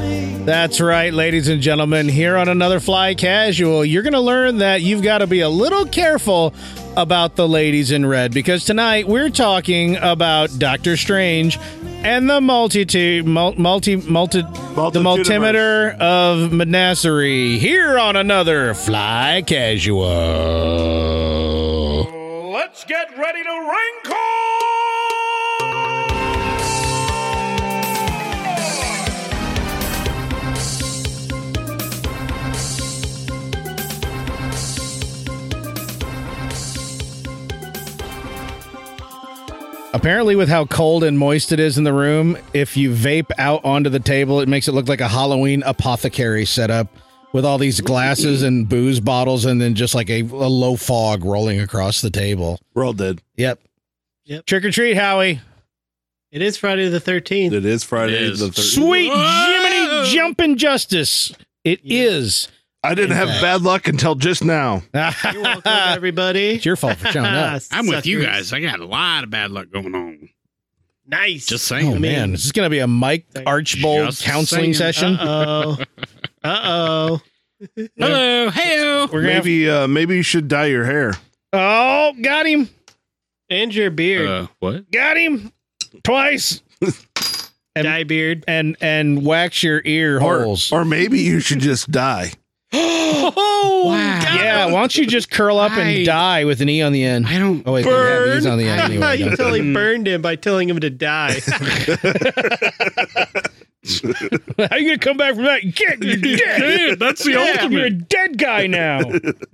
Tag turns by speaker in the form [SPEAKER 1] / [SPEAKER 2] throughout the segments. [SPEAKER 1] That's right, ladies and gentlemen. Here on Another Fly Casual, you're going to learn that you've got to be a little careful about the ladies in red because tonight we're talking about Doctor Strange and the multitude, mul- multi, multi, the multimeter of Menagerie. Here on Another Fly Casual.
[SPEAKER 2] Let's get ready to wrinkle!
[SPEAKER 1] Apparently, with how cold and moist it is in the room, if you vape out onto the table, it makes it look like a Halloween apothecary setup with all these glasses and booze bottles, and then just like a, a low fog rolling across the table.
[SPEAKER 3] We're all dead.
[SPEAKER 1] Yep.
[SPEAKER 4] Yep.
[SPEAKER 1] Trick or treat, Howie.
[SPEAKER 4] It is Friday the 13th.
[SPEAKER 3] It is Friday
[SPEAKER 5] It is.
[SPEAKER 3] the 13th.
[SPEAKER 1] Sweet Jiminy Jumpin' Justice. It is.
[SPEAKER 3] I didn't have bad luck until just now.
[SPEAKER 4] You're welcome, everybody. Ah,
[SPEAKER 1] it's your fault for showing up.
[SPEAKER 5] I'm with you
[SPEAKER 4] Suckers.
[SPEAKER 5] guys. I got a lot of bad luck going on.
[SPEAKER 4] Nice.
[SPEAKER 5] Just
[SPEAKER 1] Oh,
[SPEAKER 5] saying.
[SPEAKER 4] mean,
[SPEAKER 1] man. This is going to be a Mike Archbold
[SPEAKER 5] Just
[SPEAKER 1] counseling
[SPEAKER 5] saying.
[SPEAKER 1] session.
[SPEAKER 4] Uh-uh. Uh-oh. Uh-oh.
[SPEAKER 5] Hello, heyo.
[SPEAKER 1] We're going to.
[SPEAKER 3] Maybe uh, maybe you should dye your hair.
[SPEAKER 1] Oh, got him.
[SPEAKER 4] And your beard.
[SPEAKER 5] Uh, what?
[SPEAKER 1] Got him. Twice. and-
[SPEAKER 4] Dye beard.
[SPEAKER 1] and and wax your ear
[SPEAKER 3] Or,
[SPEAKER 1] holes.
[SPEAKER 3] or maybe you should just die.
[SPEAKER 4] oh,
[SPEAKER 5] Wow.
[SPEAKER 1] Ah. yeah, why don't you just curl up and
[SPEAKER 5] I-
[SPEAKER 1] die with an e on the end?
[SPEAKER 5] I don't.
[SPEAKER 1] Oh wait, you have these on the end anyway.
[SPEAKER 4] you
[SPEAKER 1] don't you?
[SPEAKER 4] totally burned him by telling him to die.
[SPEAKER 1] How you gonna come back from that? You can't. You're dead.
[SPEAKER 5] Dude, that's the
[SPEAKER 1] Yeah, You're a dead guy now.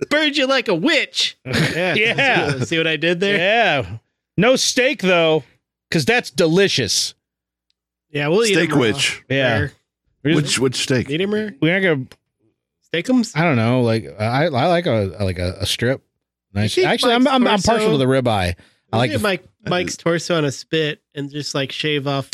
[SPEAKER 4] Burned you like a witch. Yeah.
[SPEAKER 1] Yeah.
[SPEAKER 4] See what I did there? Yeah,
[SPEAKER 1] yeah. No steak though, because that's delicious.
[SPEAKER 4] we'll eat
[SPEAKER 3] Steak
[SPEAKER 4] him raw.
[SPEAKER 3] witch.
[SPEAKER 1] Yeah. We're just-
[SPEAKER 3] Which which steak?
[SPEAKER 4] Eat him or
[SPEAKER 1] we're not gonna.
[SPEAKER 4] steakums?
[SPEAKER 1] I don't know. Like I, I like a like a, a strip. Nice.
[SPEAKER 4] You think
[SPEAKER 1] Actually, I'm,
[SPEAKER 4] Mike's
[SPEAKER 1] I'm I'm partial to
[SPEAKER 4] torso-
[SPEAKER 1] the ribeye. I like.
[SPEAKER 4] Get
[SPEAKER 1] The,
[SPEAKER 4] Mike Mike's torso on a spit and just like shave off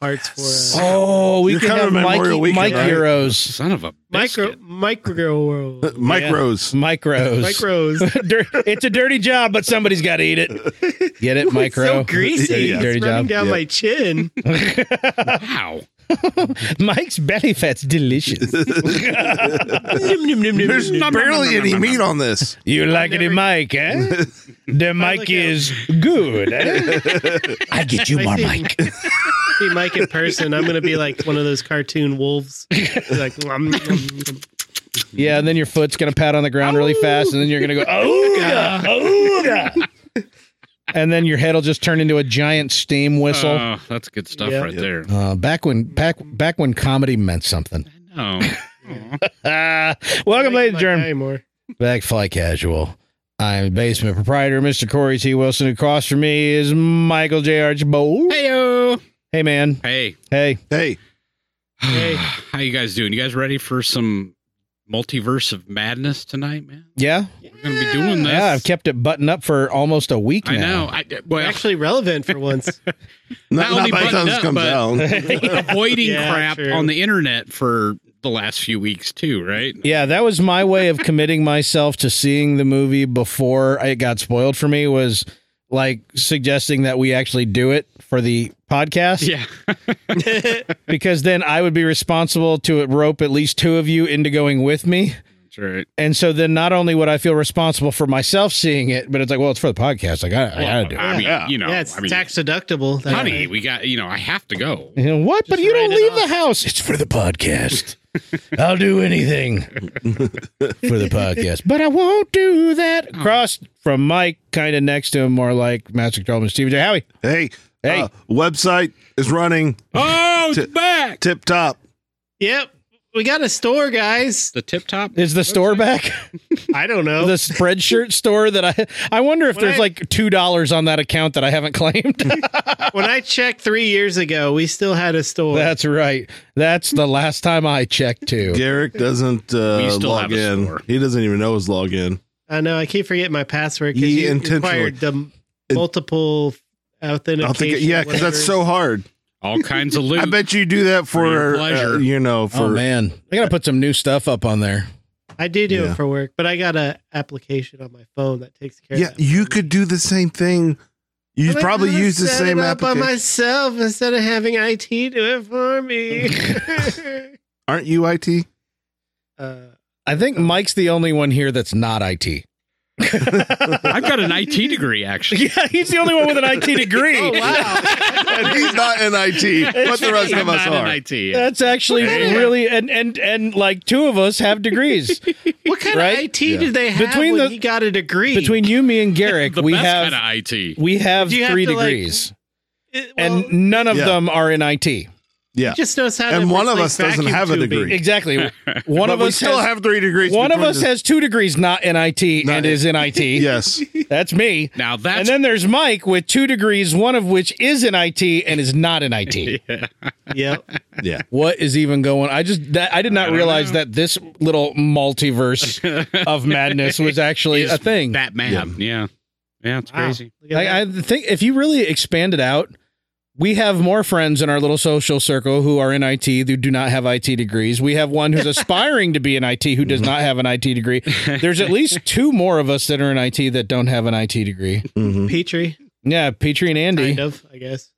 [SPEAKER 4] parts for uh,
[SPEAKER 1] oh, we
[SPEAKER 3] You're
[SPEAKER 1] can
[SPEAKER 3] kind
[SPEAKER 1] have
[SPEAKER 3] of
[SPEAKER 1] Mike,
[SPEAKER 3] Memorial Weekend,
[SPEAKER 1] Mike
[SPEAKER 3] right?
[SPEAKER 1] Euros,
[SPEAKER 5] Son of a
[SPEAKER 4] micro
[SPEAKER 5] biscuit.
[SPEAKER 4] micro
[SPEAKER 3] Micros.
[SPEAKER 1] micros,
[SPEAKER 4] micros.
[SPEAKER 1] Dir- it's a dirty job, but somebody's got to eat it. Get it, micro.
[SPEAKER 4] so greasy.
[SPEAKER 3] Yeah.
[SPEAKER 4] It's
[SPEAKER 1] Dirty job.
[SPEAKER 4] running down
[SPEAKER 3] Yeah.
[SPEAKER 4] my chin.
[SPEAKER 5] Wow.
[SPEAKER 1] Mike's belly fat's delicious.
[SPEAKER 4] Nim, nim, nim, nim,
[SPEAKER 3] There's
[SPEAKER 4] nim.
[SPEAKER 3] barely any meat on this.
[SPEAKER 1] You like it,
[SPEAKER 4] never-
[SPEAKER 1] Mike? Eh? The Mike
[SPEAKER 4] out.
[SPEAKER 1] is good. Eh? I get you
[SPEAKER 4] I
[SPEAKER 1] more,
[SPEAKER 4] see.
[SPEAKER 1] Mike.
[SPEAKER 4] See Mike in person. I'm gonna be like one of those cartoon wolves. Like nom, nom, nom.
[SPEAKER 1] Yeah, and then your foot's gonna pat on the ground really fast, and then you're gonna go ooga, ooga, and then your head'll just turn into a giant steam whistle. Uh,
[SPEAKER 5] Oh, that's good stuff
[SPEAKER 4] Yeah.
[SPEAKER 5] right there.
[SPEAKER 1] back when back back when comedy meant something.
[SPEAKER 5] No.
[SPEAKER 1] Ah, welcome, ladies
[SPEAKER 4] Mike, my
[SPEAKER 1] and gentlemen.
[SPEAKER 4] guy more.
[SPEAKER 1] Back Fly Casual. I'm basement proprietor, Mr. Corey T. Wilson. Across from me is Michael J. Archbold. Hey,
[SPEAKER 5] heyo.
[SPEAKER 1] man.
[SPEAKER 5] Hey.
[SPEAKER 1] Hey.
[SPEAKER 3] Hey,
[SPEAKER 4] Hey.
[SPEAKER 5] How you guys doing? You guys ready for some multiverse of madness tonight, man?
[SPEAKER 1] Yeah.
[SPEAKER 5] We're gonna be doing this.
[SPEAKER 1] Yeah, I've kept it buttoned up for almost a week
[SPEAKER 5] I know.
[SPEAKER 1] now.
[SPEAKER 5] I, well, actually,
[SPEAKER 4] Actually relevant for once.
[SPEAKER 3] not, not
[SPEAKER 5] only
[SPEAKER 3] by the time
[SPEAKER 5] buttoned
[SPEAKER 3] this
[SPEAKER 5] up,
[SPEAKER 3] comes
[SPEAKER 5] but-
[SPEAKER 3] out.
[SPEAKER 5] avoiding
[SPEAKER 4] Yeah,
[SPEAKER 5] crap
[SPEAKER 4] true.
[SPEAKER 5] on the internet for the last few weeks too, right?
[SPEAKER 1] Yeah, that was my way of committing myself to seeing the movie before it got spoiled for me was like suggesting that we actually do it for the podcast
[SPEAKER 5] Yeah.
[SPEAKER 1] because then I would be responsible to rope at least two of you into going with me.
[SPEAKER 5] That's right.
[SPEAKER 1] And so then not only would I feel responsible for myself seeing it, but it's like, well, it's for the podcast. Like, I, I gotta do it.
[SPEAKER 5] I mean,
[SPEAKER 3] Yeah.
[SPEAKER 5] you know,
[SPEAKER 4] yeah, it's
[SPEAKER 5] I mean,
[SPEAKER 4] tax deductible. That
[SPEAKER 5] honey, we got you know, I have to go.
[SPEAKER 1] You know, what? but
[SPEAKER 4] Just
[SPEAKER 1] you don't
[SPEAKER 4] write it
[SPEAKER 1] leave
[SPEAKER 4] off.
[SPEAKER 1] the house. It's for the podcast. I'll do anything for the podcast, but I won't do that. Across from Mike, kind of next to him, more like Master Controlman Steve J. Howie.
[SPEAKER 3] hey,
[SPEAKER 1] Hey.
[SPEAKER 3] uh, website is running
[SPEAKER 5] Oh,
[SPEAKER 3] it's
[SPEAKER 5] back.
[SPEAKER 3] tip top.
[SPEAKER 4] Yep. We got a store, guys.
[SPEAKER 5] The tip top.
[SPEAKER 1] Is the store back?
[SPEAKER 4] I don't know.
[SPEAKER 1] The spreadshirt store that I I wonder if
[SPEAKER 4] When
[SPEAKER 1] there's
[SPEAKER 4] I-
[SPEAKER 1] like two dollars on that account that I haven't claimed.
[SPEAKER 4] when I checked three years ago, we still had a store.
[SPEAKER 1] That's right. That's the last time I checked too.
[SPEAKER 3] Garrick doesn't
[SPEAKER 5] We
[SPEAKER 3] uh,
[SPEAKER 5] still
[SPEAKER 3] log
[SPEAKER 5] have a
[SPEAKER 3] in.
[SPEAKER 5] store.
[SPEAKER 3] He doesn't even know his login.
[SPEAKER 4] I know. I keep forgetting my password because
[SPEAKER 3] Ye
[SPEAKER 4] you
[SPEAKER 3] intentionally-
[SPEAKER 4] required the m- multiple
[SPEAKER 3] I
[SPEAKER 4] authentication.
[SPEAKER 3] think, yeah, because that's
[SPEAKER 4] whatever.
[SPEAKER 3] so hard.
[SPEAKER 5] All kinds of loot.
[SPEAKER 3] I bet you do that for,
[SPEAKER 5] your
[SPEAKER 3] uh,
[SPEAKER 5] pleasure.
[SPEAKER 3] you know, for
[SPEAKER 1] oh man, I gotta put some new stuff up on there.
[SPEAKER 4] I do do
[SPEAKER 3] Yeah.
[SPEAKER 4] it for work, but I got a application on my phone that takes care.
[SPEAKER 3] Yeah,
[SPEAKER 4] of that.
[SPEAKER 3] you could do the same thing. You
[SPEAKER 4] But I
[SPEAKER 3] probably
[SPEAKER 4] could've
[SPEAKER 3] use the
[SPEAKER 4] set
[SPEAKER 3] same
[SPEAKER 4] it up by
[SPEAKER 3] application.
[SPEAKER 4] myself instead of having IT do it for me.
[SPEAKER 3] Aren't you IT?
[SPEAKER 4] Uh,
[SPEAKER 1] I think Mike's the only one here that's not IT.
[SPEAKER 5] I've got an IT degree, actually.
[SPEAKER 1] Yeah, he's the only one with an IT degree.
[SPEAKER 3] And he's not in IT, but the rest
[SPEAKER 5] I'm
[SPEAKER 3] of us
[SPEAKER 5] not in
[SPEAKER 3] are.
[SPEAKER 5] IT. yeah.
[SPEAKER 1] That's actually
[SPEAKER 4] Yeah.
[SPEAKER 1] really and and and like two of us have degrees.
[SPEAKER 4] what kind
[SPEAKER 1] Right?
[SPEAKER 4] of IT did they have
[SPEAKER 1] Between
[SPEAKER 4] when
[SPEAKER 1] the-
[SPEAKER 4] you got a degree?
[SPEAKER 1] Between you, me, and Garrick,
[SPEAKER 5] the
[SPEAKER 1] we
[SPEAKER 5] best
[SPEAKER 1] have
[SPEAKER 5] kind of IT.
[SPEAKER 1] we have
[SPEAKER 4] You have
[SPEAKER 1] three
[SPEAKER 4] to, like,
[SPEAKER 1] degrees,
[SPEAKER 4] It- well,
[SPEAKER 1] and none of
[SPEAKER 3] Yeah.
[SPEAKER 1] them are in IT.
[SPEAKER 3] Yeah.
[SPEAKER 4] just knows how to
[SPEAKER 3] And one of us
[SPEAKER 4] replace
[SPEAKER 3] doesn't
[SPEAKER 4] vacuum
[SPEAKER 3] have a
[SPEAKER 4] tubing.
[SPEAKER 3] degree.
[SPEAKER 1] Exactly. One
[SPEAKER 3] But
[SPEAKER 1] of
[SPEAKER 3] we
[SPEAKER 1] us
[SPEAKER 3] still
[SPEAKER 1] has,
[SPEAKER 3] have three degrees.
[SPEAKER 1] one of
[SPEAKER 3] between
[SPEAKER 1] us
[SPEAKER 3] the-
[SPEAKER 1] has two degrees not in IT
[SPEAKER 3] Not
[SPEAKER 1] and
[SPEAKER 3] in-
[SPEAKER 1] is in IT.
[SPEAKER 3] Yes.
[SPEAKER 1] That's me.
[SPEAKER 5] Now that's
[SPEAKER 1] and then there's Mike with two degrees, one of which is in IT and is not in IT.
[SPEAKER 4] Yeah.
[SPEAKER 3] Yeah.
[SPEAKER 1] what is even going? I just that I did not
[SPEAKER 5] don't
[SPEAKER 1] realize
[SPEAKER 5] know.
[SPEAKER 1] that this little multiverse of madness was actually
[SPEAKER 5] Is
[SPEAKER 1] a thing.
[SPEAKER 5] Batman. Yeah. Yeah, it's
[SPEAKER 4] Wow.
[SPEAKER 5] crazy.
[SPEAKER 4] Look at
[SPEAKER 1] I,
[SPEAKER 4] that.
[SPEAKER 1] I think if you really expand it out, we have more friends in our little social circle who are in IT who do not have IT degrees. We have one who's aspiring to be in IT who does not have an IT degree. There's at least two more of us that are in IT that don't have an IT degree.
[SPEAKER 3] Mhm.
[SPEAKER 4] Petrie,
[SPEAKER 1] Yeah, Petrie and Andy.
[SPEAKER 4] kind of, I guess.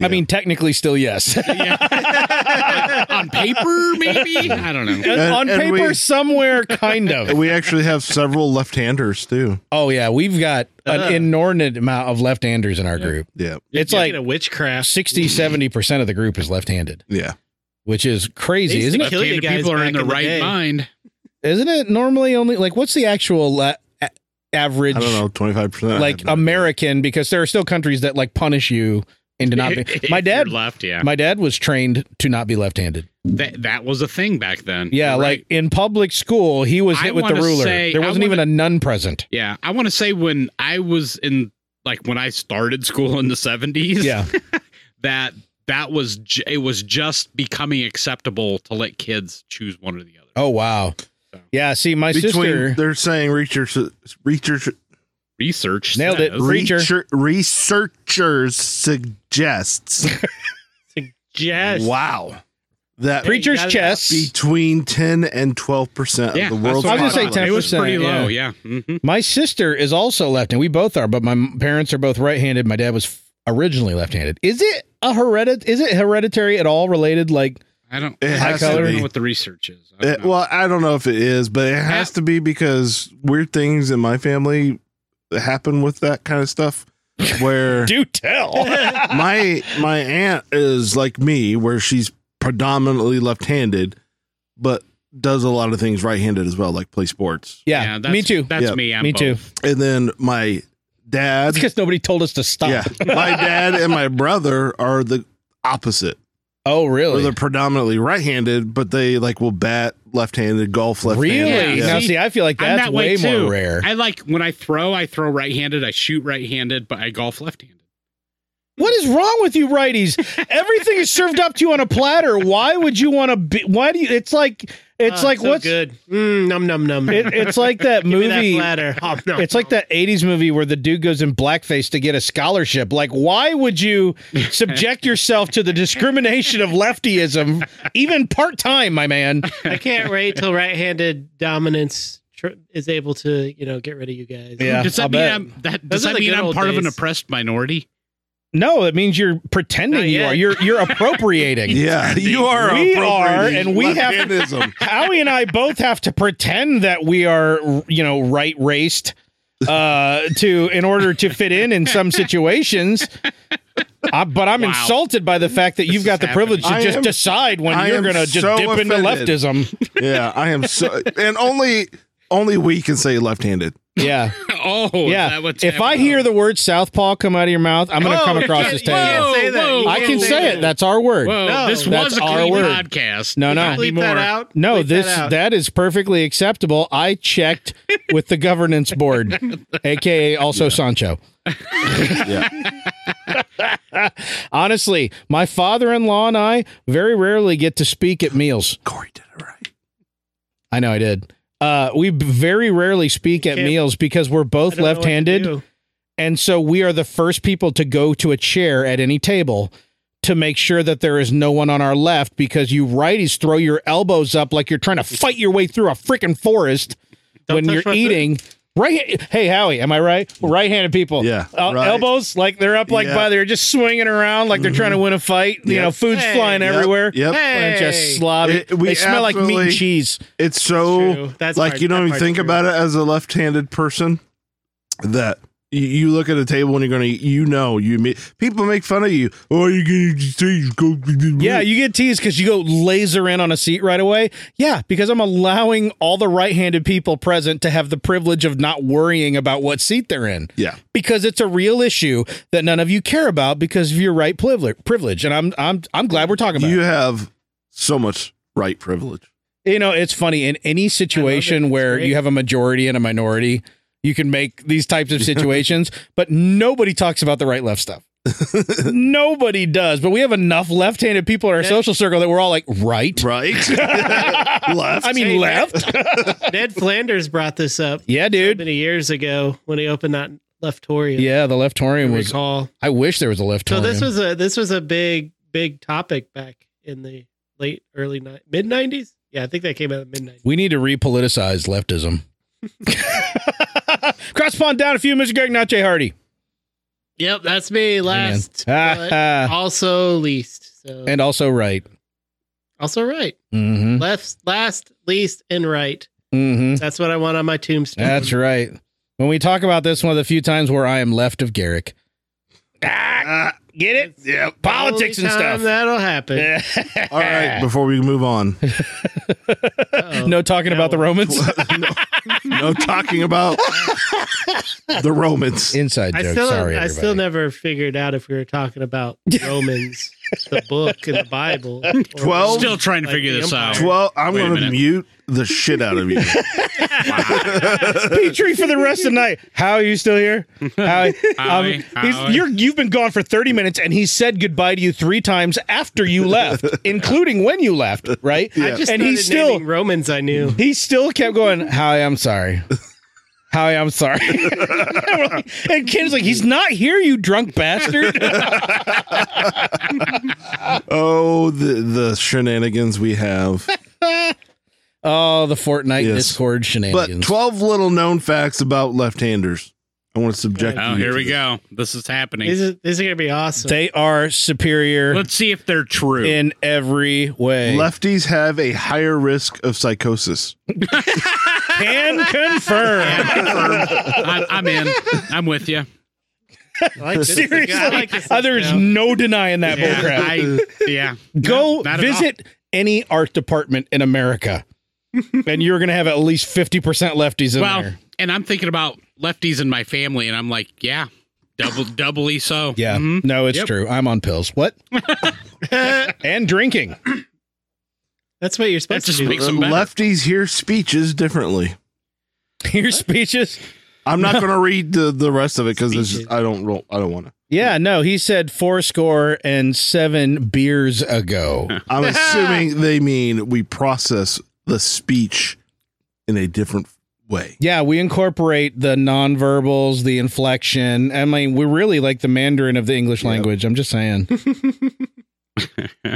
[SPEAKER 1] I mean, technically, still yes.
[SPEAKER 5] On paper, maybe? I don't know.
[SPEAKER 1] And on
[SPEAKER 3] and
[SPEAKER 1] paper,
[SPEAKER 3] we-
[SPEAKER 1] somewhere, kind
[SPEAKER 3] And
[SPEAKER 1] of.
[SPEAKER 3] we actually have several left-handers too.
[SPEAKER 1] Oh yeah, we've got an
[SPEAKER 4] Uh.
[SPEAKER 1] inordinate amount of left-handers in our
[SPEAKER 4] Yeah.
[SPEAKER 1] group.
[SPEAKER 3] Yeah.
[SPEAKER 1] It's
[SPEAKER 4] You're
[SPEAKER 1] like
[SPEAKER 4] getting a witchcraft.
[SPEAKER 1] 60, 70 percent of the group is left-handed,
[SPEAKER 3] Yeah.
[SPEAKER 1] which is crazy,
[SPEAKER 4] They used
[SPEAKER 1] isn't
[SPEAKER 4] to
[SPEAKER 1] it?
[SPEAKER 4] kill you
[SPEAKER 5] Left-handed
[SPEAKER 4] guys
[SPEAKER 5] people are
[SPEAKER 4] back
[SPEAKER 5] in the
[SPEAKER 4] in the
[SPEAKER 5] right
[SPEAKER 4] day.
[SPEAKER 5] mind.
[SPEAKER 1] Isn't it normally only like what's the actual la- a- average
[SPEAKER 3] I don't know, 25%.
[SPEAKER 1] like American? Because there are still countries that like punish you into not being.
[SPEAKER 5] If
[SPEAKER 1] My dad,
[SPEAKER 5] you're left, yeah.
[SPEAKER 1] my dad was trained to not be left-handed.
[SPEAKER 5] that that was a thing back then.
[SPEAKER 1] Yeah,
[SPEAKER 5] You're
[SPEAKER 1] like
[SPEAKER 5] right.
[SPEAKER 1] in public school, he was
[SPEAKER 5] I
[SPEAKER 1] hit with the
[SPEAKER 5] wanna
[SPEAKER 1] ruler.
[SPEAKER 5] say-
[SPEAKER 1] there
[SPEAKER 5] I
[SPEAKER 1] wasn't even
[SPEAKER 5] wanna-
[SPEAKER 1] a nun present.
[SPEAKER 5] yeah. I want to say when I was in like when I started school in the seventies.
[SPEAKER 1] Yeah.
[SPEAKER 5] that that was j- it was just becoming acceptable to let kids choose one or the other.
[SPEAKER 1] Oh wow.
[SPEAKER 5] So.
[SPEAKER 1] Yeah. See, my
[SPEAKER 3] between
[SPEAKER 1] sister.
[SPEAKER 3] they're saying research, research,
[SPEAKER 5] Research
[SPEAKER 1] Nailed it.
[SPEAKER 5] says-
[SPEAKER 1] Re- Preacher.
[SPEAKER 3] research researchers suggests
[SPEAKER 4] Yes. Ah,
[SPEAKER 3] wow that
[SPEAKER 4] Pre-
[SPEAKER 1] Preacher's
[SPEAKER 4] got it
[SPEAKER 1] chest.
[SPEAKER 3] between 10 and 12 percent
[SPEAKER 5] yeah,
[SPEAKER 3] of the
[SPEAKER 5] that's
[SPEAKER 3] world's
[SPEAKER 5] what
[SPEAKER 1] I was gonna
[SPEAKER 5] thought.
[SPEAKER 1] say
[SPEAKER 5] It was
[SPEAKER 1] 10%,
[SPEAKER 5] pretty
[SPEAKER 1] yeah.
[SPEAKER 5] low. Yeah, Mhm.
[SPEAKER 1] My sister is also left-handed. We both are, but my m- parents are both right-handed. My dad was f- originally left-handed. Is it a heredit? Is it hereditary at all? Related? Like
[SPEAKER 5] I don't.
[SPEAKER 3] It
[SPEAKER 5] I
[SPEAKER 1] has to
[SPEAKER 5] don't
[SPEAKER 3] be.
[SPEAKER 5] know what the research is. I don't
[SPEAKER 3] population. Uh,
[SPEAKER 5] know.
[SPEAKER 3] well i don't know if it is but it has to be because weird things in my family happen with that kind of stuff where
[SPEAKER 1] do tell.
[SPEAKER 3] my my aunt is like me where she's predominantly left-handed but does a lot of things right-handed as well like play sports
[SPEAKER 1] yeah,
[SPEAKER 5] that's,
[SPEAKER 1] me too.
[SPEAKER 5] That's
[SPEAKER 3] Yeah.
[SPEAKER 5] me. I'm
[SPEAKER 1] Me too.
[SPEAKER 5] both.
[SPEAKER 3] and then my dad
[SPEAKER 1] That's because nobody told us to stop.
[SPEAKER 3] Yeah. My dad and my brother are the opposite.
[SPEAKER 1] Oh,
[SPEAKER 3] Or
[SPEAKER 1] really?
[SPEAKER 3] they're predominantly right handed, but they like will bat left handed, golf left handed.
[SPEAKER 1] Really?
[SPEAKER 5] Yeah.
[SPEAKER 1] Now,
[SPEAKER 5] See,
[SPEAKER 1] see, I feel like
[SPEAKER 5] I'm
[SPEAKER 1] that's
[SPEAKER 5] that way,
[SPEAKER 1] way, more
[SPEAKER 5] too.
[SPEAKER 1] rare.
[SPEAKER 5] I like when I throw. I throw right-handed. I shoot right-handed, but I golf left-handed.
[SPEAKER 1] What is wrong with you, righties? Everything is served up to you on a platter. Why would you want to be? Why do you? It's like it's
[SPEAKER 4] Oh,
[SPEAKER 1] like
[SPEAKER 4] so
[SPEAKER 1] what's
[SPEAKER 4] good. Mm, num num num.
[SPEAKER 1] it, it's like that
[SPEAKER 4] Give me that
[SPEAKER 1] movie.
[SPEAKER 4] platter. Oh, no.
[SPEAKER 1] It's like that 80s movie where the dude goes in blackface to get a scholarship. Like, why would you subject yourself to the discrimination of leftyism, even part time, my man?
[SPEAKER 4] I can't wait till right-handed dominance tr- is able to, you know, get rid of you guys.
[SPEAKER 1] Yeah.
[SPEAKER 5] Does that
[SPEAKER 1] I'll
[SPEAKER 5] mean
[SPEAKER 1] bet.
[SPEAKER 5] I'm that?
[SPEAKER 4] Those
[SPEAKER 5] Does
[SPEAKER 4] are
[SPEAKER 5] that
[SPEAKER 4] the
[SPEAKER 5] mean
[SPEAKER 4] good
[SPEAKER 5] I'm
[SPEAKER 4] old
[SPEAKER 5] part of an
[SPEAKER 4] days.
[SPEAKER 5] oppressed minority?
[SPEAKER 1] No, it means you're pretending
[SPEAKER 4] Not
[SPEAKER 1] you
[SPEAKER 4] yet.
[SPEAKER 1] are. You're you're appropriating.
[SPEAKER 3] Yeah. You are
[SPEAKER 1] We are,
[SPEAKER 3] appropriating
[SPEAKER 1] and we have-
[SPEAKER 3] left-handism.
[SPEAKER 1] Howie and I both have to pretend that we are, you know, right raced uh to in order to fit in in some situations I, but i'm
[SPEAKER 5] Wow.
[SPEAKER 1] insulted by the fact that you've
[SPEAKER 5] is
[SPEAKER 1] got the privilege to
[SPEAKER 3] happening. I
[SPEAKER 1] just
[SPEAKER 3] am-
[SPEAKER 1] decide when
[SPEAKER 3] I
[SPEAKER 1] you're
[SPEAKER 3] am
[SPEAKER 1] gonna just
[SPEAKER 3] so
[SPEAKER 1] dip
[SPEAKER 3] offended.
[SPEAKER 1] into leftism
[SPEAKER 3] Yeah. I am so and only only we can say left handed.
[SPEAKER 1] yeah
[SPEAKER 5] Oh,
[SPEAKER 1] yeah.
[SPEAKER 5] Is that what's
[SPEAKER 1] if I
[SPEAKER 5] happening?
[SPEAKER 1] hear the word Southpaw come out of your mouth, I'm going to
[SPEAKER 4] Oh,
[SPEAKER 1] come across
[SPEAKER 4] you
[SPEAKER 1] this
[SPEAKER 4] can't-
[SPEAKER 1] table.
[SPEAKER 4] whoa, say that. You
[SPEAKER 1] I
[SPEAKER 4] can't
[SPEAKER 1] can
[SPEAKER 4] say
[SPEAKER 1] say
[SPEAKER 4] that.
[SPEAKER 1] it. That's our word.
[SPEAKER 5] Whoa,
[SPEAKER 4] No,
[SPEAKER 5] this
[SPEAKER 1] that's
[SPEAKER 5] was a
[SPEAKER 1] our
[SPEAKER 5] clean
[SPEAKER 1] word.
[SPEAKER 5] podcast.
[SPEAKER 1] No, no.
[SPEAKER 4] Bleep
[SPEAKER 5] Anymore.
[SPEAKER 4] that out.
[SPEAKER 1] No,
[SPEAKER 4] Bleep
[SPEAKER 1] this
[SPEAKER 4] that out.
[SPEAKER 1] that is perfectly acceptable. I checked with the governance board, aka also Sancho.
[SPEAKER 3] Yeah.
[SPEAKER 1] Honestly, my father-in-law and I very rarely get to speak at meals.
[SPEAKER 3] Corey did it right.
[SPEAKER 1] I know I did. Uh, we b- very rarely speak at
[SPEAKER 4] can't-
[SPEAKER 1] meals because we're
[SPEAKER 4] I
[SPEAKER 1] both
[SPEAKER 4] don't know what to
[SPEAKER 1] left-handed.
[SPEAKER 4] do.
[SPEAKER 1] And so we are the first people to go to a chair at any table to make sure that there is no one on our left because you righties throw your elbows up like you're trying to fight your way through a freaking forest
[SPEAKER 4] Don't
[SPEAKER 1] when
[SPEAKER 4] touch
[SPEAKER 1] you're
[SPEAKER 4] my food.
[SPEAKER 1] eating Right. Hey, Howie, am I right? Right-handed people.
[SPEAKER 3] Yeah,
[SPEAKER 1] Uh,
[SPEAKER 3] right.
[SPEAKER 1] Elbows like they're up like
[SPEAKER 3] Yeah. Mm-hmm.
[SPEAKER 1] by they're just swinging around like they're trying to win a fight. You
[SPEAKER 3] Yep.
[SPEAKER 1] know, food's
[SPEAKER 4] Hey,
[SPEAKER 1] flying
[SPEAKER 3] yep,
[SPEAKER 1] everywhere.
[SPEAKER 3] yep.
[SPEAKER 1] And just slobby.
[SPEAKER 3] It- we
[SPEAKER 1] they smell like meat and
[SPEAKER 3] absolutely-
[SPEAKER 1] cheese.
[SPEAKER 3] It's so
[SPEAKER 4] true. That's
[SPEAKER 3] like
[SPEAKER 4] part-
[SPEAKER 3] you don't
[SPEAKER 4] that
[SPEAKER 3] even
[SPEAKER 4] part's
[SPEAKER 3] think
[SPEAKER 4] true.
[SPEAKER 3] about it as a left-handed person that you, you look at a table and you're gonna you know you me- people make fun of you. Oh, you're gonna say go.
[SPEAKER 1] Yeah, you get teased because you go laser in on a seat right away. Yeah, because I'm allowing all the right-handed people present to have the privilege of not worrying about what seat they're in.
[SPEAKER 3] yeah.
[SPEAKER 1] because it's a real issue that none of you care about because of your right privilege. Privilege, and I'm I'm I'm glad we're talking about.
[SPEAKER 3] You
[SPEAKER 1] it.
[SPEAKER 3] have so much right privilege.
[SPEAKER 1] You know, it's funny in any situation
[SPEAKER 4] It's
[SPEAKER 1] where
[SPEAKER 4] great.
[SPEAKER 1] you have a majority and a minority, you can make these types of situations, but nobody talks about the right left stuff. nobody does, but we have enough left-handed people in our
[SPEAKER 4] Yeah.
[SPEAKER 1] social circle that we're all like right.
[SPEAKER 3] Right. Left.
[SPEAKER 1] I mean,
[SPEAKER 4] Hey,
[SPEAKER 1] left.
[SPEAKER 4] Ned Flanders brought this up
[SPEAKER 1] yeah, dude.
[SPEAKER 4] many years ago when he opened that Leftorian.
[SPEAKER 1] Yeah, the
[SPEAKER 4] I
[SPEAKER 1] leftorium was.
[SPEAKER 4] recall.
[SPEAKER 1] I wish there was a leftorium.
[SPEAKER 4] So this was a this was a big big topic back in the late early ni- mid nineties. Yeah, I think that came out in the mid nineties.
[SPEAKER 1] We need to repoliticize leftism. Cross pond down a few, Mr. Greg, not Jay Hardy.
[SPEAKER 4] Yep, that's me. Last,
[SPEAKER 1] Amen.
[SPEAKER 4] but also least. So
[SPEAKER 1] Ah, and also right.
[SPEAKER 4] also right.
[SPEAKER 1] Mm-hmm.
[SPEAKER 4] Left, last, least, and right.
[SPEAKER 1] Mm-hmm.
[SPEAKER 4] That's what I want on my tombstone.
[SPEAKER 1] That's right. When we talk about this, one of the few times where I am left of Garrick. Ah, get it? Yeah, politics
[SPEAKER 4] Only
[SPEAKER 1] and
[SPEAKER 4] time
[SPEAKER 1] stuff.
[SPEAKER 4] That'll happen.
[SPEAKER 3] All right. Before we move on,
[SPEAKER 4] Uh-oh.
[SPEAKER 1] no talking about the Romans.
[SPEAKER 3] no talking about the Romans.
[SPEAKER 1] Inside
[SPEAKER 4] I
[SPEAKER 1] joke.
[SPEAKER 4] still,
[SPEAKER 1] Sorry,
[SPEAKER 4] I
[SPEAKER 1] everybody.
[SPEAKER 4] still never figured out if we were talking about Romans, the book and the Bible. or-
[SPEAKER 3] Twelve-
[SPEAKER 5] Still trying to
[SPEAKER 4] Like
[SPEAKER 5] figure
[SPEAKER 4] the
[SPEAKER 5] this out.
[SPEAKER 4] Empire.
[SPEAKER 3] Well, I'm
[SPEAKER 5] Wait a
[SPEAKER 3] going to
[SPEAKER 5] minute.
[SPEAKER 3] mute the shit out of you.
[SPEAKER 1] Petrie for the rest of the night. How are you still here? Howie, um,
[SPEAKER 5] Howie,
[SPEAKER 1] he's-
[SPEAKER 5] Howie.
[SPEAKER 1] You're, you've been gone for 30 minutes, and he said goodbye to you three times after you left, including when you left, right?
[SPEAKER 4] I just
[SPEAKER 1] and he
[SPEAKER 4] started
[SPEAKER 1] still
[SPEAKER 4] naming Romans. I knew.
[SPEAKER 1] he still kept going, Howie, I'm sorry. Howie, I'm sorry. and, we're like- and Ken's like, he's not here, you drunk bastard.
[SPEAKER 3] Oh, the the shenanigans we have.
[SPEAKER 1] oh, the Fortnite
[SPEAKER 3] Yes.
[SPEAKER 1] Discord
[SPEAKER 3] But
[SPEAKER 1] shenanigans.
[SPEAKER 3] 12 little known facts about left-handers. I want to subject
[SPEAKER 5] Oh,
[SPEAKER 3] you.
[SPEAKER 5] here
[SPEAKER 3] to
[SPEAKER 5] we
[SPEAKER 3] this.
[SPEAKER 5] go. This is happening.
[SPEAKER 4] This is, this is gonna be awesome.
[SPEAKER 1] they are superior
[SPEAKER 5] Let's see if they're true.
[SPEAKER 1] in every way.
[SPEAKER 3] Lefties have a higher risk of psychosis.
[SPEAKER 1] Can confirm.
[SPEAKER 5] I'm, I'm in. I'm with you.
[SPEAKER 4] I like this.
[SPEAKER 1] Seriously,
[SPEAKER 4] I like this
[SPEAKER 1] uh, there's
[SPEAKER 4] now.
[SPEAKER 1] no denying that
[SPEAKER 5] Yeah,
[SPEAKER 1] bullcrap.
[SPEAKER 5] I, yeah.
[SPEAKER 1] Go
[SPEAKER 5] not at
[SPEAKER 1] visit any art department in America, and you're going to have at least fifty percent lefties in
[SPEAKER 5] Well,
[SPEAKER 1] there.
[SPEAKER 5] and I'm thinking about lefties in my family, and I'm like, yeah, double, doubly so.
[SPEAKER 1] Yeah,
[SPEAKER 5] Mhm.
[SPEAKER 1] no, it's
[SPEAKER 5] Yep.
[SPEAKER 1] true. I'm on pills. What? and drinking.
[SPEAKER 4] That's what you're
[SPEAKER 5] That
[SPEAKER 4] supposed
[SPEAKER 5] just
[SPEAKER 4] to do.
[SPEAKER 5] makes them better.
[SPEAKER 3] Lefties hear speeches differently.
[SPEAKER 1] Your speeches.
[SPEAKER 3] I'm not going to read the, the rest of it because it's just,
[SPEAKER 4] Speeches.
[SPEAKER 3] I don't roll, I don't want to.
[SPEAKER 1] Yeah, no, he said four score and seven beers ago.
[SPEAKER 3] I'm assuming they mean we process the speech in a different way.
[SPEAKER 1] Yeah, we incorporate the nonverbals, the inflection. I mean, we're really like the Mandarin of the English language. I'm just saying.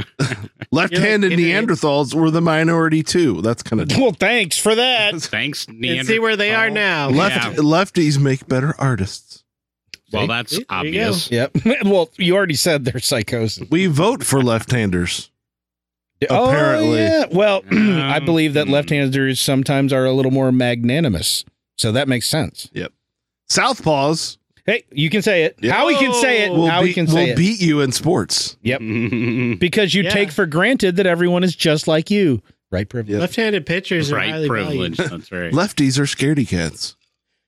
[SPEAKER 3] Left-handed
[SPEAKER 4] You're like-
[SPEAKER 3] Neanderthals were the minority too. That's kind of
[SPEAKER 1] well, thanks for that.
[SPEAKER 5] Thanks, Neander-
[SPEAKER 4] and see where they are
[SPEAKER 5] Oh.
[SPEAKER 4] now.
[SPEAKER 3] left lefties make better artists.
[SPEAKER 5] Well, that's
[SPEAKER 4] See, there you go.
[SPEAKER 5] obvious.
[SPEAKER 1] Yep. well, you already said they're psychosis.
[SPEAKER 3] We vote for left-handers. Apparently. Mm.
[SPEAKER 1] Oh, yeah. Well, I
[SPEAKER 5] Um,
[SPEAKER 1] believe that
[SPEAKER 5] hmm.
[SPEAKER 1] left-handers sometimes are a little more magnanimous. So that makes sense.
[SPEAKER 3] Southpaws
[SPEAKER 1] Hey, you can say it.
[SPEAKER 3] Yeah.
[SPEAKER 1] How we can say it.
[SPEAKER 4] Whoa.
[SPEAKER 3] will,
[SPEAKER 1] How Oh, we
[SPEAKER 3] be,
[SPEAKER 1] can
[SPEAKER 3] will
[SPEAKER 1] say it.
[SPEAKER 3] beat you in sports.
[SPEAKER 1] because you
[SPEAKER 4] Yeah.
[SPEAKER 1] take for granted that everyone is just like you. Right privilege.
[SPEAKER 3] Yeah.
[SPEAKER 4] Left-handed pitchers are
[SPEAKER 5] right
[SPEAKER 4] highly
[SPEAKER 5] privilege.
[SPEAKER 4] privileged.
[SPEAKER 5] That's right.
[SPEAKER 3] Lefties are scaredy cats.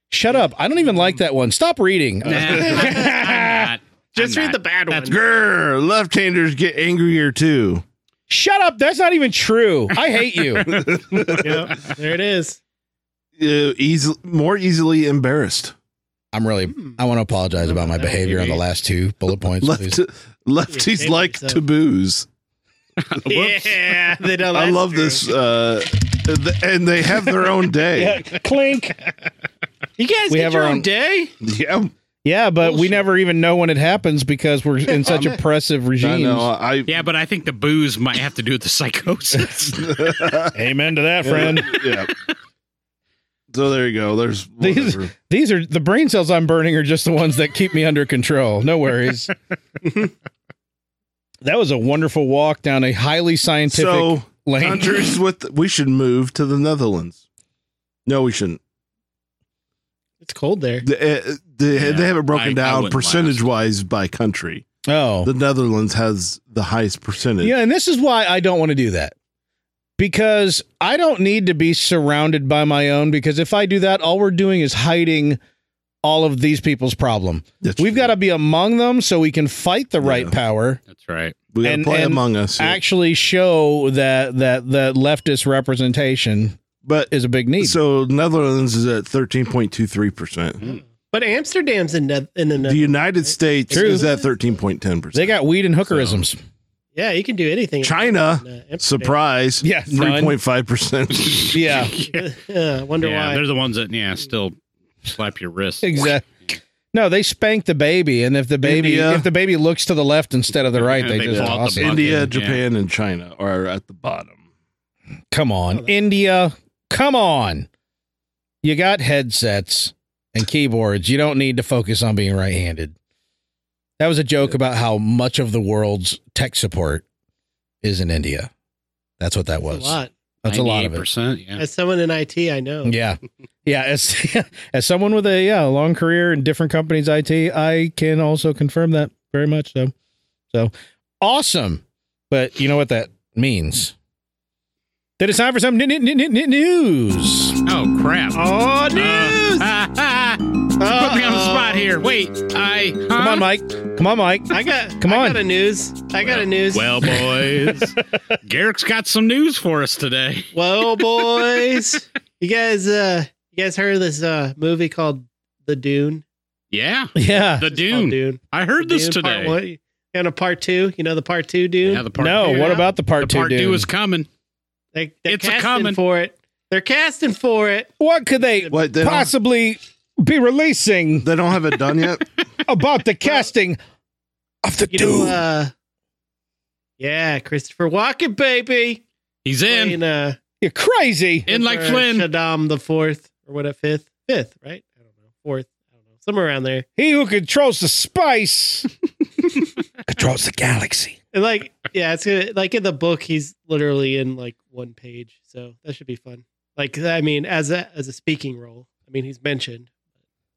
[SPEAKER 1] Shut up. I don't even like that one. Stop reading.
[SPEAKER 5] Nah, I'm not.
[SPEAKER 4] Just
[SPEAKER 5] I'm
[SPEAKER 4] read the
[SPEAKER 5] not.
[SPEAKER 4] bad one.
[SPEAKER 3] Grr, left-handers get angrier too.
[SPEAKER 1] Shut up. That's not even true. I hate you.
[SPEAKER 4] Yep, there it is.
[SPEAKER 3] Uh, easy, more easily embarrassed.
[SPEAKER 1] I'm really I want to apologize about my behavior on the last two bullet points.
[SPEAKER 3] Left,
[SPEAKER 1] please.
[SPEAKER 3] lefties
[SPEAKER 4] Yeah,
[SPEAKER 3] like
[SPEAKER 4] so-
[SPEAKER 3] taboos.
[SPEAKER 4] Yeah, they don't.
[SPEAKER 3] I
[SPEAKER 4] that's
[SPEAKER 3] love
[SPEAKER 4] true.
[SPEAKER 3] this. Uh, th- and they have their own day.
[SPEAKER 1] Clink.
[SPEAKER 4] You guys
[SPEAKER 1] We
[SPEAKER 4] get
[SPEAKER 1] have
[SPEAKER 4] your
[SPEAKER 1] our
[SPEAKER 4] own
[SPEAKER 1] own-
[SPEAKER 4] day.
[SPEAKER 3] yeah,
[SPEAKER 1] Yeah, but we never even know when it happens because we're in such oppressive
[SPEAKER 3] I
[SPEAKER 1] regimes.
[SPEAKER 3] know. I
[SPEAKER 5] Yeah, but I think the booze might have to do with the psychosis.
[SPEAKER 1] Amen to that, friend.
[SPEAKER 3] yeah. So there you go. There's
[SPEAKER 1] These-
[SPEAKER 3] whatever.
[SPEAKER 1] These are the brain cells I'm burning are just the ones that keep me under control. No worries. that was a wonderful walk down a highly scientific
[SPEAKER 3] so
[SPEAKER 1] lane.
[SPEAKER 3] countries with we should move to the Netherlands. No, we shouldn't.
[SPEAKER 4] It's cold there.
[SPEAKER 3] The, uh, the,
[SPEAKER 5] Yeah,
[SPEAKER 3] they have it broken
[SPEAKER 5] I- I
[SPEAKER 3] down
[SPEAKER 5] wouldn't
[SPEAKER 3] percentage wise by country.
[SPEAKER 1] Oh.
[SPEAKER 3] The Netherlands has the highest percentage.
[SPEAKER 1] Yeah, and this is why I don't want to do that. Because I don't need to be surrounded by my own because if I do that all we're doing is hiding all of these people's problem.
[SPEAKER 3] That's
[SPEAKER 1] We've
[SPEAKER 3] true.
[SPEAKER 1] got to be among them so we can fight the right
[SPEAKER 3] Yeah.
[SPEAKER 1] power.
[SPEAKER 5] That's right.
[SPEAKER 3] we gotta
[SPEAKER 1] and-
[SPEAKER 3] play
[SPEAKER 1] and
[SPEAKER 3] Among Us, here.
[SPEAKER 1] Actually show that that that leftist representation
[SPEAKER 3] but
[SPEAKER 1] is a big need.
[SPEAKER 3] so Netherlands is at thirteen point two three percent.
[SPEAKER 4] But Amsterdam's in the in the
[SPEAKER 3] The United States
[SPEAKER 4] True.
[SPEAKER 3] is at thirteen point ten
[SPEAKER 1] they
[SPEAKER 3] percent.
[SPEAKER 1] got weed and hookerisms.
[SPEAKER 4] yeah, you can do anything.
[SPEAKER 3] China,
[SPEAKER 4] In, uh,
[SPEAKER 3] Surprise!
[SPEAKER 1] Yeah,
[SPEAKER 3] three point five percent.
[SPEAKER 1] Yeah.
[SPEAKER 4] Amsterdam. Yeah, I wonder
[SPEAKER 5] yeah,
[SPEAKER 4] why.
[SPEAKER 5] they're the ones that yeah still slap your wrist.
[SPEAKER 1] Exactly. No, they spank the baby, and if the baby
[SPEAKER 3] India.
[SPEAKER 1] if the baby looks to the left instead of the right, they,
[SPEAKER 5] They
[SPEAKER 1] just
[SPEAKER 5] pull out the
[SPEAKER 1] toss it.
[SPEAKER 5] bucket.
[SPEAKER 3] India,
[SPEAKER 5] Yeah.
[SPEAKER 3] Japan, and China are at the bottom.
[SPEAKER 1] Come on,
[SPEAKER 4] Oh, that-
[SPEAKER 1] India. Come on. You got headsets and keyboards. You don't need to focus on being right-handed. That was a joke about how much of the world's tech support is in India. That's what that
[SPEAKER 4] That's
[SPEAKER 1] was.
[SPEAKER 4] a lot.
[SPEAKER 1] That's a lot of it.
[SPEAKER 5] percent. Yeah.
[SPEAKER 4] As someone in IT, I know.
[SPEAKER 1] Yeah. Yeah, as as someone with a yeah, a long career in different companies IT, I can also confirm that very much so. So, awesome. But you know what that means? That it's time for some n- n- n- n- news. Ah.
[SPEAKER 5] Oh crap.
[SPEAKER 4] Oh, news!
[SPEAKER 5] Put me on the spot here. Wait, I
[SPEAKER 1] Oh. Come on, Mike. Come on, Mike.
[SPEAKER 4] I got.
[SPEAKER 1] Come
[SPEAKER 4] I
[SPEAKER 1] on.
[SPEAKER 4] got a news. I got a news.
[SPEAKER 5] Well, boys, Garrick's got some news for us today.
[SPEAKER 4] Whoa, boys! you guys, uh, you guys heard of this uh movie called The Dune?
[SPEAKER 5] Yeah,
[SPEAKER 1] Yeah.
[SPEAKER 5] the
[SPEAKER 4] It's just called
[SPEAKER 5] Dune.
[SPEAKER 4] Dune.
[SPEAKER 5] I heard
[SPEAKER 4] The
[SPEAKER 5] this
[SPEAKER 4] Dune, Part
[SPEAKER 5] today.
[SPEAKER 4] one. And a part two. You know the part two Dune.
[SPEAKER 5] Yeah, the part
[SPEAKER 1] No,
[SPEAKER 4] figured
[SPEAKER 1] what
[SPEAKER 4] out?
[SPEAKER 1] about the
[SPEAKER 5] the
[SPEAKER 1] part 2?
[SPEAKER 5] part two
[SPEAKER 1] dude?
[SPEAKER 5] is coming.
[SPEAKER 4] they, they're
[SPEAKER 5] It's a
[SPEAKER 4] casting
[SPEAKER 5] coming.
[SPEAKER 4] for it. They're casting for it.
[SPEAKER 1] what could they
[SPEAKER 3] What they don't,
[SPEAKER 1] possibly be releasing
[SPEAKER 3] they don't have it done yet.
[SPEAKER 1] about the casting of the
[SPEAKER 4] You
[SPEAKER 1] Dune?
[SPEAKER 4] know, uh, yeah, Christopher Walken, baby.
[SPEAKER 5] He's in.
[SPEAKER 4] Playing, uh,
[SPEAKER 1] You're crazy.
[SPEAKER 5] In like
[SPEAKER 4] Emperor
[SPEAKER 5] Flynn.
[SPEAKER 4] Shaddam the fourth or what a fifth, fifth, right? I don't know, fourth, I don't know, somewhere around there.
[SPEAKER 1] He who controls the spice controls the galaxy.
[SPEAKER 4] And like, yeah, it's gonna, like in the book, he's literally in like one page, so that should be fun. Like, I mean, as a as a speaking role, I mean, he's mentioned,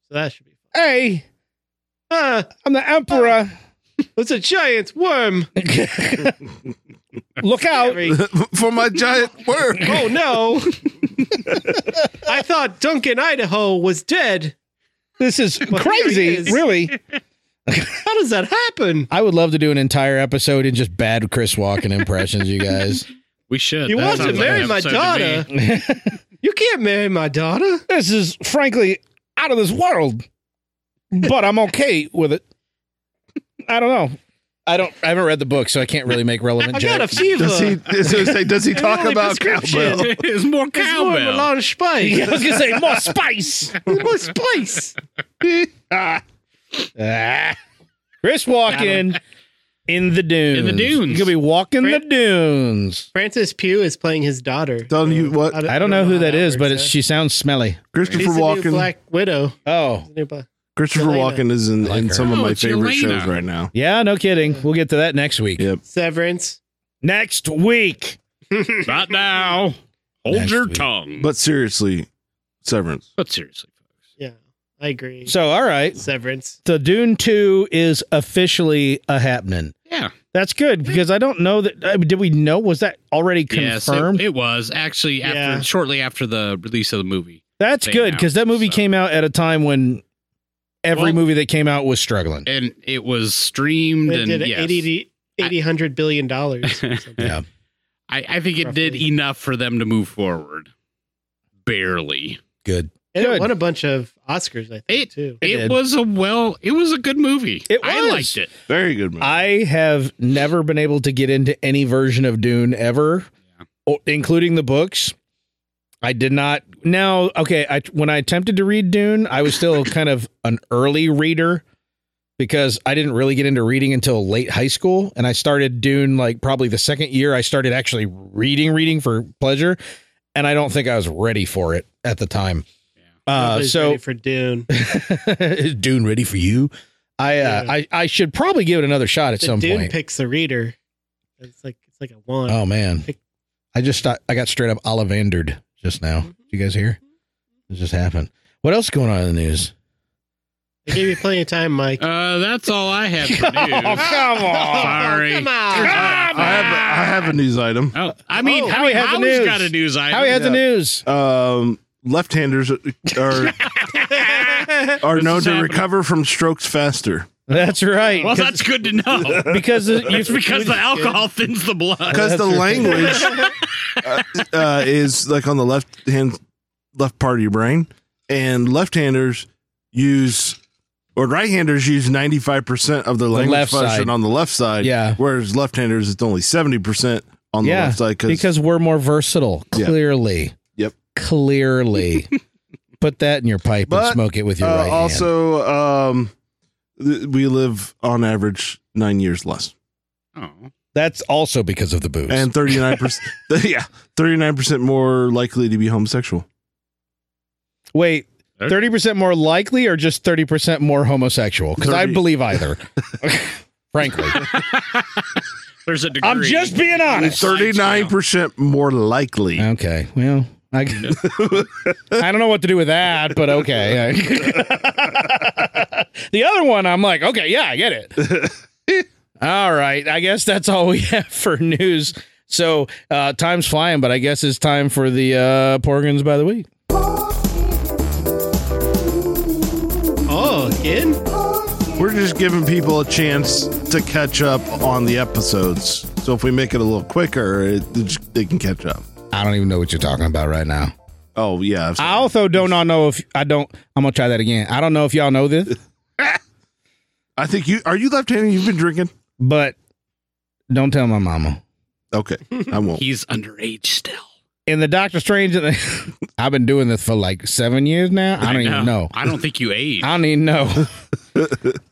[SPEAKER 4] so that should be fun.
[SPEAKER 1] Hey,
[SPEAKER 4] Ah,
[SPEAKER 1] I'm the emperor.
[SPEAKER 4] it's a giant worm.
[SPEAKER 1] Look out.
[SPEAKER 4] Harry.
[SPEAKER 3] for my giant work.
[SPEAKER 4] Oh no! I thought Duncan, Idaho, was dead.
[SPEAKER 1] This is
[SPEAKER 4] he
[SPEAKER 1] crazy.
[SPEAKER 4] is.
[SPEAKER 1] Really?
[SPEAKER 4] How does that happen?
[SPEAKER 1] I would love to do an entire episode in just bad Chris Walken impressions, you guys.
[SPEAKER 5] We should.
[SPEAKER 4] You
[SPEAKER 5] That
[SPEAKER 4] want to
[SPEAKER 5] sounds like
[SPEAKER 4] marry
[SPEAKER 5] an
[SPEAKER 4] my
[SPEAKER 5] episode to me.
[SPEAKER 4] daughter? You can't marry my daughter.
[SPEAKER 1] This is frankly out of this world, but I'm okay with it. I don't know. I don't. I haven't read the book, so I can't really make relevant
[SPEAKER 4] I got a
[SPEAKER 1] jokes.
[SPEAKER 4] fever.
[SPEAKER 3] Does he? Does he, say, does he talk
[SPEAKER 4] Only
[SPEAKER 3] about
[SPEAKER 4] prescription.
[SPEAKER 3] cowbell?
[SPEAKER 5] it's more
[SPEAKER 4] It's more of a
[SPEAKER 5] cowbell.
[SPEAKER 4] lot of spice.
[SPEAKER 1] Yeah, I was gonna say more spice.
[SPEAKER 4] more spice.
[SPEAKER 1] Ah. Chris walking in the dunes.
[SPEAKER 5] In the dunes.
[SPEAKER 1] You could be walking the
[SPEAKER 4] Fran-
[SPEAKER 1] dunes.
[SPEAKER 4] Francis Pugh is playing his daughter.
[SPEAKER 3] Don't you- what?
[SPEAKER 1] I don't know
[SPEAKER 4] how
[SPEAKER 1] who that is,
[SPEAKER 4] works
[SPEAKER 1] but it's,
[SPEAKER 4] out.
[SPEAKER 1] she sounds smelly.
[SPEAKER 3] Christopher
[SPEAKER 4] She's the new
[SPEAKER 3] Walken.
[SPEAKER 4] Black Widow.
[SPEAKER 1] Oh,
[SPEAKER 4] New Black-
[SPEAKER 3] Christopher
[SPEAKER 4] Jelena.
[SPEAKER 3] Walken is in,
[SPEAKER 1] I like
[SPEAKER 3] in
[SPEAKER 1] her.
[SPEAKER 3] some of
[SPEAKER 5] Oh,
[SPEAKER 3] my
[SPEAKER 5] it's
[SPEAKER 3] favorite
[SPEAKER 5] Jelena.
[SPEAKER 3] shows right now.
[SPEAKER 1] yeah, no kidding. We'll get to that next week.
[SPEAKER 3] Yeah.
[SPEAKER 4] Severance.
[SPEAKER 1] Next week.
[SPEAKER 5] Not now. Hold
[SPEAKER 1] Next
[SPEAKER 5] your
[SPEAKER 1] week.
[SPEAKER 5] tongue.
[SPEAKER 3] But seriously, Severance.
[SPEAKER 5] but seriously, folks.
[SPEAKER 4] Yeah, I agree.
[SPEAKER 1] So, all right.
[SPEAKER 4] Severance.
[SPEAKER 1] The Dune 2 is officially a happening.
[SPEAKER 5] Yeah.
[SPEAKER 1] That's good because I don't know that. I mean, did we know? Was that already
[SPEAKER 5] Yes,
[SPEAKER 1] confirmed?
[SPEAKER 5] it, it was actually after
[SPEAKER 4] Yeah.
[SPEAKER 5] shortly after the release of the movie.
[SPEAKER 1] That's
[SPEAKER 5] they
[SPEAKER 1] good because that
[SPEAKER 5] announced,
[SPEAKER 1] movie
[SPEAKER 5] so.
[SPEAKER 1] came out at a time when every
[SPEAKER 5] Well-
[SPEAKER 1] movie that came out was struggling.
[SPEAKER 5] and it was streamed
[SPEAKER 4] It
[SPEAKER 5] and
[SPEAKER 4] did
[SPEAKER 5] yes.
[SPEAKER 4] 80, 80, 100 billion dollars. or something.
[SPEAKER 1] Yeah.
[SPEAKER 5] I, I think it did
[SPEAKER 4] Roughly.
[SPEAKER 5] enough for them to move forward barely
[SPEAKER 1] Good.
[SPEAKER 4] And
[SPEAKER 1] Good.
[SPEAKER 4] it won a bunch of Oscars, I think, too.
[SPEAKER 5] it
[SPEAKER 1] did.
[SPEAKER 5] was a well it was a good movie
[SPEAKER 1] It
[SPEAKER 5] i
[SPEAKER 1] was.
[SPEAKER 5] liked it
[SPEAKER 3] Very good movie.
[SPEAKER 1] I have never been able to get into any version of Dune ever, o- including the books. I did not. Now, okay, I, when I attempted to read Dune, I was still kind of an early reader because I didn't really get into reading until late high school, and I started Dune like probably the second year I started actually reading, reading for pleasure, and I don't think I was ready for it at the time. Uh,
[SPEAKER 4] Nobody's
[SPEAKER 1] so
[SPEAKER 4] ready for Dune.
[SPEAKER 1] is Dune ready for you? I, uh,
[SPEAKER 4] Yeah.
[SPEAKER 1] I I should probably give it another shot at
[SPEAKER 4] The
[SPEAKER 1] some
[SPEAKER 4] Dune
[SPEAKER 1] point.
[SPEAKER 4] picks the reader. It's like it's like a one.
[SPEAKER 1] oh man,
[SPEAKER 4] pick-
[SPEAKER 1] I just thought, I got straight up Ollivandered just now.
[SPEAKER 4] Mm-hmm.
[SPEAKER 1] Did you guys hear? It just happened. What else is going on in the news?
[SPEAKER 4] I gave you plenty of time, Mike. Oh,
[SPEAKER 5] Uh, that's all I have for news. Sorry.
[SPEAKER 4] Come on.
[SPEAKER 3] I have I have a news item.
[SPEAKER 5] Oh, I mean,
[SPEAKER 1] Oh, Howie
[SPEAKER 5] Howie,
[SPEAKER 1] has the
[SPEAKER 5] Howie's
[SPEAKER 1] news.
[SPEAKER 5] got a news item.
[SPEAKER 1] Howie has the
[SPEAKER 3] Yeah.
[SPEAKER 1] news.
[SPEAKER 3] Um, left-handers are are
[SPEAKER 5] This
[SPEAKER 3] known
[SPEAKER 5] is
[SPEAKER 3] to
[SPEAKER 5] happening.
[SPEAKER 3] recover from strokes faster
[SPEAKER 1] That's right.
[SPEAKER 5] well, that's good to know.
[SPEAKER 1] because the- you-
[SPEAKER 5] It's because the alcohol thins the blood.
[SPEAKER 3] because the
[SPEAKER 1] That's right.
[SPEAKER 3] language uh, uh, is like on the left hand left part of your brain, and left-handers use or right-handers use ninety-five percent of their language
[SPEAKER 1] left
[SPEAKER 3] function
[SPEAKER 1] side.
[SPEAKER 3] on the left side.
[SPEAKER 1] Yeah.
[SPEAKER 3] whereas left-handers it's only seventy percent on the
[SPEAKER 1] Yeah,
[SPEAKER 3] left side
[SPEAKER 1] because we're more versatile.
[SPEAKER 3] Yeah.
[SPEAKER 1] Clearly.
[SPEAKER 3] Yep.
[SPEAKER 1] Clearly. Put that in your pipe and
[SPEAKER 3] But,
[SPEAKER 1] smoke it with your
[SPEAKER 3] Uh,
[SPEAKER 1] right hand.
[SPEAKER 3] also, um, th- we live on average nine years less,
[SPEAKER 5] Oh.
[SPEAKER 1] That's also because of the booze.
[SPEAKER 3] and thirty nine percent. Yeah, thirty nine percent more likely to be homosexual.
[SPEAKER 1] Wait,
[SPEAKER 5] Okay.
[SPEAKER 1] thirty percent more likely, or just thirty percent more homosexual? Because I
[SPEAKER 3] 30.
[SPEAKER 1] believe either. Frankly,
[SPEAKER 5] There's a degree.
[SPEAKER 1] I'm just being honest.
[SPEAKER 3] Thirty nine percent more likely.
[SPEAKER 1] Okay, well, I I don't know what to do with that, but okay. the other one, I'm like, okay, yeah, I get it. all right, I guess that's all we have for news. So uh, time's flying, but I guess it's time for the uh, Porgans by the week.
[SPEAKER 4] Oh, again?
[SPEAKER 3] We're just giving people a chance to catch up on the episodes. So if we make it a little quicker, it, they just- they can catch up.
[SPEAKER 1] I don't even know what you're talking about right now.
[SPEAKER 3] Oh yeah, I've-
[SPEAKER 1] I also do not know if I don't. I'm gonna try that again. I don't know if y'all know this,
[SPEAKER 3] I think you are you left handed. You've been drinking.
[SPEAKER 1] but don't tell my mama.
[SPEAKER 3] Okay, I won't.
[SPEAKER 5] He's underage still.
[SPEAKER 1] In the Doctor Strange, I've been doing this for like seven years now. I don't even know.
[SPEAKER 5] I don't think you age.
[SPEAKER 1] I don't even know.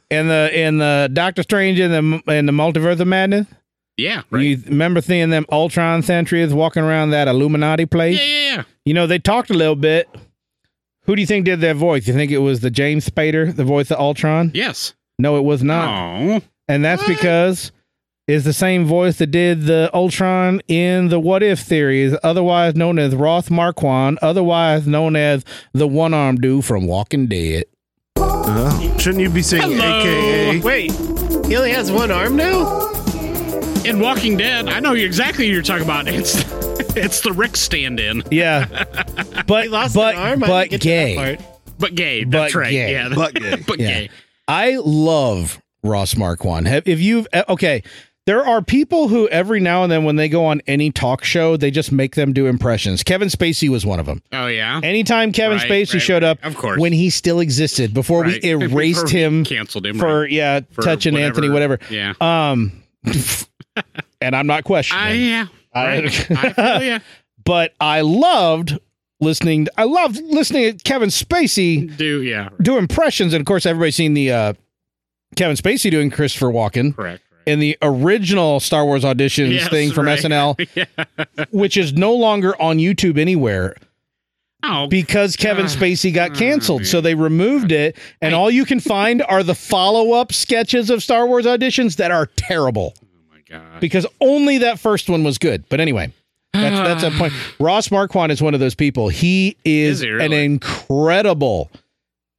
[SPEAKER 1] in the in the Doctor Strange in the in the Multiverse of Madness,
[SPEAKER 5] yeah. Right.
[SPEAKER 1] you remember seeing them Ultron Sentries walking around that Illuminati place?
[SPEAKER 5] yeah. Yeah. Yeah.
[SPEAKER 1] You know, they talked a little bit. Who do you think did their voice? You think it was the James Spader, the voice of Ultron?
[SPEAKER 5] Yes.
[SPEAKER 1] No, it was not.
[SPEAKER 5] Oh.
[SPEAKER 1] And that's
[SPEAKER 5] What?
[SPEAKER 1] because it's the same voice that did the Ultron in the What If series, otherwise known as Roth Marquand, otherwise known as the one armed dude from Walking Dead.
[SPEAKER 3] Oh. Shouldn't you be saying
[SPEAKER 5] Hello.
[SPEAKER 3] AKA?
[SPEAKER 4] Wait, he only has one arm now?
[SPEAKER 5] In Walking Dead, I know exactly who you're talking about. It's it's the Rick stand-in,
[SPEAKER 1] Yeah.
[SPEAKER 4] He
[SPEAKER 1] But
[SPEAKER 4] lost
[SPEAKER 1] but
[SPEAKER 4] an arm? I
[SPEAKER 1] but
[SPEAKER 4] didn't get to
[SPEAKER 1] gay.
[SPEAKER 4] that part.
[SPEAKER 5] but gay. That's
[SPEAKER 1] But
[SPEAKER 5] right.
[SPEAKER 1] gay.
[SPEAKER 5] Yeah.
[SPEAKER 3] But gay.
[SPEAKER 5] but
[SPEAKER 1] Yeah.
[SPEAKER 5] gay.
[SPEAKER 1] I love Ross Marquand. Have if you've uh, okay, there are people who every now and then when they go on any talk show, they just make them do impressions. Kevin Spacey was one of them.
[SPEAKER 5] Oh yeah.
[SPEAKER 1] Anytime Kevin
[SPEAKER 5] Right,
[SPEAKER 1] Spacey
[SPEAKER 5] right,
[SPEAKER 1] showed up,
[SPEAKER 5] of course.
[SPEAKER 1] when he still existed, before
[SPEAKER 5] Right.
[SPEAKER 1] we
[SPEAKER 5] Before
[SPEAKER 1] erased
[SPEAKER 5] we
[SPEAKER 1] him,
[SPEAKER 5] canceled him
[SPEAKER 1] for
[SPEAKER 5] right,
[SPEAKER 1] yeah,
[SPEAKER 5] for
[SPEAKER 1] touching Anthony, whatever.
[SPEAKER 5] Yeah.
[SPEAKER 1] Um, and I'm not
[SPEAKER 5] I
[SPEAKER 1] questioning,
[SPEAKER 5] yeah.
[SPEAKER 1] I-
[SPEAKER 5] Right. I feel ya.
[SPEAKER 1] but I loved listening. I loved listening to Kevin Spacey
[SPEAKER 5] Do yeah.
[SPEAKER 1] do impressions, and of course, everybody's seen the uh, Kevin Spacey doing Christopher Walken
[SPEAKER 5] Correct. right.
[SPEAKER 1] in the original Star Wars auditions
[SPEAKER 5] Yes,
[SPEAKER 1] thing from
[SPEAKER 5] right.
[SPEAKER 1] SNL,
[SPEAKER 5] Yeah.
[SPEAKER 1] which is no longer on YouTube anywhere
[SPEAKER 5] Oh,
[SPEAKER 1] because Kevin
[SPEAKER 5] Ah,
[SPEAKER 1] Spacey got
[SPEAKER 5] ah,
[SPEAKER 1] canceled.
[SPEAKER 5] man.
[SPEAKER 1] So they removed it, and
[SPEAKER 5] I-
[SPEAKER 1] all you can find are the follow-up sketches of Star Wars auditions that are terrible.
[SPEAKER 5] oh my god.
[SPEAKER 1] because only that first one was good. But anyway, that's that's a point. Ross Marquand is one of those people. He is,
[SPEAKER 5] Is he really?
[SPEAKER 1] an incredible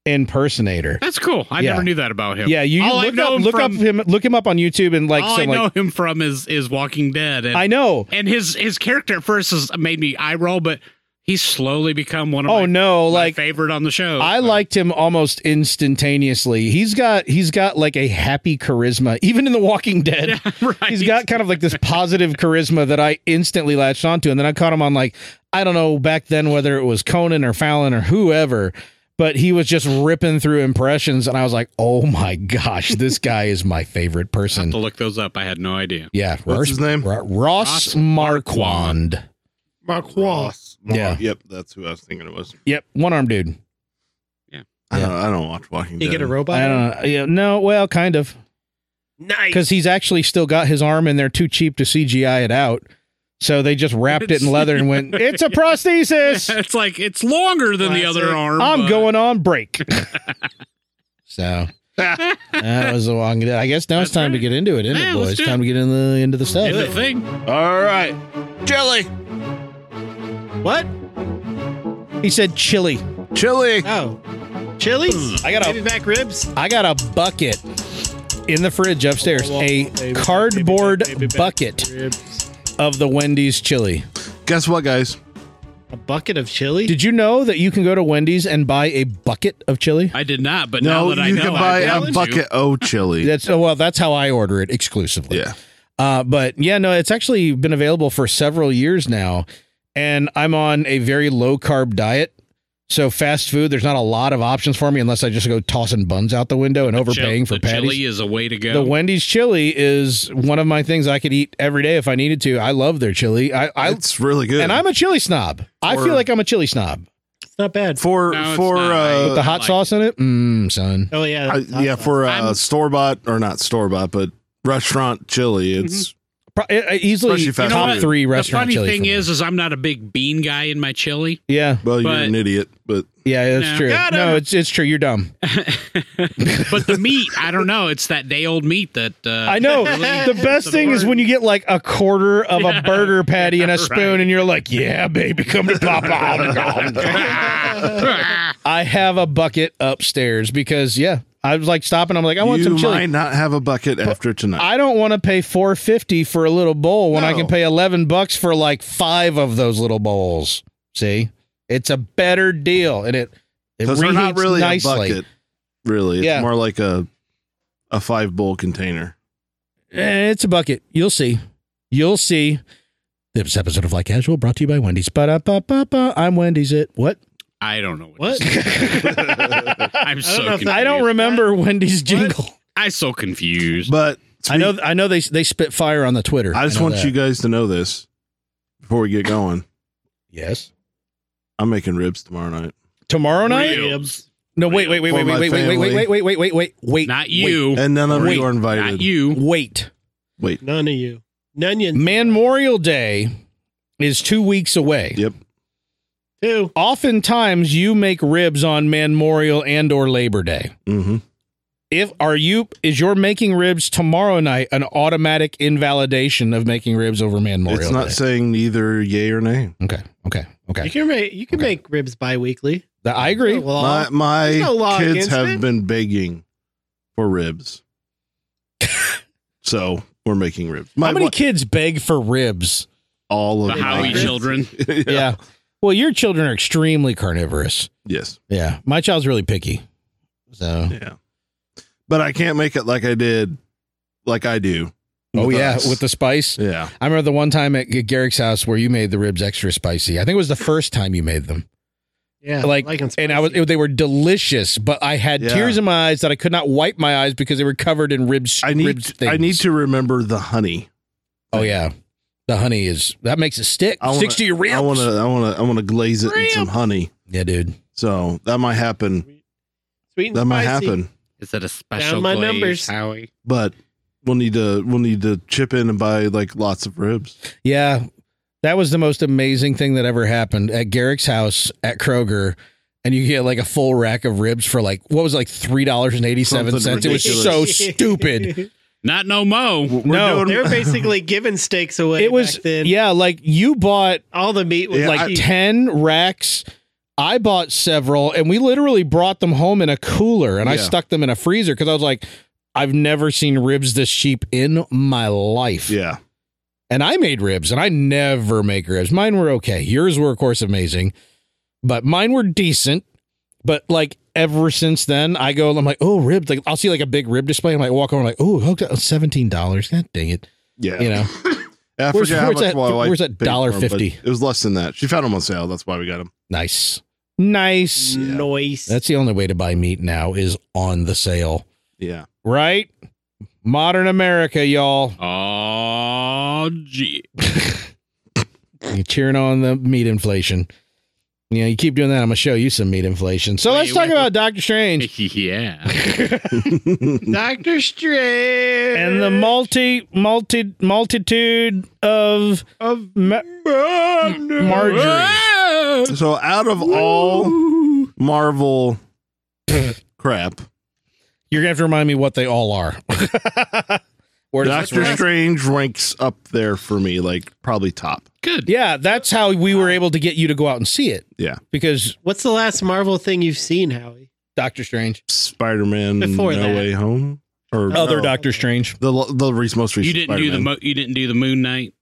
[SPEAKER 1] impersonator.
[SPEAKER 5] That's cool. I
[SPEAKER 1] Yeah.
[SPEAKER 5] never knew that about him.
[SPEAKER 1] Yeah, you, you
[SPEAKER 5] all I
[SPEAKER 1] look up
[SPEAKER 5] know him
[SPEAKER 1] look up
[SPEAKER 5] from,
[SPEAKER 1] him look him up on YouTube and like
[SPEAKER 5] all I
[SPEAKER 1] some
[SPEAKER 5] know
[SPEAKER 1] like
[SPEAKER 5] him from is is Walking Dead. And,
[SPEAKER 1] I know.
[SPEAKER 5] and his his character at first has made me eye roll, but he's slowly become one of
[SPEAKER 1] Oh
[SPEAKER 5] my,
[SPEAKER 1] no,
[SPEAKER 5] my
[SPEAKER 1] like
[SPEAKER 5] favorite on the show.
[SPEAKER 1] I
[SPEAKER 5] So,
[SPEAKER 1] liked him almost instantaneously. He's got he's got like a happy charisma even in The Walking Dead.
[SPEAKER 5] right.
[SPEAKER 1] he's got kind of like this positive charisma that I instantly latched onto. And then I caught him on like, I don't know back then whether it was Conan or Fallon or whoever, but he was just ripping through impressions. And I was like, oh my gosh, this guy is my favorite person.
[SPEAKER 5] to look those up. I had no idea.
[SPEAKER 1] Yeah.
[SPEAKER 3] What's his name?
[SPEAKER 1] Ro- Ross
[SPEAKER 5] Ross
[SPEAKER 1] Marquand.
[SPEAKER 4] Mark
[SPEAKER 1] Yeah.
[SPEAKER 3] Yep, that's who I was thinking it was.
[SPEAKER 1] Yep. One arm dude.
[SPEAKER 3] I don't, I don't watch Walking
[SPEAKER 4] You
[SPEAKER 3] Dead.
[SPEAKER 4] get a robot?
[SPEAKER 1] I don't know. Yeah, no, well, kind of.
[SPEAKER 4] Nice.
[SPEAKER 1] Because he's actually still got his arm and they're too cheap to CGI it out. So they just wrapped it in leather and went, "It's a prosthesis.
[SPEAKER 5] it's like it's longer than the other
[SPEAKER 4] Classic.
[SPEAKER 5] arm.
[SPEAKER 1] I'm
[SPEAKER 5] but-
[SPEAKER 1] going on break." so that was a long. I guess now it's
[SPEAKER 5] That's
[SPEAKER 1] time to
[SPEAKER 5] right.
[SPEAKER 1] get into it, isn't
[SPEAKER 5] Yeah,
[SPEAKER 1] it,
[SPEAKER 5] let's
[SPEAKER 1] boys?
[SPEAKER 5] do it.
[SPEAKER 1] Time to get in the into the
[SPEAKER 5] Do the
[SPEAKER 1] stuff.
[SPEAKER 5] thing.
[SPEAKER 3] All right, jelly,
[SPEAKER 1] What? He said chili.
[SPEAKER 3] chili.
[SPEAKER 4] Oh, chili?
[SPEAKER 1] Hmm. I got
[SPEAKER 4] Baby
[SPEAKER 1] a
[SPEAKER 4] back ribs?
[SPEAKER 1] I got a bucket in the fridge upstairs.
[SPEAKER 4] Oh,
[SPEAKER 1] A
[SPEAKER 4] baby,
[SPEAKER 1] cardboard
[SPEAKER 4] baby back
[SPEAKER 1] bucket
[SPEAKER 4] Ribs.
[SPEAKER 1] of the Wendy's chili.
[SPEAKER 3] Guess what, guys?
[SPEAKER 4] A bucket of chili?
[SPEAKER 1] Did you know that you can go to Wendy's and buy a bucket of chili?
[SPEAKER 5] I did not, but
[SPEAKER 3] No,
[SPEAKER 5] now that I
[SPEAKER 3] you
[SPEAKER 5] know,
[SPEAKER 3] can
[SPEAKER 5] I
[SPEAKER 3] buy a
[SPEAKER 5] challenge you.
[SPEAKER 3] bucket o chili.
[SPEAKER 1] That's oh, well, that's how I order it exclusively.
[SPEAKER 3] yeah,
[SPEAKER 1] Uh, but yeah, no, it's actually been available for several years now, and I'm on a very low carb diet. So fast food, there's not a lot of options for me unless I just go tossing buns out the window and
[SPEAKER 5] Chil-
[SPEAKER 1] overpaying for
[SPEAKER 5] the
[SPEAKER 1] patties.
[SPEAKER 5] Chili is a way to go.
[SPEAKER 1] The Wendy's chili is one of my things I could eat every day if I needed to. I love their chili. I, I
[SPEAKER 3] it's really good.
[SPEAKER 1] and I'm a chili snob. I
[SPEAKER 3] Or-
[SPEAKER 1] feel like I'm a chili snob.
[SPEAKER 4] It's not bad.
[SPEAKER 3] for
[SPEAKER 5] No, it's
[SPEAKER 3] for
[SPEAKER 5] not. I-
[SPEAKER 1] With
[SPEAKER 3] uh,
[SPEAKER 1] the hot
[SPEAKER 5] like-
[SPEAKER 1] sauce in it, mmm, son.
[SPEAKER 4] Oh, yeah.
[SPEAKER 3] I-
[SPEAKER 4] that's hot
[SPEAKER 3] yeah
[SPEAKER 4] sauce.
[SPEAKER 3] for uh,
[SPEAKER 5] I'm-
[SPEAKER 3] store bought or not store bought, but restaurant chili.
[SPEAKER 1] Mm-hmm.
[SPEAKER 3] It's
[SPEAKER 1] Pro- e- e- easily
[SPEAKER 3] Especially fast
[SPEAKER 1] top
[SPEAKER 5] food.
[SPEAKER 1] three
[SPEAKER 5] the
[SPEAKER 1] restaurant
[SPEAKER 5] funny
[SPEAKER 1] chili.
[SPEAKER 5] thing
[SPEAKER 1] for me.
[SPEAKER 5] is, is I'm not a big bean guy in my chili.
[SPEAKER 1] yeah,
[SPEAKER 3] well, you're
[SPEAKER 5] But-
[SPEAKER 3] an idiot, but
[SPEAKER 1] yeah, that's
[SPEAKER 5] Yeah.
[SPEAKER 1] true.
[SPEAKER 5] Got
[SPEAKER 1] No,
[SPEAKER 5] him.
[SPEAKER 1] it's it's true. You're dumb.
[SPEAKER 5] but the meat, I don't know. It's that day old meat that uh,
[SPEAKER 1] I know. the best thing is when you get like a quarter of a burger patty and a spoon,
[SPEAKER 5] right.
[SPEAKER 1] and you're like, "Yeah, baby, come to Papa." I have a bucket upstairs because yeah, I was like stopping. I'm like, I want
[SPEAKER 3] you
[SPEAKER 1] some chili.
[SPEAKER 3] might not have a bucket after tonight.
[SPEAKER 1] I don't want to pay four fifty for a little bowl when I
[SPEAKER 3] No.
[SPEAKER 1] can pay eleven bucks for like five of those little bowls. See, it's a better deal, and it it
[SPEAKER 3] Because they're
[SPEAKER 1] reheats
[SPEAKER 3] not really
[SPEAKER 1] nicely.
[SPEAKER 3] a bucket. Really, it's
[SPEAKER 1] Yeah.
[SPEAKER 3] more like a a five bowl container.
[SPEAKER 1] Eh, It's a bucket. You'll see. You'll see. This episode of Like Casual brought to you by Wendy's. Ba-da-ba-ba-ba. I'm Wendy's. It what?
[SPEAKER 5] I don't know what.
[SPEAKER 4] What?
[SPEAKER 5] to say.
[SPEAKER 1] I
[SPEAKER 5] I'm so
[SPEAKER 4] I don't know if
[SPEAKER 5] confused.
[SPEAKER 4] that-
[SPEAKER 5] I
[SPEAKER 1] don't remember Wendy's jingle.
[SPEAKER 5] I'm so confused.
[SPEAKER 3] But
[SPEAKER 1] I know. I know they they spit fire on the Twitter.
[SPEAKER 3] I just
[SPEAKER 1] know
[SPEAKER 3] want
[SPEAKER 1] that.
[SPEAKER 3] you guys to know this before we get going.
[SPEAKER 1] Yes.
[SPEAKER 3] I'm making ribs tomorrow night.
[SPEAKER 1] Tomorrow night.
[SPEAKER 5] Real.
[SPEAKER 4] Ribs.
[SPEAKER 1] No. Wait. Wait. Wait. Wait.
[SPEAKER 3] For my
[SPEAKER 1] Wait. Wait. Wait. Wait. Wait. Wait. Wait. Wait. Wait. Wait.
[SPEAKER 5] Not
[SPEAKER 1] wait.
[SPEAKER 5] you.
[SPEAKER 3] And none of
[SPEAKER 1] Wait,
[SPEAKER 3] you are invited.
[SPEAKER 5] Not you.
[SPEAKER 1] Wait.
[SPEAKER 3] Wait.
[SPEAKER 4] None of you. Nunions.
[SPEAKER 1] Memorial Day is two weeks away.
[SPEAKER 3] Yep.
[SPEAKER 4] Two.
[SPEAKER 1] Oftentimes, you make ribs on Memorial and or Labor Day.
[SPEAKER 3] Mm-hmm.
[SPEAKER 1] If are you is your making ribs tomorrow night an automatic invalidation of making ribs over Memorial?
[SPEAKER 3] It's not
[SPEAKER 1] Day?
[SPEAKER 3] saying neither yay or nay.
[SPEAKER 1] okay. Okay.
[SPEAKER 4] You
[SPEAKER 1] Okay.
[SPEAKER 4] can make you can
[SPEAKER 1] Okay.
[SPEAKER 4] make ribs bi-weekly.
[SPEAKER 1] Th- I agree.
[SPEAKER 4] Well,
[SPEAKER 3] my my
[SPEAKER 4] there's no law
[SPEAKER 3] kids
[SPEAKER 4] against
[SPEAKER 3] have
[SPEAKER 4] it.
[SPEAKER 3] been begging for ribs, so we're making ribs. My,
[SPEAKER 1] How many
[SPEAKER 3] wa-
[SPEAKER 1] kids beg for ribs?
[SPEAKER 3] all
[SPEAKER 5] The
[SPEAKER 3] of
[SPEAKER 5] Howie
[SPEAKER 3] my-
[SPEAKER 5] children.
[SPEAKER 3] yeah.
[SPEAKER 1] Yeah. Well, your children are extremely carnivorous.
[SPEAKER 3] Yes.
[SPEAKER 1] Yeah. My child's really picky. So.
[SPEAKER 3] Yeah. But I can't make it like I did, like I do.
[SPEAKER 1] Oh yeah,
[SPEAKER 3] us.
[SPEAKER 1] with the spice.
[SPEAKER 3] yeah.
[SPEAKER 1] I remember the one time at Garrick's house where you made the ribs extra spicy. I think it was the first time you made them.
[SPEAKER 4] yeah,
[SPEAKER 1] like,
[SPEAKER 4] them
[SPEAKER 1] and I was
[SPEAKER 4] spicy.
[SPEAKER 1] they were delicious, but I had
[SPEAKER 3] Yeah.
[SPEAKER 1] tears in my eyes that I could not wipe my eyes because they were covered in ribs.
[SPEAKER 3] I need
[SPEAKER 1] ribs things.
[SPEAKER 3] I need to remember the honey.
[SPEAKER 1] Oh yeah, the honey is that makes it stick.
[SPEAKER 3] I wanna-
[SPEAKER 1] Sticks to your ribs.
[SPEAKER 3] I want to I want to I want to glaze it in some
[SPEAKER 5] Ribs.
[SPEAKER 3] honey.
[SPEAKER 1] yeah, dude.
[SPEAKER 3] So that might happen.
[SPEAKER 4] sweet and
[SPEAKER 3] That might
[SPEAKER 4] spicy.
[SPEAKER 3] happen.
[SPEAKER 5] Is that a special
[SPEAKER 4] Down my
[SPEAKER 5] glaze,
[SPEAKER 4] numbers.
[SPEAKER 5] Howie?
[SPEAKER 3] But we'll need to we'll need to chip in and buy like lots of ribs.
[SPEAKER 1] Yeah, that was the most amazing thing that ever happened at Garrick's house at Kroger. And you get like a full rack of ribs for like what was it, like three dollars and eighty seven cents. It
[SPEAKER 3] Something
[SPEAKER 1] was so stupid.
[SPEAKER 5] Not no mo.
[SPEAKER 3] We're
[SPEAKER 1] No.
[SPEAKER 4] They were basically giving steaks away.
[SPEAKER 1] It was
[SPEAKER 4] back then.
[SPEAKER 1] yeah, like you bought
[SPEAKER 4] All the meat was
[SPEAKER 3] Yeah,
[SPEAKER 1] like
[SPEAKER 4] like cheap.
[SPEAKER 1] 10 racks. I bought several and we literally brought them home in a cooler and I
[SPEAKER 3] Yeah.
[SPEAKER 1] stuck them in a freezer because I was like, I've never seen ribs this cheap in my life.
[SPEAKER 3] yeah.
[SPEAKER 1] And I made ribs and I never make ribs. Mine were okay. Yours were, of course, amazing, but mine were decent. But like ever since then, I go, I'm like, oh, ribs. Like I'll see like a big rib display. I'm like, walk over, I'm like, oh, $17. God dang it.
[SPEAKER 3] Yeah.
[SPEAKER 1] You know,
[SPEAKER 3] I
[SPEAKER 1] Where's-
[SPEAKER 3] forget how
[SPEAKER 1] where's
[SPEAKER 3] much
[SPEAKER 1] that-
[SPEAKER 3] my wife
[SPEAKER 1] where's that
[SPEAKER 3] paid for
[SPEAKER 1] $1.50?
[SPEAKER 3] 'em, but It was less than that. She found them on sale. That's why we got them.
[SPEAKER 1] nice. Nice.
[SPEAKER 3] Yeah.
[SPEAKER 4] noise.
[SPEAKER 1] That's the only way to buy meat now is on the sale,
[SPEAKER 3] Yeah.
[SPEAKER 1] right? Modern America, y'all.
[SPEAKER 5] Oh, gee.
[SPEAKER 1] You're cheering on the meat inflation. Yeah, you keep doing that. I'm gonna show you some meat inflation. So
[SPEAKER 5] Wait,
[SPEAKER 1] let's talk
[SPEAKER 5] wait,
[SPEAKER 1] about Doctor Strange
[SPEAKER 5] yeah.
[SPEAKER 4] Doctor Strange
[SPEAKER 1] and the multi, multi, multitude of
[SPEAKER 4] of
[SPEAKER 1] ma- Marjorie.
[SPEAKER 3] So out of all Marvel crap,
[SPEAKER 1] You're gonna have to remind me what they all are. Where does this
[SPEAKER 3] Doctor
[SPEAKER 1] rank?
[SPEAKER 3] Strange ranks up there for me, like probably top.
[SPEAKER 5] Good.
[SPEAKER 1] Yeah, that's how we were able to get you to go out and see it.
[SPEAKER 3] Yeah.
[SPEAKER 1] because
[SPEAKER 4] What's the last Marvel thing you've seen, Howie?
[SPEAKER 1] Doctor Strange,
[SPEAKER 3] Spider Man No
[SPEAKER 4] Before that.
[SPEAKER 3] Way Home or
[SPEAKER 1] other
[SPEAKER 3] no,
[SPEAKER 4] doc-
[SPEAKER 1] Doctor Strange.
[SPEAKER 3] the the re- most recent.
[SPEAKER 5] You didn't do the
[SPEAKER 3] Spider-Man.
[SPEAKER 5] mo- you didn't do the Moon Knight.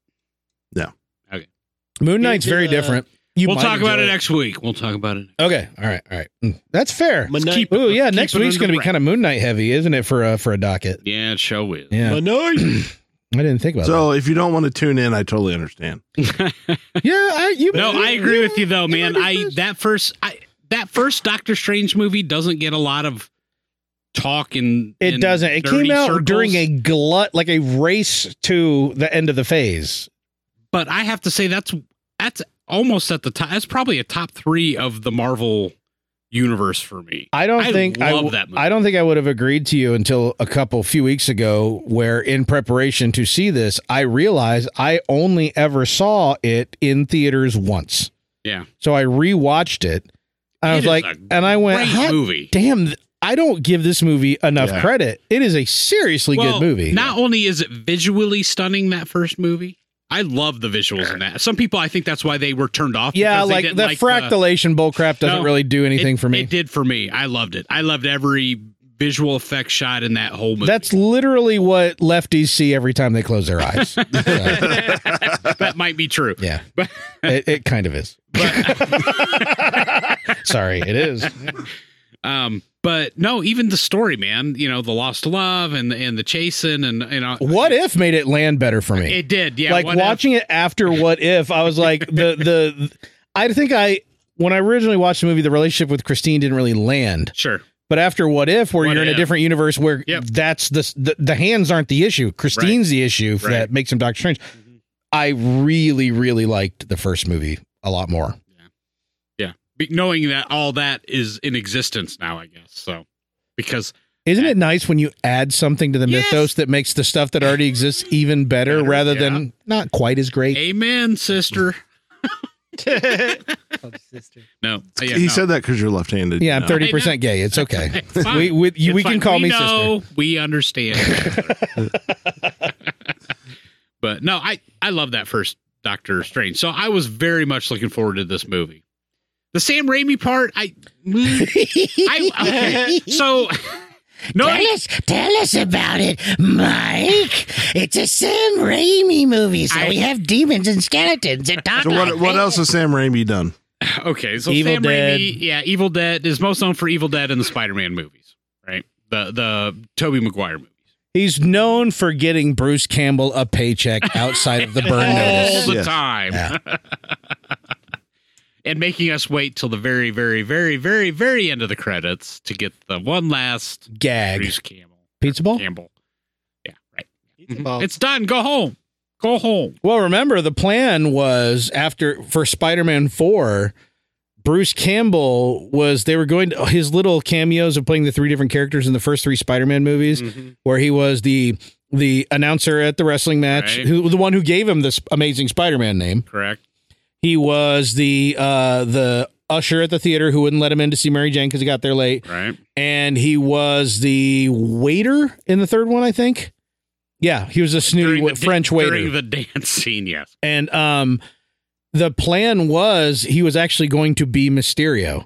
[SPEAKER 1] Moon Knight's
[SPEAKER 4] did,
[SPEAKER 1] very
[SPEAKER 4] uh,
[SPEAKER 1] different. You
[SPEAKER 5] we'll
[SPEAKER 1] might
[SPEAKER 5] talk about
[SPEAKER 1] enjoy
[SPEAKER 5] it next week. We'll talk about it.
[SPEAKER 1] Okay, all right, all right. Mm, That's fair.
[SPEAKER 4] Moon Knight.
[SPEAKER 5] keep it-
[SPEAKER 1] Ooh, yeah.
[SPEAKER 5] keep
[SPEAKER 1] Next
[SPEAKER 5] it
[SPEAKER 1] week's
[SPEAKER 5] under
[SPEAKER 1] gonna be
[SPEAKER 5] wrap.
[SPEAKER 1] kind of Moon Knight heavy, isn't it? For a for a docket.
[SPEAKER 5] Yeah, it show is.
[SPEAKER 1] Yeah, I didn't think about
[SPEAKER 3] So if you don't want to tune in, I totally understand.
[SPEAKER 1] that. Yeah, I, you.
[SPEAKER 5] no, I agree with you though, man.
[SPEAKER 1] might
[SPEAKER 5] I
[SPEAKER 1] be
[SPEAKER 5] that first I that first Doctor Strange movie doesn't get a lot of talk and
[SPEAKER 1] It doesn't. It came out during a glut, like a race to the end of the phase.
[SPEAKER 5] but I have to say that's that's almost at the top. That's probably a top three of the Marvel universe for me.
[SPEAKER 1] I don't
[SPEAKER 5] I
[SPEAKER 1] think I
[SPEAKER 5] love
[SPEAKER 1] w-
[SPEAKER 5] that movie.
[SPEAKER 1] I don't think I would have agreed to you until a couple few weeks ago, where in preparation to see this, I realized I only ever saw it in theaters once.
[SPEAKER 5] Yeah.
[SPEAKER 1] So I rewatched it. I
[SPEAKER 5] It
[SPEAKER 1] was
[SPEAKER 5] is
[SPEAKER 1] like,
[SPEAKER 5] a
[SPEAKER 1] and I went,
[SPEAKER 5] Great
[SPEAKER 1] "Hot
[SPEAKER 5] movie.
[SPEAKER 1] damn, th- I don't give this movie enough
[SPEAKER 3] Yeah.
[SPEAKER 1] credit. It is a seriously good movie.
[SPEAKER 5] Not only is it visually stunning that first movie, I love the visuals in that. Some people, I think that's why they were turned off.
[SPEAKER 1] yeah,
[SPEAKER 5] because they
[SPEAKER 1] like the
[SPEAKER 5] didn't the-
[SPEAKER 1] fractalation bullcrap doesn't
[SPEAKER 5] No,
[SPEAKER 1] really do anything
[SPEAKER 5] it,
[SPEAKER 1] for me.
[SPEAKER 5] It did for me. I loved it. I loved every visual effect shot in that whole movie.
[SPEAKER 1] That's literally what lefties see every time they close their eyes. So,
[SPEAKER 5] that might be true.
[SPEAKER 1] yeah, it, it kind of is. Sorry, it is.
[SPEAKER 5] Um, but no, even the story, man. You know, the lost love and and the chasing and you know
[SPEAKER 1] What if made it land better for me?
[SPEAKER 5] it did. Yeah,
[SPEAKER 1] like
[SPEAKER 5] what if-
[SPEAKER 1] watching it after what if I was like the the I think I when I originally watched the movie the relationship with Christine didn't really land.
[SPEAKER 5] Sure.
[SPEAKER 1] But after what if where
[SPEAKER 5] What
[SPEAKER 1] you're in a
[SPEAKER 5] If.
[SPEAKER 1] different universe where
[SPEAKER 5] Yep.
[SPEAKER 1] that's the, the the hands aren't the issue. Christine's the issue
[SPEAKER 5] Right. Mm-hmm.
[SPEAKER 1] that makes him Doctor Strange. I really really liked the first movie a lot more.
[SPEAKER 5] Be- knowing that all that is in existence now, I guess. So because
[SPEAKER 1] Isn't it nice when you add something to the
[SPEAKER 5] Yes.
[SPEAKER 1] mythos that makes the stuff that already exists even better,
[SPEAKER 5] Better,
[SPEAKER 1] rather
[SPEAKER 5] yeah.
[SPEAKER 1] than not quite as great?
[SPEAKER 5] Amen, sister.
[SPEAKER 4] Called sister.
[SPEAKER 5] No. uh, yeah,
[SPEAKER 3] he
[SPEAKER 5] no.
[SPEAKER 3] said that because you're left-handed.
[SPEAKER 1] Yeah, I'm
[SPEAKER 3] No.
[SPEAKER 1] 30% gay. It's okay.
[SPEAKER 5] It's fine.
[SPEAKER 1] we we, you,
[SPEAKER 5] It's
[SPEAKER 1] we can
[SPEAKER 5] fine.
[SPEAKER 1] call me sister.
[SPEAKER 5] know, We understand. but no, I I love that first Doctor Strange. So I was very much looking forward to this movie. The Sam Raimi part, I, I okay. so no,
[SPEAKER 1] us, tell us about it, Mike. It's a Sam Raimi movie,
[SPEAKER 5] so I- we
[SPEAKER 1] have demons and skeletons and talk
[SPEAKER 3] So what what else has Sam Raimi done?
[SPEAKER 5] okay. So
[SPEAKER 1] Evil
[SPEAKER 5] Sam
[SPEAKER 1] Dead.
[SPEAKER 5] Raimi, yeah, Evil Dead is most known for Evil Dead and the Spider-Man movies, right? The the Toby Maguire movies.
[SPEAKER 1] He's known for getting Bruce Campbell a paycheck outside of the burn
[SPEAKER 5] all
[SPEAKER 1] notice.
[SPEAKER 5] the
[SPEAKER 3] Yes.
[SPEAKER 5] time.
[SPEAKER 1] Yeah.
[SPEAKER 5] and making us wait till the very, very, very, very, very end of the credits to get the one last
[SPEAKER 1] Gag.
[SPEAKER 5] Bruce Campbell.
[SPEAKER 1] Pizza ball?
[SPEAKER 5] Campbell. Yeah, right.
[SPEAKER 1] Mm-hmm.
[SPEAKER 4] He's
[SPEAKER 5] Mhm.
[SPEAKER 4] bald.
[SPEAKER 5] It's done. Go home. Go home.
[SPEAKER 1] Well, remember the plan was after for Spider-Man 4, Bruce Campbell was they were going to his little cameos of playing the three different characters in the first three Spider-Man movies
[SPEAKER 4] Mhm.
[SPEAKER 5] Mm-hmm.
[SPEAKER 1] where he was the the announcer at the wrestling match,
[SPEAKER 5] Right.
[SPEAKER 1] who the one who gave him this amazing Spider-Man name.
[SPEAKER 5] Correct.
[SPEAKER 1] He was the uh the usher at the theater who wouldn't let him in to see Mary Jane cuz he got there late
[SPEAKER 5] Right.
[SPEAKER 1] and he was the waiter in the third one, I think. Yeah, he was a snooty
[SPEAKER 5] During
[SPEAKER 1] wa-
[SPEAKER 5] the da-
[SPEAKER 1] French waiter.
[SPEAKER 5] During the dance scene, yes.
[SPEAKER 1] And um the plan was he was actually going to be Mysterio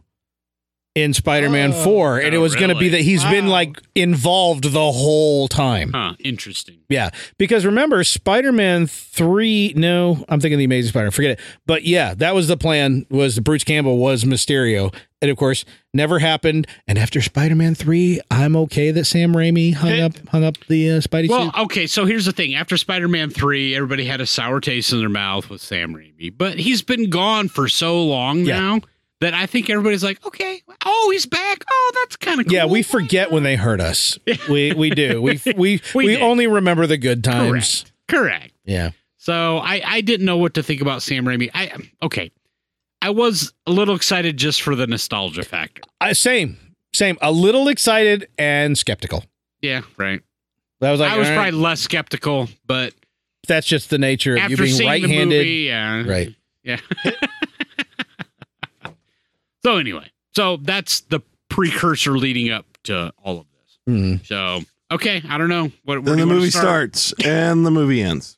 [SPEAKER 1] in Spider-Man
[SPEAKER 4] Oh.
[SPEAKER 1] 4 and it
[SPEAKER 5] Oh,
[SPEAKER 1] was going to be
[SPEAKER 5] really?
[SPEAKER 1] that he's been
[SPEAKER 4] Wow.
[SPEAKER 1] like involved the whole time.
[SPEAKER 5] Huh. Interesting.
[SPEAKER 1] Yeah, because remember Spider-Man 3, no, I'm thinking the Amazing Spider-Man, forget it. But yeah, that was the plan was Bruce Campbell was Mysterio. And of course, never happened. And after Spider-Man 3, I'm okay that Sam Raimi hung up hung up the uh, Spidey
[SPEAKER 5] Well,
[SPEAKER 1] suit.
[SPEAKER 5] okay, so here's the thing. After Spider Man 3, everybody had a sour taste in their mouth with Sam Raimi, but he's been gone for so long
[SPEAKER 1] Yeah.
[SPEAKER 5] now that I think everybody's like, okay, oh, he's back. Oh, that's kind of cool.
[SPEAKER 1] Yeah, we forget when they hurt us. We we do. We we we,
[SPEAKER 5] We did.
[SPEAKER 1] only remember the good times.
[SPEAKER 5] Correct. Correct.
[SPEAKER 1] Yeah.
[SPEAKER 5] So I, I didn't know what to think about Sam Raimi. I okay. I was a little excited just for the nostalgia factor.
[SPEAKER 1] I, same, same. A little excited and skeptical.
[SPEAKER 5] Yeah, right.
[SPEAKER 1] That was like
[SPEAKER 5] I was
[SPEAKER 1] all right,
[SPEAKER 5] probably less skeptical, but
[SPEAKER 1] that's just the nature of you
[SPEAKER 5] after
[SPEAKER 1] being
[SPEAKER 5] seeing the
[SPEAKER 1] right-handed.
[SPEAKER 5] movie, yeah,
[SPEAKER 1] Right.
[SPEAKER 5] yeah. so anyway, so that's the precursor leading up to all of this.
[SPEAKER 1] Mhm.
[SPEAKER 5] So okay, I don't know what. where
[SPEAKER 3] Then
[SPEAKER 5] do
[SPEAKER 3] the
[SPEAKER 5] you wanna
[SPEAKER 3] movie
[SPEAKER 5] start?
[SPEAKER 3] starts and the movie ends.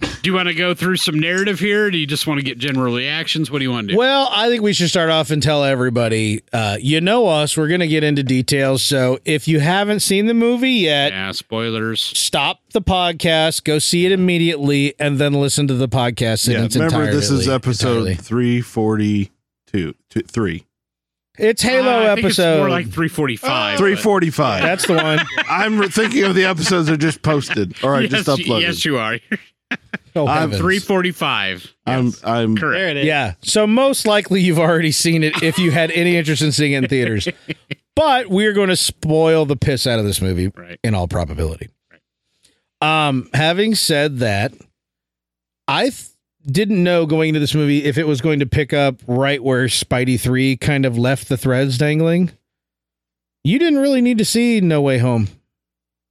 [SPEAKER 5] Do you want to go through some narrative here? Do you just want to get general reactions? What do you want to do?
[SPEAKER 1] Mm. Well, I think we should start off and tell everybody. Uh, you know us. We're going to get into details. So if you haven't seen the movie yet,
[SPEAKER 5] yeah, spoilers.
[SPEAKER 1] stop the podcast, go see it immediately, and then listen to the podcast. In
[SPEAKER 3] Yeah,
[SPEAKER 1] its
[SPEAKER 3] remember this is
[SPEAKER 1] entirely-
[SPEAKER 3] episode
[SPEAKER 1] entirely.
[SPEAKER 3] three forty two, three,
[SPEAKER 1] It's Halo
[SPEAKER 5] Uh, I think it's
[SPEAKER 1] episode.
[SPEAKER 5] more like three forty-five.
[SPEAKER 3] three forty five.
[SPEAKER 1] That's the one.
[SPEAKER 3] I'm re- thinking of the episodes that are just posted or
[SPEAKER 5] yes,
[SPEAKER 3] just uploaded.
[SPEAKER 5] Yes, you are.
[SPEAKER 1] Oh,
[SPEAKER 3] I'm
[SPEAKER 1] heavens.
[SPEAKER 5] Three forty-five.
[SPEAKER 3] I'm I'm
[SPEAKER 5] Correct.
[SPEAKER 4] There it is.
[SPEAKER 1] Yeah. So most likely you've already seen it if you had any interest in seeing it in theaters. But we're going to spoil the piss out of this movie
[SPEAKER 5] Right.
[SPEAKER 1] in all probability. Um, having said that, I th- didn't know going into this movie if it was going to pick up right where Spidey 3 kind of left the threads dangling. You didn't really need to see No Way Home.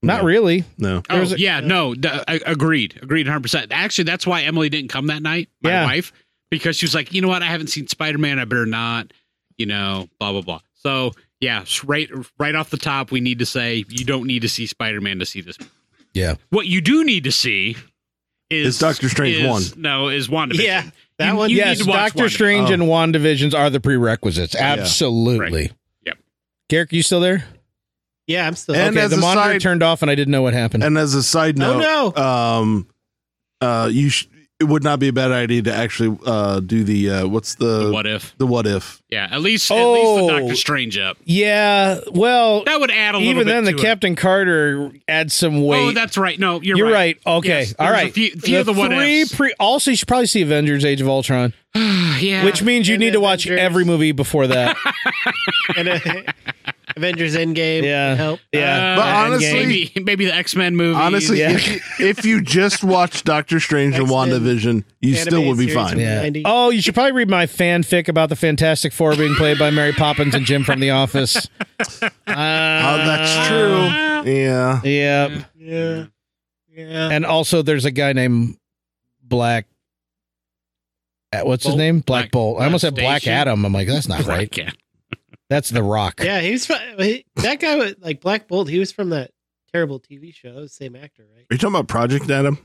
[SPEAKER 1] Not
[SPEAKER 3] no,
[SPEAKER 1] really.
[SPEAKER 3] No.
[SPEAKER 1] There
[SPEAKER 5] Oh,
[SPEAKER 1] was a-
[SPEAKER 5] yeah, no, d- a- agreed, agreed, hundred percent. Actually, that's why Emily didn't come that night. My
[SPEAKER 1] Yeah.
[SPEAKER 5] wife, because she was like, you know what, I haven't seen Spider Man. I better not, you know, blah blah blah. So yeah, s- right, right off the top, we need to say you don't need to see Spider Man to see this.
[SPEAKER 1] Yeah.
[SPEAKER 5] What you do need to see is
[SPEAKER 3] It's Doctor Strange
[SPEAKER 5] is-
[SPEAKER 3] one.
[SPEAKER 5] No, is WandaVision.
[SPEAKER 4] Yeah, that
[SPEAKER 5] You-
[SPEAKER 4] one.
[SPEAKER 5] you
[SPEAKER 1] yes,
[SPEAKER 5] need to watch
[SPEAKER 1] Doctor
[SPEAKER 5] WandaVision.
[SPEAKER 1] Strange
[SPEAKER 3] Oh.
[SPEAKER 1] and WandaVisions are the prerequisites. Absolutely.
[SPEAKER 5] Yep.
[SPEAKER 1] Garrick, you still there?
[SPEAKER 4] Yeah, I'm still.
[SPEAKER 3] And
[SPEAKER 1] okay,
[SPEAKER 3] as
[SPEAKER 1] the
[SPEAKER 3] a
[SPEAKER 1] monitor
[SPEAKER 3] side-
[SPEAKER 1] turned off and I didn't know what happened.
[SPEAKER 3] And as a side
[SPEAKER 4] oh
[SPEAKER 3] note,
[SPEAKER 4] no!
[SPEAKER 3] um, uh, you sh- it would not be a bad idea to actually uh do the uh what's the
[SPEAKER 5] The what if?
[SPEAKER 3] the what if
[SPEAKER 5] Yeah, at least at least
[SPEAKER 1] Oh.
[SPEAKER 5] the Doctor Strange up.
[SPEAKER 1] yeah, well,
[SPEAKER 5] That would add a little.
[SPEAKER 1] even
[SPEAKER 5] bit
[SPEAKER 1] then, the
[SPEAKER 5] to it.
[SPEAKER 1] Captain Carter adds some weight.
[SPEAKER 5] Oh, that's right. No, you're,
[SPEAKER 1] You're
[SPEAKER 5] right.
[SPEAKER 1] right. Okay.
[SPEAKER 5] Yes,
[SPEAKER 1] All
[SPEAKER 5] there's a
[SPEAKER 1] right.
[SPEAKER 5] few- few of the what
[SPEAKER 1] three
[SPEAKER 5] ifs.
[SPEAKER 1] pre- also, you should probably see Avengers: Age of Ultron,
[SPEAKER 5] yeah.
[SPEAKER 1] Oh, which means you
[SPEAKER 4] And
[SPEAKER 1] need to watch
[SPEAKER 4] Avengers.
[SPEAKER 1] every movie before that.
[SPEAKER 4] and, uh, Avengers Endgame.
[SPEAKER 1] Yeah.
[SPEAKER 4] would Help.
[SPEAKER 1] Yeah.
[SPEAKER 5] Uh,
[SPEAKER 3] But honestly-
[SPEAKER 5] maybe, maybe the X Men movie.
[SPEAKER 3] honestly
[SPEAKER 1] Yeah.
[SPEAKER 3] if, you, if you just watch Doctor Strange and
[SPEAKER 4] X-Men
[SPEAKER 3] WandaVision you
[SPEAKER 4] animated
[SPEAKER 3] still will be
[SPEAKER 4] series
[SPEAKER 3] fine
[SPEAKER 4] and-
[SPEAKER 1] Yeah.
[SPEAKER 4] 90.
[SPEAKER 1] Oh, you should probably read my fanfic about the Fantastic Four being played by Mary Poppins and Jim from The Office. Uh,
[SPEAKER 3] oh that's
[SPEAKER 5] Uh,
[SPEAKER 3] true yeah
[SPEAKER 1] Yep.
[SPEAKER 4] Mm-hmm. Yeah. Yeah.
[SPEAKER 1] And also, there's a guy named Black. uh, What's his
[SPEAKER 5] Bolt?
[SPEAKER 1] name? Black
[SPEAKER 5] Black-
[SPEAKER 1] Bolt. I almost said
[SPEAKER 5] Black
[SPEAKER 1] Black
[SPEAKER 5] Station?
[SPEAKER 1] Adam. I'm like, that's not right.
[SPEAKER 5] Yeah.
[SPEAKER 1] That's The Rock.
[SPEAKER 4] Yeah, he was from he, that guy was like Black Bolt. He was from that terrible TV show. That was the same actor, right?
[SPEAKER 3] are you talking about Project Adam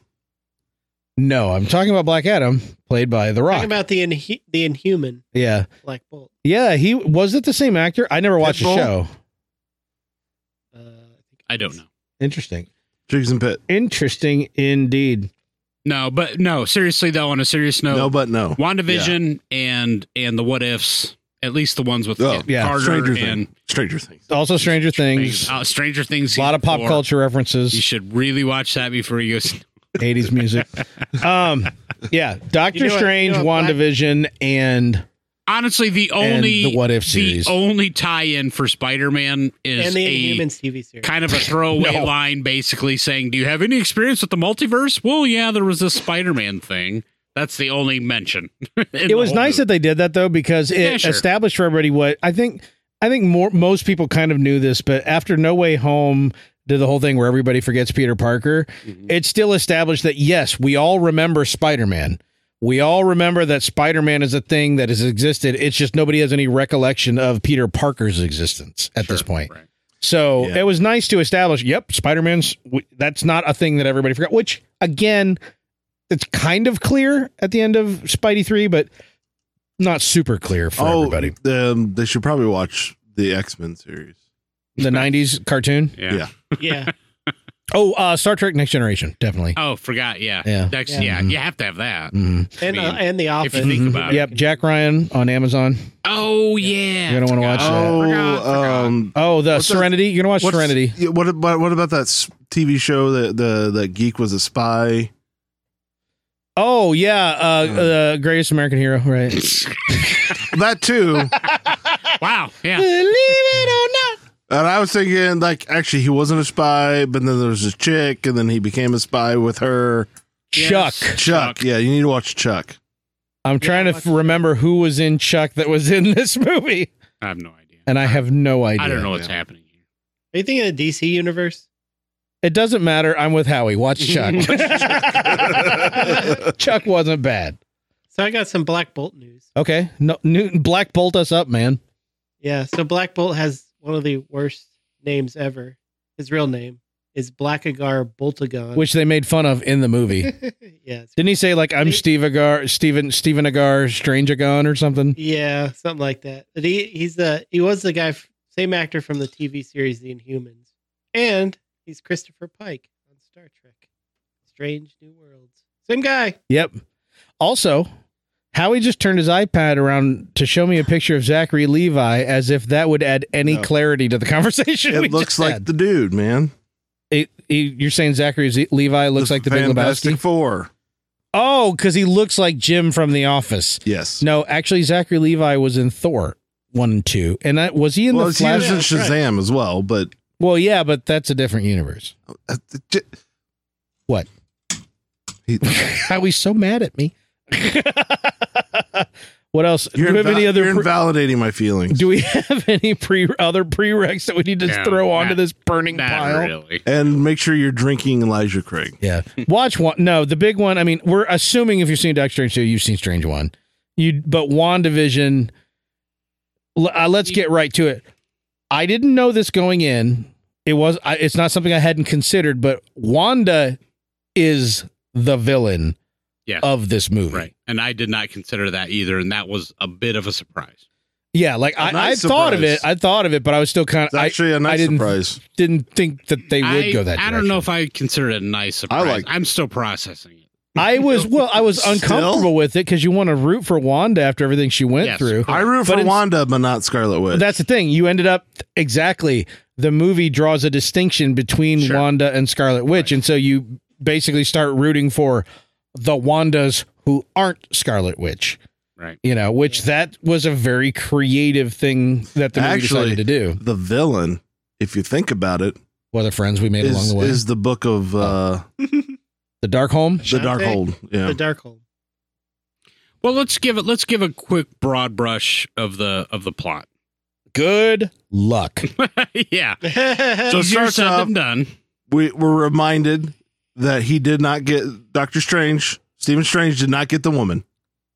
[SPEAKER 1] No, I'm talking about Black Adam, played by The Rock.
[SPEAKER 4] Talking about the inhu- the Inhuman
[SPEAKER 1] yeah,
[SPEAKER 4] Black Bolt.
[SPEAKER 1] yeah. He was it the same actor? I never watched the
[SPEAKER 3] Pitbull?
[SPEAKER 1] show.
[SPEAKER 4] Uh, I, think
[SPEAKER 5] I don't know.
[SPEAKER 1] Interesting.
[SPEAKER 3] Jigs and Pit
[SPEAKER 1] Interesting indeed.
[SPEAKER 5] No, but no. Seriously though, on a serious note,
[SPEAKER 3] no, but no
[SPEAKER 5] WandaVision and and the What Ifs, at least the ones with
[SPEAKER 3] Oh,
[SPEAKER 5] Kit
[SPEAKER 1] yeah,
[SPEAKER 5] Carter
[SPEAKER 3] Stranger
[SPEAKER 5] and
[SPEAKER 3] Things Stranger Things
[SPEAKER 1] Also, Stranger Things.
[SPEAKER 5] Uh, Stranger Things.
[SPEAKER 1] A lot of pop
[SPEAKER 5] season four.
[SPEAKER 1] culture
[SPEAKER 5] You
[SPEAKER 1] references,
[SPEAKER 5] should really watch that before you go. see-
[SPEAKER 1] 80s music. Um, yeah, Doctor
[SPEAKER 4] You know what-
[SPEAKER 1] Strange,
[SPEAKER 4] you know what Black-
[SPEAKER 1] WandaVision, and
[SPEAKER 5] Honestly, the only
[SPEAKER 1] the What If series.
[SPEAKER 5] the only tie-in for Spider-Man is
[SPEAKER 4] and the
[SPEAKER 5] a
[SPEAKER 4] Inhumans TV series.
[SPEAKER 5] kind of a throwaway
[SPEAKER 1] No.
[SPEAKER 5] line basically saying, Do you have any experience with the multiverse? Well, yeah, there was this Spider Man thing. That's the only mention.
[SPEAKER 1] it was nice that they did that though because it
[SPEAKER 5] Yeah, sure.
[SPEAKER 1] established for everybody what I think. I think more most people kind of knew this, but after No Way Home did the whole thing where everybody forgets Peter Parker,
[SPEAKER 5] Mm-hmm.
[SPEAKER 1] it still established that yes, we all remember Spider Man. We all remember that Spider Man is a thing that has existed. It's just nobody has any recollection of Peter Parker's existence at this point.
[SPEAKER 5] right.
[SPEAKER 1] So it
[SPEAKER 3] Yeah.
[SPEAKER 1] was nice to establish. Yep, Spider Man's that's not a thing that everybody forgot. Which again, it's kind of clear at the end of Spidey three, but not super clear for
[SPEAKER 3] oh
[SPEAKER 1] everybody.
[SPEAKER 3] um, they should probably watch the X Men series
[SPEAKER 1] The '90s cartoon.
[SPEAKER 5] Yeah.
[SPEAKER 3] Yeah.
[SPEAKER 4] yeah,
[SPEAKER 1] Oh, uh, Star Trek: Next Generation, definitely.
[SPEAKER 5] Oh, forgot. Yeah.
[SPEAKER 1] Yeah.
[SPEAKER 5] Next,
[SPEAKER 4] Yeah.
[SPEAKER 5] yeah.
[SPEAKER 1] Mhm.
[SPEAKER 5] You have to have that.
[SPEAKER 1] Mhm.
[SPEAKER 4] and
[SPEAKER 5] I
[SPEAKER 4] uh,
[SPEAKER 5] mean,
[SPEAKER 4] and the Office.
[SPEAKER 5] if you think
[SPEAKER 1] Mhm.
[SPEAKER 5] about it.
[SPEAKER 1] Yep, Jack Ryan on Amazon.
[SPEAKER 5] Oh, yeah.
[SPEAKER 1] You don't wanna watch
[SPEAKER 5] Forgot.
[SPEAKER 1] that.
[SPEAKER 3] oh
[SPEAKER 5] Forgot, forgot.
[SPEAKER 3] um
[SPEAKER 1] Oh, the
[SPEAKER 3] What's that-
[SPEAKER 1] Serenity. You're gonna watch
[SPEAKER 3] what's-
[SPEAKER 1] Serenity.
[SPEAKER 3] yeah, what about what about that s- TV show that the that geek was a spy
[SPEAKER 1] Oh yeah, uh, uh, Greatest American Hero. Right.
[SPEAKER 3] that too.
[SPEAKER 5] wow. Yeah.
[SPEAKER 1] Believe it or not.
[SPEAKER 3] And I was thinking, like, actually, he wasn't a spy, but then there was this chick, and then he became a spy with her.
[SPEAKER 5] Yes.
[SPEAKER 1] Chuck.
[SPEAKER 3] Chuck.
[SPEAKER 5] Chuck.
[SPEAKER 3] Yeah, you need to watch Chuck.
[SPEAKER 1] I'm trying to
[SPEAKER 4] watch
[SPEAKER 1] f- remember who was in Chuck that was in this movie,
[SPEAKER 5] I have no idea.
[SPEAKER 1] and I have no idea.
[SPEAKER 5] I don't know what's happening here.
[SPEAKER 4] Are you thinking of the DC universe?
[SPEAKER 1] It doesn't matter. I'm with Howie. Watch Chuck. Chuck wasn't bad.
[SPEAKER 4] So I got some Black Bolt news.
[SPEAKER 1] Okay, no, Newton Black Bolt us up, man.
[SPEAKER 4] Yeah, so Black Bolt has one of the worst names ever. His real name is Blackagar Boltagon.
[SPEAKER 1] Which they made fun of in the movie.
[SPEAKER 4] yeah, it's-
[SPEAKER 1] Didn't he say like I'm Steve Agar, Steven Steven Agar, Strange Agon or something?
[SPEAKER 4] yeah, something like that. But he he's the he was the guy f- same actor from the TV series The Inhumans, and he's Christopher Pike on Star Trek: Strange New Worlds. Same guy.
[SPEAKER 1] Yep. Also, Howie just turned his iPad around to show me a picture of Zachary Levi as if that would add any
[SPEAKER 3] Oh.
[SPEAKER 1] clarity to the conversation. we
[SPEAKER 3] It looks
[SPEAKER 1] just
[SPEAKER 3] like
[SPEAKER 1] had.
[SPEAKER 3] the dude, man.
[SPEAKER 1] It- he- you're saying Zachary Z- Levi looks like the Big
[SPEAKER 3] Fantastic
[SPEAKER 1] Lebowski.
[SPEAKER 3] Four.
[SPEAKER 1] Oh, because he looks like Jim from The Office.
[SPEAKER 3] Yes.
[SPEAKER 1] No, actually, Zachary Levi was in Thor one and two, and that, was he in
[SPEAKER 3] well,
[SPEAKER 1] the
[SPEAKER 3] it's used
[SPEAKER 1] Flash?
[SPEAKER 3] in
[SPEAKER 4] Yeah, that's right.
[SPEAKER 3] Shazam as well, but
[SPEAKER 1] Well, yeah, but that's a different universe.
[SPEAKER 3] uh, j-
[SPEAKER 1] What?
[SPEAKER 3] He-
[SPEAKER 1] Howie's so mad at me. what else?
[SPEAKER 3] you're,
[SPEAKER 1] Do we have
[SPEAKER 3] inval-
[SPEAKER 1] any other?
[SPEAKER 3] you're
[SPEAKER 1] pre-
[SPEAKER 3] invalidating my feelings.
[SPEAKER 1] Do we have any pre other prereqs that we need to
[SPEAKER 5] No,
[SPEAKER 1] throw onto
[SPEAKER 5] not-
[SPEAKER 1] this burning
[SPEAKER 5] Not
[SPEAKER 1] pile?
[SPEAKER 5] really.
[SPEAKER 3] and make sure you're drinking Elijah Craig.
[SPEAKER 1] Yeah. Watch one. No, the big one. I mean, we're assuming if you've seen Doctor Strange 2, you've seen Strange 1. You but WandaVision l- uh, let's get right to it. I didn't know this going in. It was I, it's not something I hadn't considered, but Wanda is the villain
[SPEAKER 5] Yeah.
[SPEAKER 1] of this movie.
[SPEAKER 5] Right. And I did not consider that either. And that was a bit of a surprise.
[SPEAKER 1] Yeah, like I, I
[SPEAKER 3] nice
[SPEAKER 1] thought of it.
[SPEAKER 3] surprise.
[SPEAKER 1] I thought of it, but I was still kind
[SPEAKER 3] It's
[SPEAKER 1] of I
[SPEAKER 3] actually a nice
[SPEAKER 1] didn't-
[SPEAKER 3] surprise.
[SPEAKER 1] didn't think that they would
[SPEAKER 5] I,
[SPEAKER 1] go that
[SPEAKER 5] I
[SPEAKER 1] direction.
[SPEAKER 5] don't know if I consider it a nice surprise.
[SPEAKER 3] like-
[SPEAKER 5] I'm still processing it.
[SPEAKER 1] I was well, I was
[SPEAKER 3] Still?
[SPEAKER 1] uncomfortable with it because you want to root for Wanda after everything she went
[SPEAKER 5] Yes.
[SPEAKER 1] through.
[SPEAKER 3] I root
[SPEAKER 1] But
[SPEAKER 3] for
[SPEAKER 1] it's-
[SPEAKER 3] Wanda, but not Scarlet Witch.
[SPEAKER 1] But that's the thing. You ended up exactly. The movie draws a distinction between
[SPEAKER 5] Sure.
[SPEAKER 1] Wanda and Scarlet Witch,
[SPEAKER 5] Right.
[SPEAKER 1] and so you basically start rooting for the Wandas who aren't Scarlet Witch.
[SPEAKER 5] Right.
[SPEAKER 1] You know, which that was a very creative thing that the movie
[SPEAKER 3] Actually-
[SPEAKER 1] decided to do.
[SPEAKER 3] the villain, if you think about it,
[SPEAKER 1] Well, the friends we made along
[SPEAKER 3] is,
[SPEAKER 1] the way,
[SPEAKER 3] is the book of uh,
[SPEAKER 1] the Dark Home.
[SPEAKER 3] the Dark Hold. Yeah.
[SPEAKER 4] The Darkhold.
[SPEAKER 5] Well, let's give it. Let's give a quick broad brush of the of the plot.
[SPEAKER 1] Good luck.
[SPEAKER 5] yeah.
[SPEAKER 3] So it
[SPEAKER 5] Easier
[SPEAKER 3] starts
[SPEAKER 5] said
[SPEAKER 3] off-
[SPEAKER 5] than done.
[SPEAKER 3] we were reminded that he did not get Doctor Strange. Stephen Strange did not get the woman.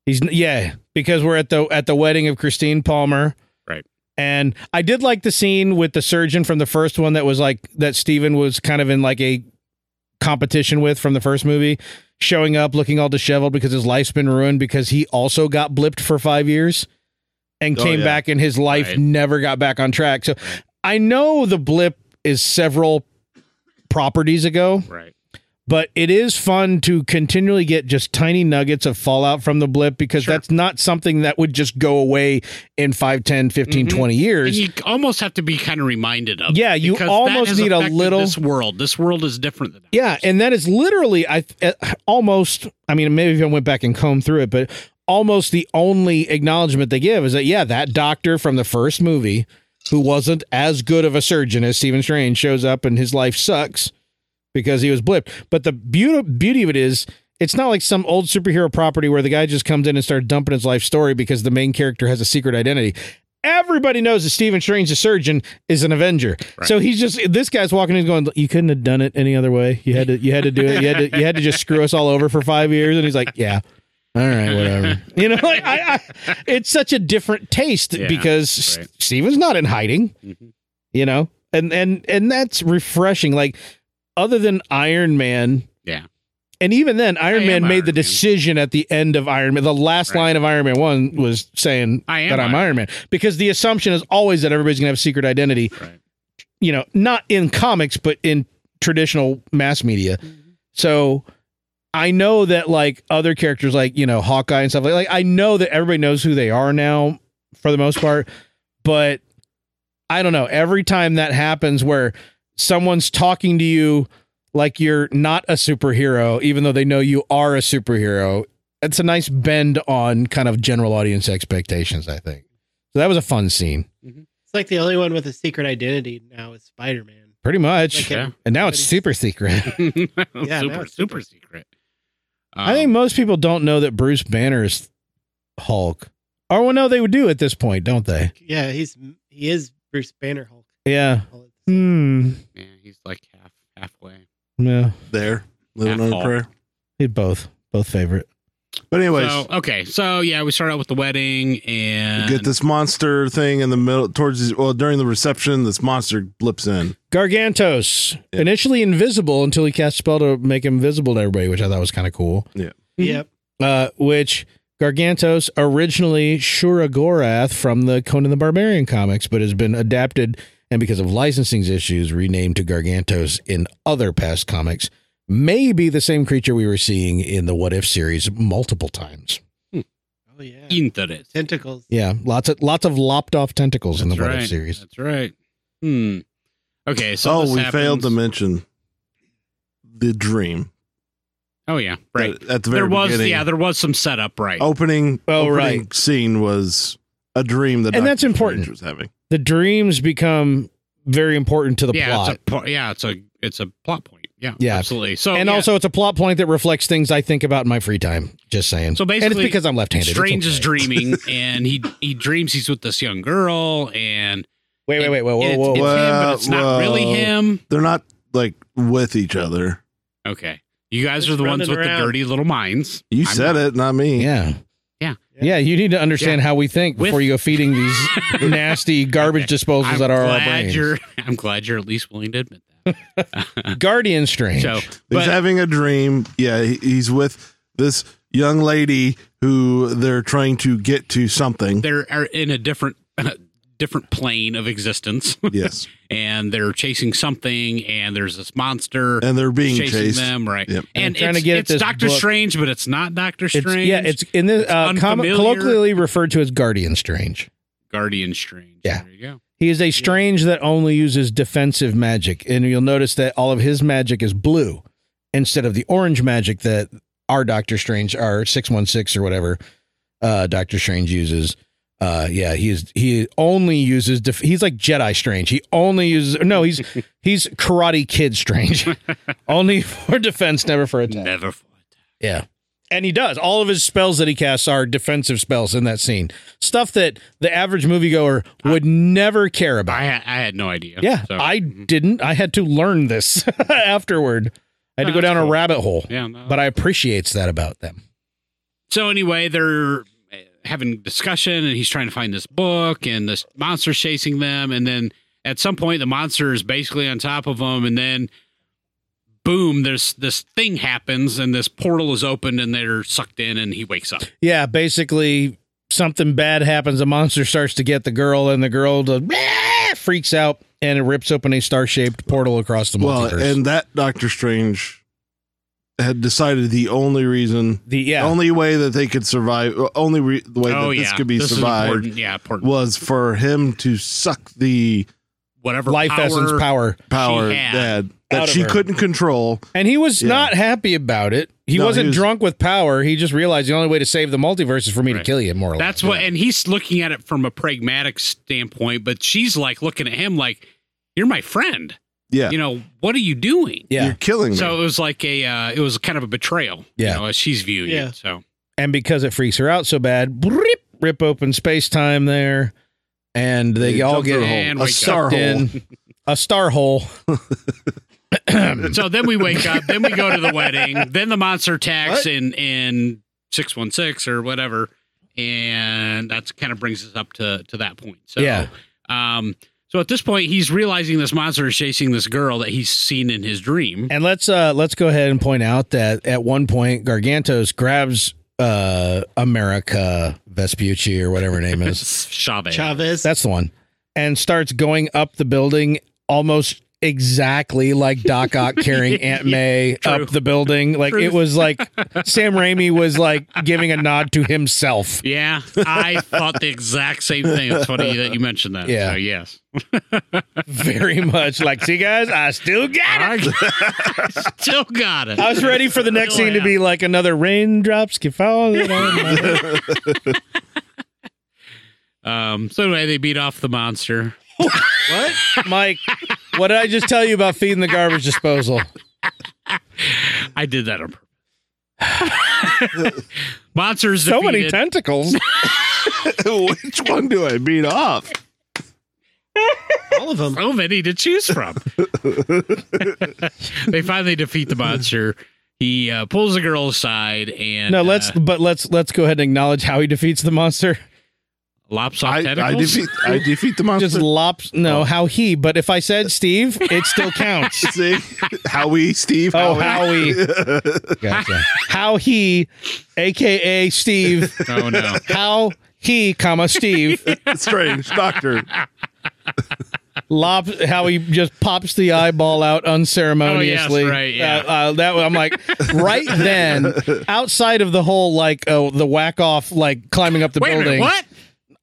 [SPEAKER 1] He's yeah, because we're at the at the wedding of Christine Palmer.
[SPEAKER 5] Right.
[SPEAKER 1] And I did like the scene with the surgeon from the first one that was like that Steven was kind of in like a competition with from the first movie, showing up looking all disheveled because his life's been ruined because he also got blipped for 5 years and
[SPEAKER 3] Oh,
[SPEAKER 1] came
[SPEAKER 3] yeah.
[SPEAKER 1] back and his life
[SPEAKER 5] Right.
[SPEAKER 1] never got back on track. So I know the blip is several properties ago
[SPEAKER 5] Right.
[SPEAKER 1] but it is fun to continually get just tiny nuggets of fallout from the blip because
[SPEAKER 5] Sure.
[SPEAKER 1] that's not something that would just go away in 5 10 15
[SPEAKER 5] Mhm.
[SPEAKER 1] 20
[SPEAKER 5] And
[SPEAKER 1] years
[SPEAKER 5] you almost have to be kind of reminded of. it,
[SPEAKER 1] Yeah, you
[SPEAKER 5] because that
[SPEAKER 1] almost
[SPEAKER 5] has
[SPEAKER 1] need a
[SPEAKER 5] affected
[SPEAKER 1] little-
[SPEAKER 5] This world. This world is different than.
[SPEAKER 1] yeah and that is literally i uh, almost i mean maybe if i went back and combed through it but almost the only acknowledgement they give is that yeah that doctor from the first movie who wasn't as good of a surgeon as Stephen Strange shows up and his life sucks because he was blipped. But the beauty beauty of it is it's not like some old superhero property where the guy just comes in and starts dumping his life story because the main character has a secret identity. Everybody knows that Stephen Strange, the surgeon, is an Avenger.
[SPEAKER 5] Right.
[SPEAKER 1] So he's just this guy's walking in going, You couldn't have done it any other way. You had to you had to do it. You had to you had to just screw us all over for five years. And he's like, Yeah. All right, whatever. You know, like I, I it's such a different taste
[SPEAKER 5] Yeah,
[SPEAKER 1] because
[SPEAKER 5] right.
[SPEAKER 1] Steven's not in hiding
[SPEAKER 5] Mhm.
[SPEAKER 1] you know and and and that's refreshing like other than iron man
[SPEAKER 5] Yeah.
[SPEAKER 1] and even then iron
[SPEAKER 5] I
[SPEAKER 1] man
[SPEAKER 5] am
[SPEAKER 1] made
[SPEAKER 5] Iron
[SPEAKER 1] the
[SPEAKER 5] Man.
[SPEAKER 1] decision at the end of iron man the last
[SPEAKER 5] Right.
[SPEAKER 1] line of iron man 1 was saying
[SPEAKER 5] I am
[SPEAKER 1] that i'm
[SPEAKER 5] Iron
[SPEAKER 1] iron man because the assumption is always that everybody's going to have a secret identity
[SPEAKER 5] Right.
[SPEAKER 1] you know not in comics but in traditional mass media so I know that like other characters like, you know, Hawkeye and stuff like like I know that everybody knows who they are now for the most part, but I don't know, every time that happens where someone's talking to you like you're not a superhero even though they know you are a superhero, it's a nice bend on kind of general audience expectations, I think. So that was a fun scene.
[SPEAKER 4] It's like the only one with a secret identity now is Spider Man.
[SPEAKER 1] Pretty much.
[SPEAKER 5] Yeah.
[SPEAKER 1] And now it's super secret.
[SPEAKER 5] super,
[SPEAKER 4] now
[SPEAKER 5] super
[SPEAKER 4] it's
[SPEAKER 5] super secret. Um,
[SPEAKER 1] I think most people don't know that Bruce Banner is
[SPEAKER 6] Hulk.
[SPEAKER 1] Oh, well, no, they would do at this point, don't they?
[SPEAKER 4] Yeah, he's he is Bruce Banner Hulk.
[SPEAKER 1] Yeah.
[SPEAKER 4] Call it.
[SPEAKER 1] Hmm.
[SPEAKER 5] Yeah, he's like half halfway.
[SPEAKER 1] Yeah.
[SPEAKER 3] There, living
[SPEAKER 5] At
[SPEAKER 3] on
[SPEAKER 5] all.
[SPEAKER 3] a prayer.
[SPEAKER 1] He'd both. Both favorite.
[SPEAKER 3] But anyways,
[SPEAKER 5] So okay, so yeah, we start out with the wedding and
[SPEAKER 3] get this monster thing in the middle towards the, well during the reception. This monster blips in.
[SPEAKER 1] Gargantos.
[SPEAKER 3] Yeah.
[SPEAKER 1] Initially invisible until he cast a spell to make him visible to everybody, which I thought was kind of cool.
[SPEAKER 4] Yep.
[SPEAKER 1] Uh, which Gargantos originally Shura Gorath from the Conan the Barbarian comics, but has been adapted and because of licensing issues, renamed to Gargantos in other past comics. Maybe the same creature we were seeing in the What If series multiple times.
[SPEAKER 4] Oh yeah.
[SPEAKER 5] internet.
[SPEAKER 4] Tentacles.
[SPEAKER 1] Yeah, lots of lots of lopped off tentacles in the
[SPEAKER 5] That's
[SPEAKER 1] What
[SPEAKER 5] right.
[SPEAKER 1] If series.
[SPEAKER 5] That's right. Hmm. Okay, so
[SPEAKER 3] oh,
[SPEAKER 5] this
[SPEAKER 3] we failed
[SPEAKER 5] happens-
[SPEAKER 3] to mention the dream.
[SPEAKER 5] Oh yeah, right.
[SPEAKER 3] At, at the very
[SPEAKER 5] There was
[SPEAKER 3] beginning.
[SPEAKER 5] yeah, there was some setup, right?
[SPEAKER 3] opening,
[SPEAKER 1] Oh,
[SPEAKER 3] opening
[SPEAKER 1] right.
[SPEAKER 3] scene was a dream that
[SPEAKER 1] And
[SPEAKER 3] Dr.
[SPEAKER 1] that's important.
[SPEAKER 3] Strange was having.
[SPEAKER 1] The dreams become very important to the
[SPEAKER 5] yeah,
[SPEAKER 1] plot.
[SPEAKER 5] It's a, po- yeah, it's a it's a plot point. Yeah,
[SPEAKER 1] Yeah.
[SPEAKER 5] absolutely. So
[SPEAKER 1] and
[SPEAKER 5] yeah,
[SPEAKER 1] also it's a plot point that reflects things I think about in my free time. Just saying.
[SPEAKER 5] So
[SPEAKER 1] and
[SPEAKER 5] basically,
[SPEAKER 1] it's because I'm left-handed. It's
[SPEAKER 5] Strange is
[SPEAKER 1] okay.
[SPEAKER 5] dreaming, and he he dreams he's with this young girl, and
[SPEAKER 1] Wait, wait, wait, whoa,
[SPEAKER 5] it's,
[SPEAKER 1] whoa, whoa,
[SPEAKER 5] it's
[SPEAKER 1] whoa.
[SPEAKER 5] him, but it's not
[SPEAKER 3] Whoa,
[SPEAKER 5] really
[SPEAKER 3] whoa.
[SPEAKER 5] him.
[SPEAKER 3] They're not like with each other.
[SPEAKER 5] Okay, you guys
[SPEAKER 4] Just
[SPEAKER 5] are the ones
[SPEAKER 4] running
[SPEAKER 5] with
[SPEAKER 4] around.
[SPEAKER 5] the dirty little minds.
[SPEAKER 3] You
[SPEAKER 5] I'm
[SPEAKER 3] said
[SPEAKER 5] not.
[SPEAKER 3] it, not me.
[SPEAKER 1] Yeah.
[SPEAKER 5] Yeah.
[SPEAKER 1] Yeah, you need to understand how we think
[SPEAKER 5] With-
[SPEAKER 1] before you go feeding these nasty garbage disposals
[SPEAKER 5] I'm
[SPEAKER 1] that are our
[SPEAKER 5] glad
[SPEAKER 1] brains.
[SPEAKER 5] you're. I'm glad you're at least willing to admit that.
[SPEAKER 1] Guardian Strange.
[SPEAKER 5] So,
[SPEAKER 3] he's
[SPEAKER 5] but
[SPEAKER 3] having a dream. Yeah, he, he's with this young lady who they're trying to get to something.
[SPEAKER 5] they're are in a different different plane of existence,
[SPEAKER 3] yes,
[SPEAKER 5] and they're chasing something, and there's this monster
[SPEAKER 3] and they're being
[SPEAKER 5] chasing
[SPEAKER 3] chased.
[SPEAKER 5] them, right?
[SPEAKER 3] Yep.
[SPEAKER 5] And,
[SPEAKER 1] I'm trying
[SPEAKER 5] it's,
[SPEAKER 1] to get at
[SPEAKER 5] it's
[SPEAKER 1] this
[SPEAKER 5] Doctor
[SPEAKER 1] book.
[SPEAKER 5] Strange, but it's not Doctor
[SPEAKER 1] it's,
[SPEAKER 5] Strange.
[SPEAKER 1] yeah, it's in this uh, com-
[SPEAKER 5] unfamiliar.
[SPEAKER 1] colloquially referred to as Guardian Strange.
[SPEAKER 5] Guardian Strange.
[SPEAKER 1] Yeah.
[SPEAKER 5] there you go.
[SPEAKER 1] He is a strange that only uses defensive magic, and you'll notice that all of his magic is blue instead of the orange magic that our Doctor Strange, our six one six or whatever uh, Doctor Strange uses. Uh, yeah, he is. He only uses. Def- he's like Jedi Strange. He only uses. No, he's he's Karate Kid Strange. only for defense, never for attack.
[SPEAKER 5] Never fought.
[SPEAKER 1] Yeah. And he does. All of his spells that he casts are defensive spells in that scene. Stuff that the average moviegoer would never care about.
[SPEAKER 5] I ha- I had no idea.
[SPEAKER 1] yeah.
[SPEAKER 5] So-
[SPEAKER 1] I
[SPEAKER 5] Mhm.
[SPEAKER 1] didn't. I had to learn this afterward. I had to
[SPEAKER 5] Oh,
[SPEAKER 1] go
[SPEAKER 5] that's
[SPEAKER 1] down a
[SPEAKER 5] cool.
[SPEAKER 1] rabbit hole.
[SPEAKER 5] yeah. No.
[SPEAKER 1] But I appreciates that about them.
[SPEAKER 5] so anyway, they're uh, having discussion, and he's trying to find this book, and this monster's chasing them, and then at some point the monster is basically on top of them, and then boom, there's this thing happens, and this portal is opened, and they're sucked in, and he wakes up.
[SPEAKER 1] Yeah, basically something bad happens. A monster starts to get the girl, and the girl does, freaks out and it rips open a star shaped portal across the
[SPEAKER 3] Well,
[SPEAKER 1] multiverse.
[SPEAKER 3] and that Doctor Strange had decided the only reason,
[SPEAKER 1] the yeah,
[SPEAKER 3] the only way that they could survive, uh, only re- the way
[SPEAKER 5] oh
[SPEAKER 3] that
[SPEAKER 5] yeah,
[SPEAKER 3] this could be
[SPEAKER 5] this is
[SPEAKER 3] survived
[SPEAKER 5] important. Yeah, important.
[SPEAKER 3] was for him to suck the
[SPEAKER 5] Whatever
[SPEAKER 1] life essence power.
[SPEAKER 3] power
[SPEAKER 5] She had
[SPEAKER 3] that,
[SPEAKER 1] out
[SPEAKER 3] that
[SPEAKER 1] of
[SPEAKER 3] she
[SPEAKER 1] her.
[SPEAKER 3] couldn't control.
[SPEAKER 1] And he was
[SPEAKER 3] Yeah.
[SPEAKER 1] not happy about it. He
[SPEAKER 3] No, he
[SPEAKER 1] wasn't
[SPEAKER 3] was-
[SPEAKER 1] drunk with power. He just realized the only way to save the multiverse is for me to
[SPEAKER 5] Right.
[SPEAKER 1] kill you, more or less.
[SPEAKER 5] That's what, and he's looking at it from a pragmatic standpoint, but she's like looking at him like, "You're my friend.
[SPEAKER 3] Yeah,
[SPEAKER 5] You know what are you doing?"
[SPEAKER 1] Yeah.
[SPEAKER 3] you're killing me.
[SPEAKER 5] So it was like a, uh, it was kind of a betrayal.
[SPEAKER 1] Mm-hmm. Yeah.
[SPEAKER 5] you know, as she's viewing
[SPEAKER 4] Yeah.
[SPEAKER 5] it. So
[SPEAKER 1] And because it freaks her out so bad, rip, rip open space time there, and they
[SPEAKER 3] They
[SPEAKER 1] all
[SPEAKER 3] jump
[SPEAKER 1] get
[SPEAKER 3] through
[SPEAKER 5] a hole. And wake
[SPEAKER 1] a
[SPEAKER 5] up.
[SPEAKER 1] star hole. a star hole.
[SPEAKER 5] so then we wake up, then we go to the wedding, then the monster attacks
[SPEAKER 3] What?
[SPEAKER 5] in in six one six or whatever, and that's kind of brings us up to to that point. So
[SPEAKER 1] Yeah.
[SPEAKER 5] um, so at this point he's realizing this monster is chasing this girl that he's seen in his dream.
[SPEAKER 1] And let's uh let's go ahead and point out that at one point Gargantos grabs uh America Vespucci or whatever her name is.
[SPEAKER 5] Chavez.
[SPEAKER 4] Chavez.
[SPEAKER 1] That's the one. And starts going up the building almost exactly like Doc Ock carrying Aunt May
[SPEAKER 5] True.
[SPEAKER 1] up the building. Like it
[SPEAKER 5] Truth.
[SPEAKER 1] was like Sam Raimi was like giving a nod to himself.
[SPEAKER 5] Yeah, I thought the exact same thing. It's funny that you mentioned that.
[SPEAKER 1] Yeah.
[SPEAKER 5] So, yes.
[SPEAKER 1] Very much like, see guys, I still got it.
[SPEAKER 5] Still got it.
[SPEAKER 1] I was ready for the next
[SPEAKER 5] Still
[SPEAKER 1] scene to
[SPEAKER 5] am.
[SPEAKER 1] be like another raindrops keep falling on my head.
[SPEAKER 5] Um, so anyway, they beat off the monster.
[SPEAKER 1] What? Mike, what did I just tell you about feeding the garbage disposal?
[SPEAKER 5] I did that on purpose. Monsters
[SPEAKER 1] So many
[SPEAKER 5] defeated.
[SPEAKER 1] tentacles.
[SPEAKER 3] Which one do I beat off?
[SPEAKER 4] All of them.
[SPEAKER 5] so many to choose from. they finally defeat the monster. He uh, pulls the girl aside and
[SPEAKER 1] No, let's
[SPEAKER 5] uh,
[SPEAKER 1] but let's let's go ahead and acknowledge how he defeats the monster.
[SPEAKER 5] lops off
[SPEAKER 3] I, I
[SPEAKER 5] tentacles.
[SPEAKER 3] defeat I defeat the monster.
[SPEAKER 1] Just lops. No, how he. But if I said Steve, it still counts.
[SPEAKER 3] See? Howie, Steve.
[SPEAKER 1] Oh,
[SPEAKER 3] Howie.
[SPEAKER 1] Howie.
[SPEAKER 6] Gotcha.
[SPEAKER 1] How he, aka Steve.
[SPEAKER 5] oh no!
[SPEAKER 1] How he, comma Steve.
[SPEAKER 3] Strange doctor.
[SPEAKER 1] Lop. How he just pops the eyeball out unceremoniously.
[SPEAKER 5] Oh, yes, right, yeah.
[SPEAKER 1] Uh, uh, that I'm like right then. Outside of the whole like oh the whack off like climbing up the
[SPEAKER 5] Wait a
[SPEAKER 1] building.
[SPEAKER 5] minute! What?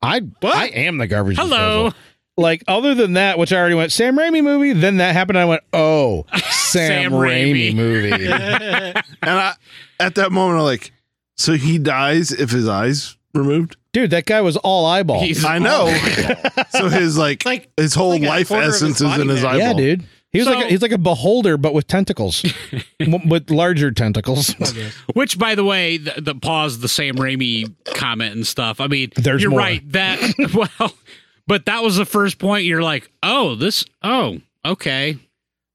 [SPEAKER 6] I I am the garbage.
[SPEAKER 5] Hello.
[SPEAKER 6] disposal.
[SPEAKER 1] Like other than that, which I already went Sam Raimi movie. Then that happened. And I went oh
[SPEAKER 6] Sam,
[SPEAKER 5] Sam
[SPEAKER 6] Raimi
[SPEAKER 5] Raimi.
[SPEAKER 6] movie.
[SPEAKER 3] And I, at that moment, I'm like, so he dies if his eyes removed.
[SPEAKER 1] dude that guy was all eyeball.
[SPEAKER 5] He's-
[SPEAKER 3] I know. so his like,
[SPEAKER 4] Like-
[SPEAKER 3] his whole
[SPEAKER 4] like a
[SPEAKER 3] life
[SPEAKER 4] quarter of his
[SPEAKER 3] essence is
[SPEAKER 4] body
[SPEAKER 3] in his
[SPEAKER 4] mass.
[SPEAKER 3] eyeball.
[SPEAKER 1] Yeah, dude. He was
[SPEAKER 5] So-
[SPEAKER 1] like a, he's like a beholder, but with tentacles, M- with larger tentacles.
[SPEAKER 5] Which, by the way, the, the pause, the Sam Raimi comment and stuff. I mean,
[SPEAKER 1] There's
[SPEAKER 5] you're
[SPEAKER 1] more.
[SPEAKER 5] right. That well, but that was the first point. You're like, oh, this, oh, okay.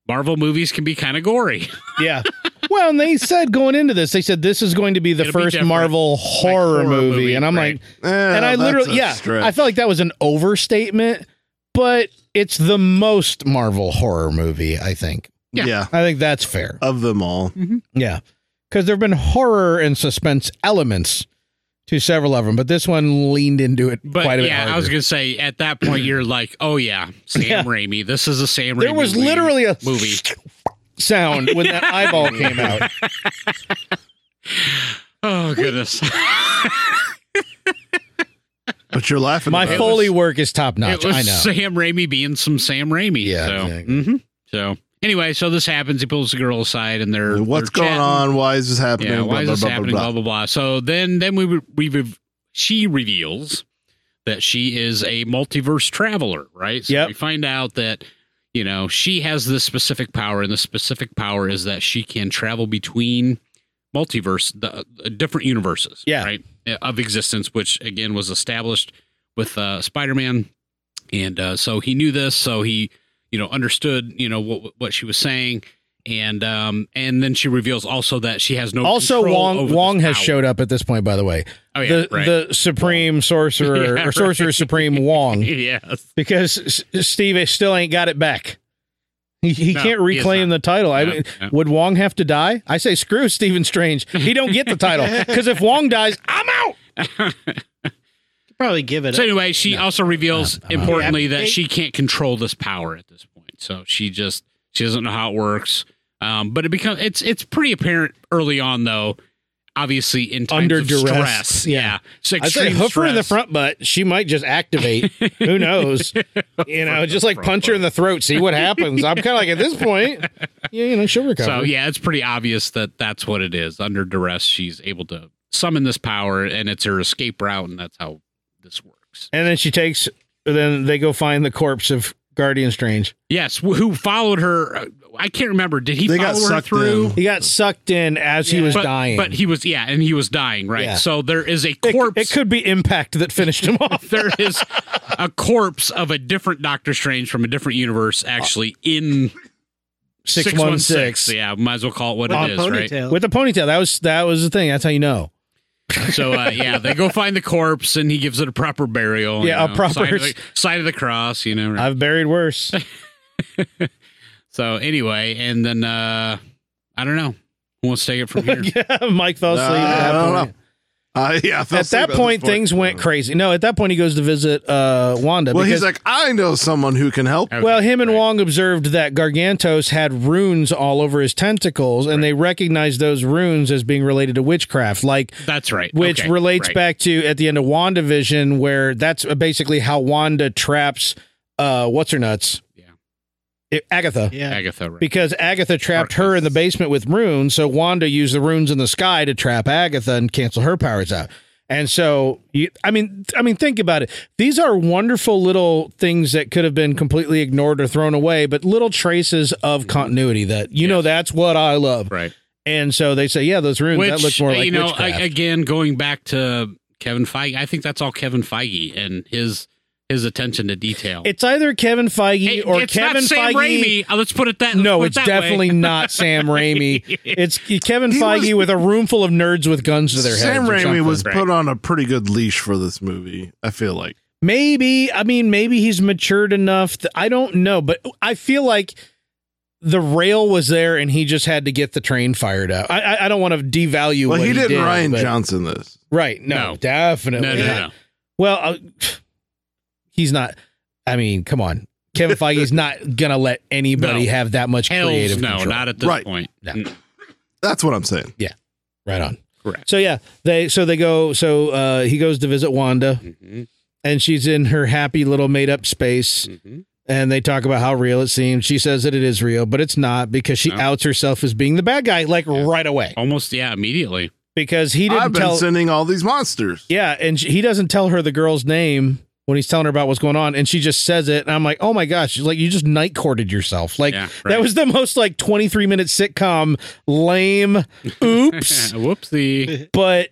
[SPEAKER 5] Marvel movies can be kind of gory.
[SPEAKER 1] yeah. Well, and they said going into this, they said this is going to be the
[SPEAKER 5] It'll be
[SPEAKER 1] first
[SPEAKER 5] different.
[SPEAKER 1] Marvel horror,
[SPEAKER 5] horror
[SPEAKER 1] movie.
[SPEAKER 5] movie,
[SPEAKER 1] and I'm
[SPEAKER 5] right.
[SPEAKER 1] like,
[SPEAKER 3] Eh,
[SPEAKER 1] and I
[SPEAKER 3] that's
[SPEAKER 1] literally,
[SPEAKER 3] a
[SPEAKER 1] yeah,
[SPEAKER 3] stretch.
[SPEAKER 1] I felt like that was an overstatement, but it's the most Marvel horror movie. I think.
[SPEAKER 5] yeah.
[SPEAKER 3] yeah.
[SPEAKER 1] I think that's fair.
[SPEAKER 3] Of them all.
[SPEAKER 1] Yeah. Because there have been horror and suspense elements to several of them, but this one leaned into it
[SPEAKER 5] But
[SPEAKER 1] quite a bit.
[SPEAKER 5] yeah, I was
[SPEAKER 1] harder.
[SPEAKER 5] gonna say at that point you're like, oh yeah, Sam
[SPEAKER 1] Yeah.
[SPEAKER 5] Raimi. This is a Sam.
[SPEAKER 1] There
[SPEAKER 5] Raimi
[SPEAKER 1] was
[SPEAKER 5] movie.
[SPEAKER 1] literally a
[SPEAKER 5] movie.
[SPEAKER 1] sound when that eyeball came out.
[SPEAKER 5] Oh goodness,
[SPEAKER 3] But you're laughing.
[SPEAKER 1] My
[SPEAKER 3] about it.
[SPEAKER 1] Foley work is top
[SPEAKER 5] it
[SPEAKER 1] notch.
[SPEAKER 5] was
[SPEAKER 1] I know.
[SPEAKER 5] Sam Raimi being some Sam Raimi.
[SPEAKER 6] Yeah,
[SPEAKER 5] Yeah. So,
[SPEAKER 6] exactly.
[SPEAKER 5] mhm. so anyway, so this happens. He pulls the girl aside, and they're
[SPEAKER 3] What's
[SPEAKER 5] they're
[SPEAKER 3] going
[SPEAKER 5] chatting.
[SPEAKER 3] on? Why is this happening?
[SPEAKER 5] Yeah,
[SPEAKER 3] Blah,
[SPEAKER 5] why is
[SPEAKER 3] blah,
[SPEAKER 5] this
[SPEAKER 3] blah,
[SPEAKER 5] happening?
[SPEAKER 3] blah,
[SPEAKER 5] Blah blah blah. So then, then we we rev- she reveals that she is a multiverse traveler, right? So
[SPEAKER 1] Yep.
[SPEAKER 5] we find out that you know she has this specific power, and the specific power is that she can travel between multiverse, the uh, different universes,
[SPEAKER 1] Yeah.
[SPEAKER 5] right, uh, of existence, which again was established with uh, Spider-Man, and uh, so he knew this, so he you know understood you know what what she was saying. And um and then she reveals also that she has no
[SPEAKER 1] Also,
[SPEAKER 5] control
[SPEAKER 1] Wong
[SPEAKER 5] over
[SPEAKER 1] Wong
[SPEAKER 5] this
[SPEAKER 1] has
[SPEAKER 5] power.
[SPEAKER 1] showed up at this point. By the way,
[SPEAKER 5] Oh yeah,
[SPEAKER 1] the
[SPEAKER 5] right.
[SPEAKER 1] the Supreme Sorcerer
[SPEAKER 5] Yeah,
[SPEAKER 1] or
[SPEAKER 5] right.
[SPEAKER 1] Sorcerer Supreme Wong,
[SPEAKER 5] yes.
[SPEAKER 1] because S- Steve still ain't got it back. He, he
[SPEAKER 5] No,
[SPEAKER 1] can't
[SPEAKER 5] he is
[SPEAKER 1] reclaim the title. I
[SPEAKER 5] No,
[SPEAKER 1] mean,
[SPEAKER 5] no.
[SPEAKER 1] would Wong have to die? I say screw Stephen Strange. He don't get the title because if Wong dies, I'm out.
[SPEAKER 4] Probably give it.
[SPEAKER 5] So
[SPEAKER 4] up.
[SPEAKER 5] anyway, she also reveals
[SPEAKER 6] I'm out.
[SPEAKER 5] importantly
[SPEAKER 4] Yeah,
[SPEAKER 5] that
[SPEAKER 4] they-
[SPEAKER 5] she can't control this power at this point. So she just she doesn't know how it works. Um, but it becomes it's it's pretty apparent early on though. Obviously, in times
[SPEAKER 1] Under
[SPEAKER 5] of
[SPEAKER 1] duress,
[SPEAKER 5] stress,
[SPEAKER 1] yeah.
[SPEAKER 5] yeah. It's
[SPEAKER 1] I say
[SPEAKER 5] extreme
[SPEAKER 1] hoof her in the
[SPEAKER 5] stress.
[SPEAKER 1] front butt. She might just activate. Who knows? You know, just like
[SPEAKER 5] front
[SPEAKER 1] punch her in the throat. See what happens. I'm kind of like at this point, yeah, you know, she'll recover.
[SPEAKER 5] So yeah, it's pretty obvious that that's what it is. Under duress, she's able to summon this power, and it's her escape route, and that's how this works.
[SPEAKER 1] And then she takes. Then they go find the corpse of Guardian Strange.
[SPEAKER 5] Yes, wh- who followed her? uh, I can't remember. Did he
[SPEAKER 3] They got
[SPEAKER 5] follow her
[SPEAKER 3] sucked
[SPEAKER 5] through?
[SPEAKER 3] in.
[SPEAKER 1] He got sucked in as he
[SPEAKER 4] Yeah.
[SPEAKER 1] was
[SPEAKER 5] but,
[SPEAKER 1] dying.
[SPEAKER 5] But he was, yeah, and he was dying, right?
[SPEAKER 1] Yeah.
[SPEAKER 5] So there is a
[SPEAKER 1] it,
[SPEAKER 5] corpse.
[SPEAKER 1] it could be impact that finished him off.
[SPEAKER 5] there is a corpse of a different Doctor Strange from a different universe, actually in
[SPEAKER 1] Six one
[SPEAKER 5] 616.
[SPEAKER 1] six.
[SPEAKER 5] Yeah, might as well call it what
[SPEAKER 4] On
[SPEAKER 5] it is, right?
[SPEAKER 4] ponytail.
[SPEAKER 1] With the ponytail, that was that was the thing. That's how you know.
[SPEAKER 5] So uh, yeah, they go find the corpse, and he gives it a proper burial.
[SPEAKER 1] Yeah,
[SPEAKER 5] you
[SPEAKER 1] a proper-
[SPEAKER 5] sign of, the, sign of the cross. You know. right?
[SPEAKER 1] I've buried worse.
[SPEAKER 5] so anyway, and then uh I don't know. Who wants to take it from here?
[SPEAKER 1] yeah, Mike fell asleep.
[SPEAKER 3] Uh,
[SPEAKER 1] at that
[SPEAKER 3] I don't
[SPEAKER 1] point.
[SPEAKER 3] know. Uh, yeah, I felt
[SPEAKER 1] At
[SPEAKER 3] sorry
[SPEAKER 1] that
[SPEAKER 3] about this
[SPEAKER 1] point, things went crazy. No, at that point, he goes to visit uh, Wanda.
[SPEAKER 3] Well,
[SPEAKER 1] because-
[SPEAKER 3] he's like, I know someone who can help.
[SPEAKER 5] Okay,
[SPEAKER 1] Well, him and
[SPEAKER 5] right.
[SPEAKER 1] Wong observed that Gargantos had runes all over his tentacles, and they recognized those runes as being related to witchcraft, like
[SPEAKER 5] That's right.
[SPEAKER 1] which
[SPEAKER 5] Okay,
[SPEAKER 1] relates
[SPEAKER 5] right.
[SPEAKER 1] back to at the end of WandaVision, where that's basically how Wanda traps uh, what's her nuts,
[SPEAKER 5] Yeah.
[SPEAKER 1] It- Agatha,
[SPEAKER 4] yeah.
[SPEAKER 5] Agatha. Right.
[SPEAKER 1] because Agatha trapped her in the basement with runes, so Wanda used the runes in the sky to trap Agatha and cancel her powers out. And so, you, I mean, I mean, think about it. These are wonderful little things that could have been completely ignored or thrown away, but little traces of continuity that you know that's what I love.
[SPEAKER 5] Mm-hmm. Right.
[SPEAKER 1] And so they say, yeah, those runes that look
[SPEAKER 5] Which uh,
[SPEAKER 1] more like
[SPEAKER 5] you know,
[SPEAKER 1] witchcraft.
[SPEAKER 5] a- again, going back to Kevin Feige, I think that's all Kevin Feige and his his attention to detail.
[SPEAKER 1] it's either Kevin Feige
[SPEAKER 5] It-
[SPEAKER 1] or
[SPEAKER 5] it's
[SPEAKER 1] Kevin
[SPEAKER 5] not Sam
[SPEAKER 1] Feige.
[SPEAKER 5] Raimi. Uh, Let's put it that.
[SPEAKER 1] No, it's
[SPEAKER 5] let's put it that way.
[SPEAKER 1] definitely not Sam Raimi. It's Kevin
[SPEAKER 3] He
[SPEAKER 1] Feige
[SPEAKER 3] was-
[SPEAKER 1] with a room full of nerds with guns to their
[SPEAKER 3] Sam
[SPEAKER 1] heads. or
[SPEAKER 3] Raimi
[SPEAKER 1] something.
[SPEAKER 3] was
[SPEAKER 5] Right.
[SPEAKER 3] put on a pretty good leash for this movie. I feel like
[SPEAKER 1] maybe. I mean, maybe he's matured enough. That, I don't know, but I feel like the rail was there, and he just had to get the train fired up. I I, I don't want to devalue.
[SPEAKER 3] well,
[SPEAKER 1] what
[SPEAKER 3] he didn't
[SPEAKER 1] did,
[SPEAKER 3] Ryan
[SPEAKER 1] but-
[SPEAKER 3] Johnson this.
[SPEAKER 1] Right? No,
[SPEAKER 5] No.
[SPEAKER 1] definitely.
[SPEAKER 5] No, no,
[SPEAKER 1] not.
[SPEAKER 5] no.
[SPEAKER 1] Well, uh, he's not. I mean, come on. Kevin Feige's not gonna let anybody
[SPEAKER 5] No.
[SPEAKER 1] have that much
[SPEAKER 5] Hells
[SPEAKER 1] creative
[SPEAKER 5] no,
[SPEAKER 1] control.
[SPEAKER 5] not at this
[SPEAKER 3] Right.
[SPEAKER 5] point.
[SPEAKER 3] That's what I'm saying.
[SPEAKER 1] right on.
[SPEAKER 5] Correct.
[SPEAKER 1] So yeah, they so they go. So uh, he goes to visit Wanda,
[SPEAKER 5] Mhm,
[SPEAKER 1] and she's in her happy little made up space.
[SPEAKER 5] mhm.
[SPEAKER 1] And they talk about how real it seems. She says that it is real, but it's not because she
[SPEAKER 5] No.
[SPEAKER 1] outs herself as being the bad guy like
[SPEAKER 5] Yeah.
[SPEAKER 1] right away
[SPEAKER 5] Almost, yeah, immediately.
[SPEAKER 1] because he
[SPEAKER 3] I've
[SPEAKER 1] didn't
[SPEAKER 3] been
[SPEAKER 1] tell.
[SPEAKER 3] sending all these monsters.
[SPEAKER 1] Yeah, and she, he doesn't tell her the girl's name when he's telling her about what's going on, and she just says it. And I'm like, oh my gosh, she's like you just night courted yourself. Like
[SPEAKER 5] Yeah,
[SPEAKER 1] that
[SPEAKER 5] right.
[SPEAKER 1] was the most like 23 minute sitcom lame. Oops.
[SPEAKER 5] Whoopsie.
[SPEAKER 1] but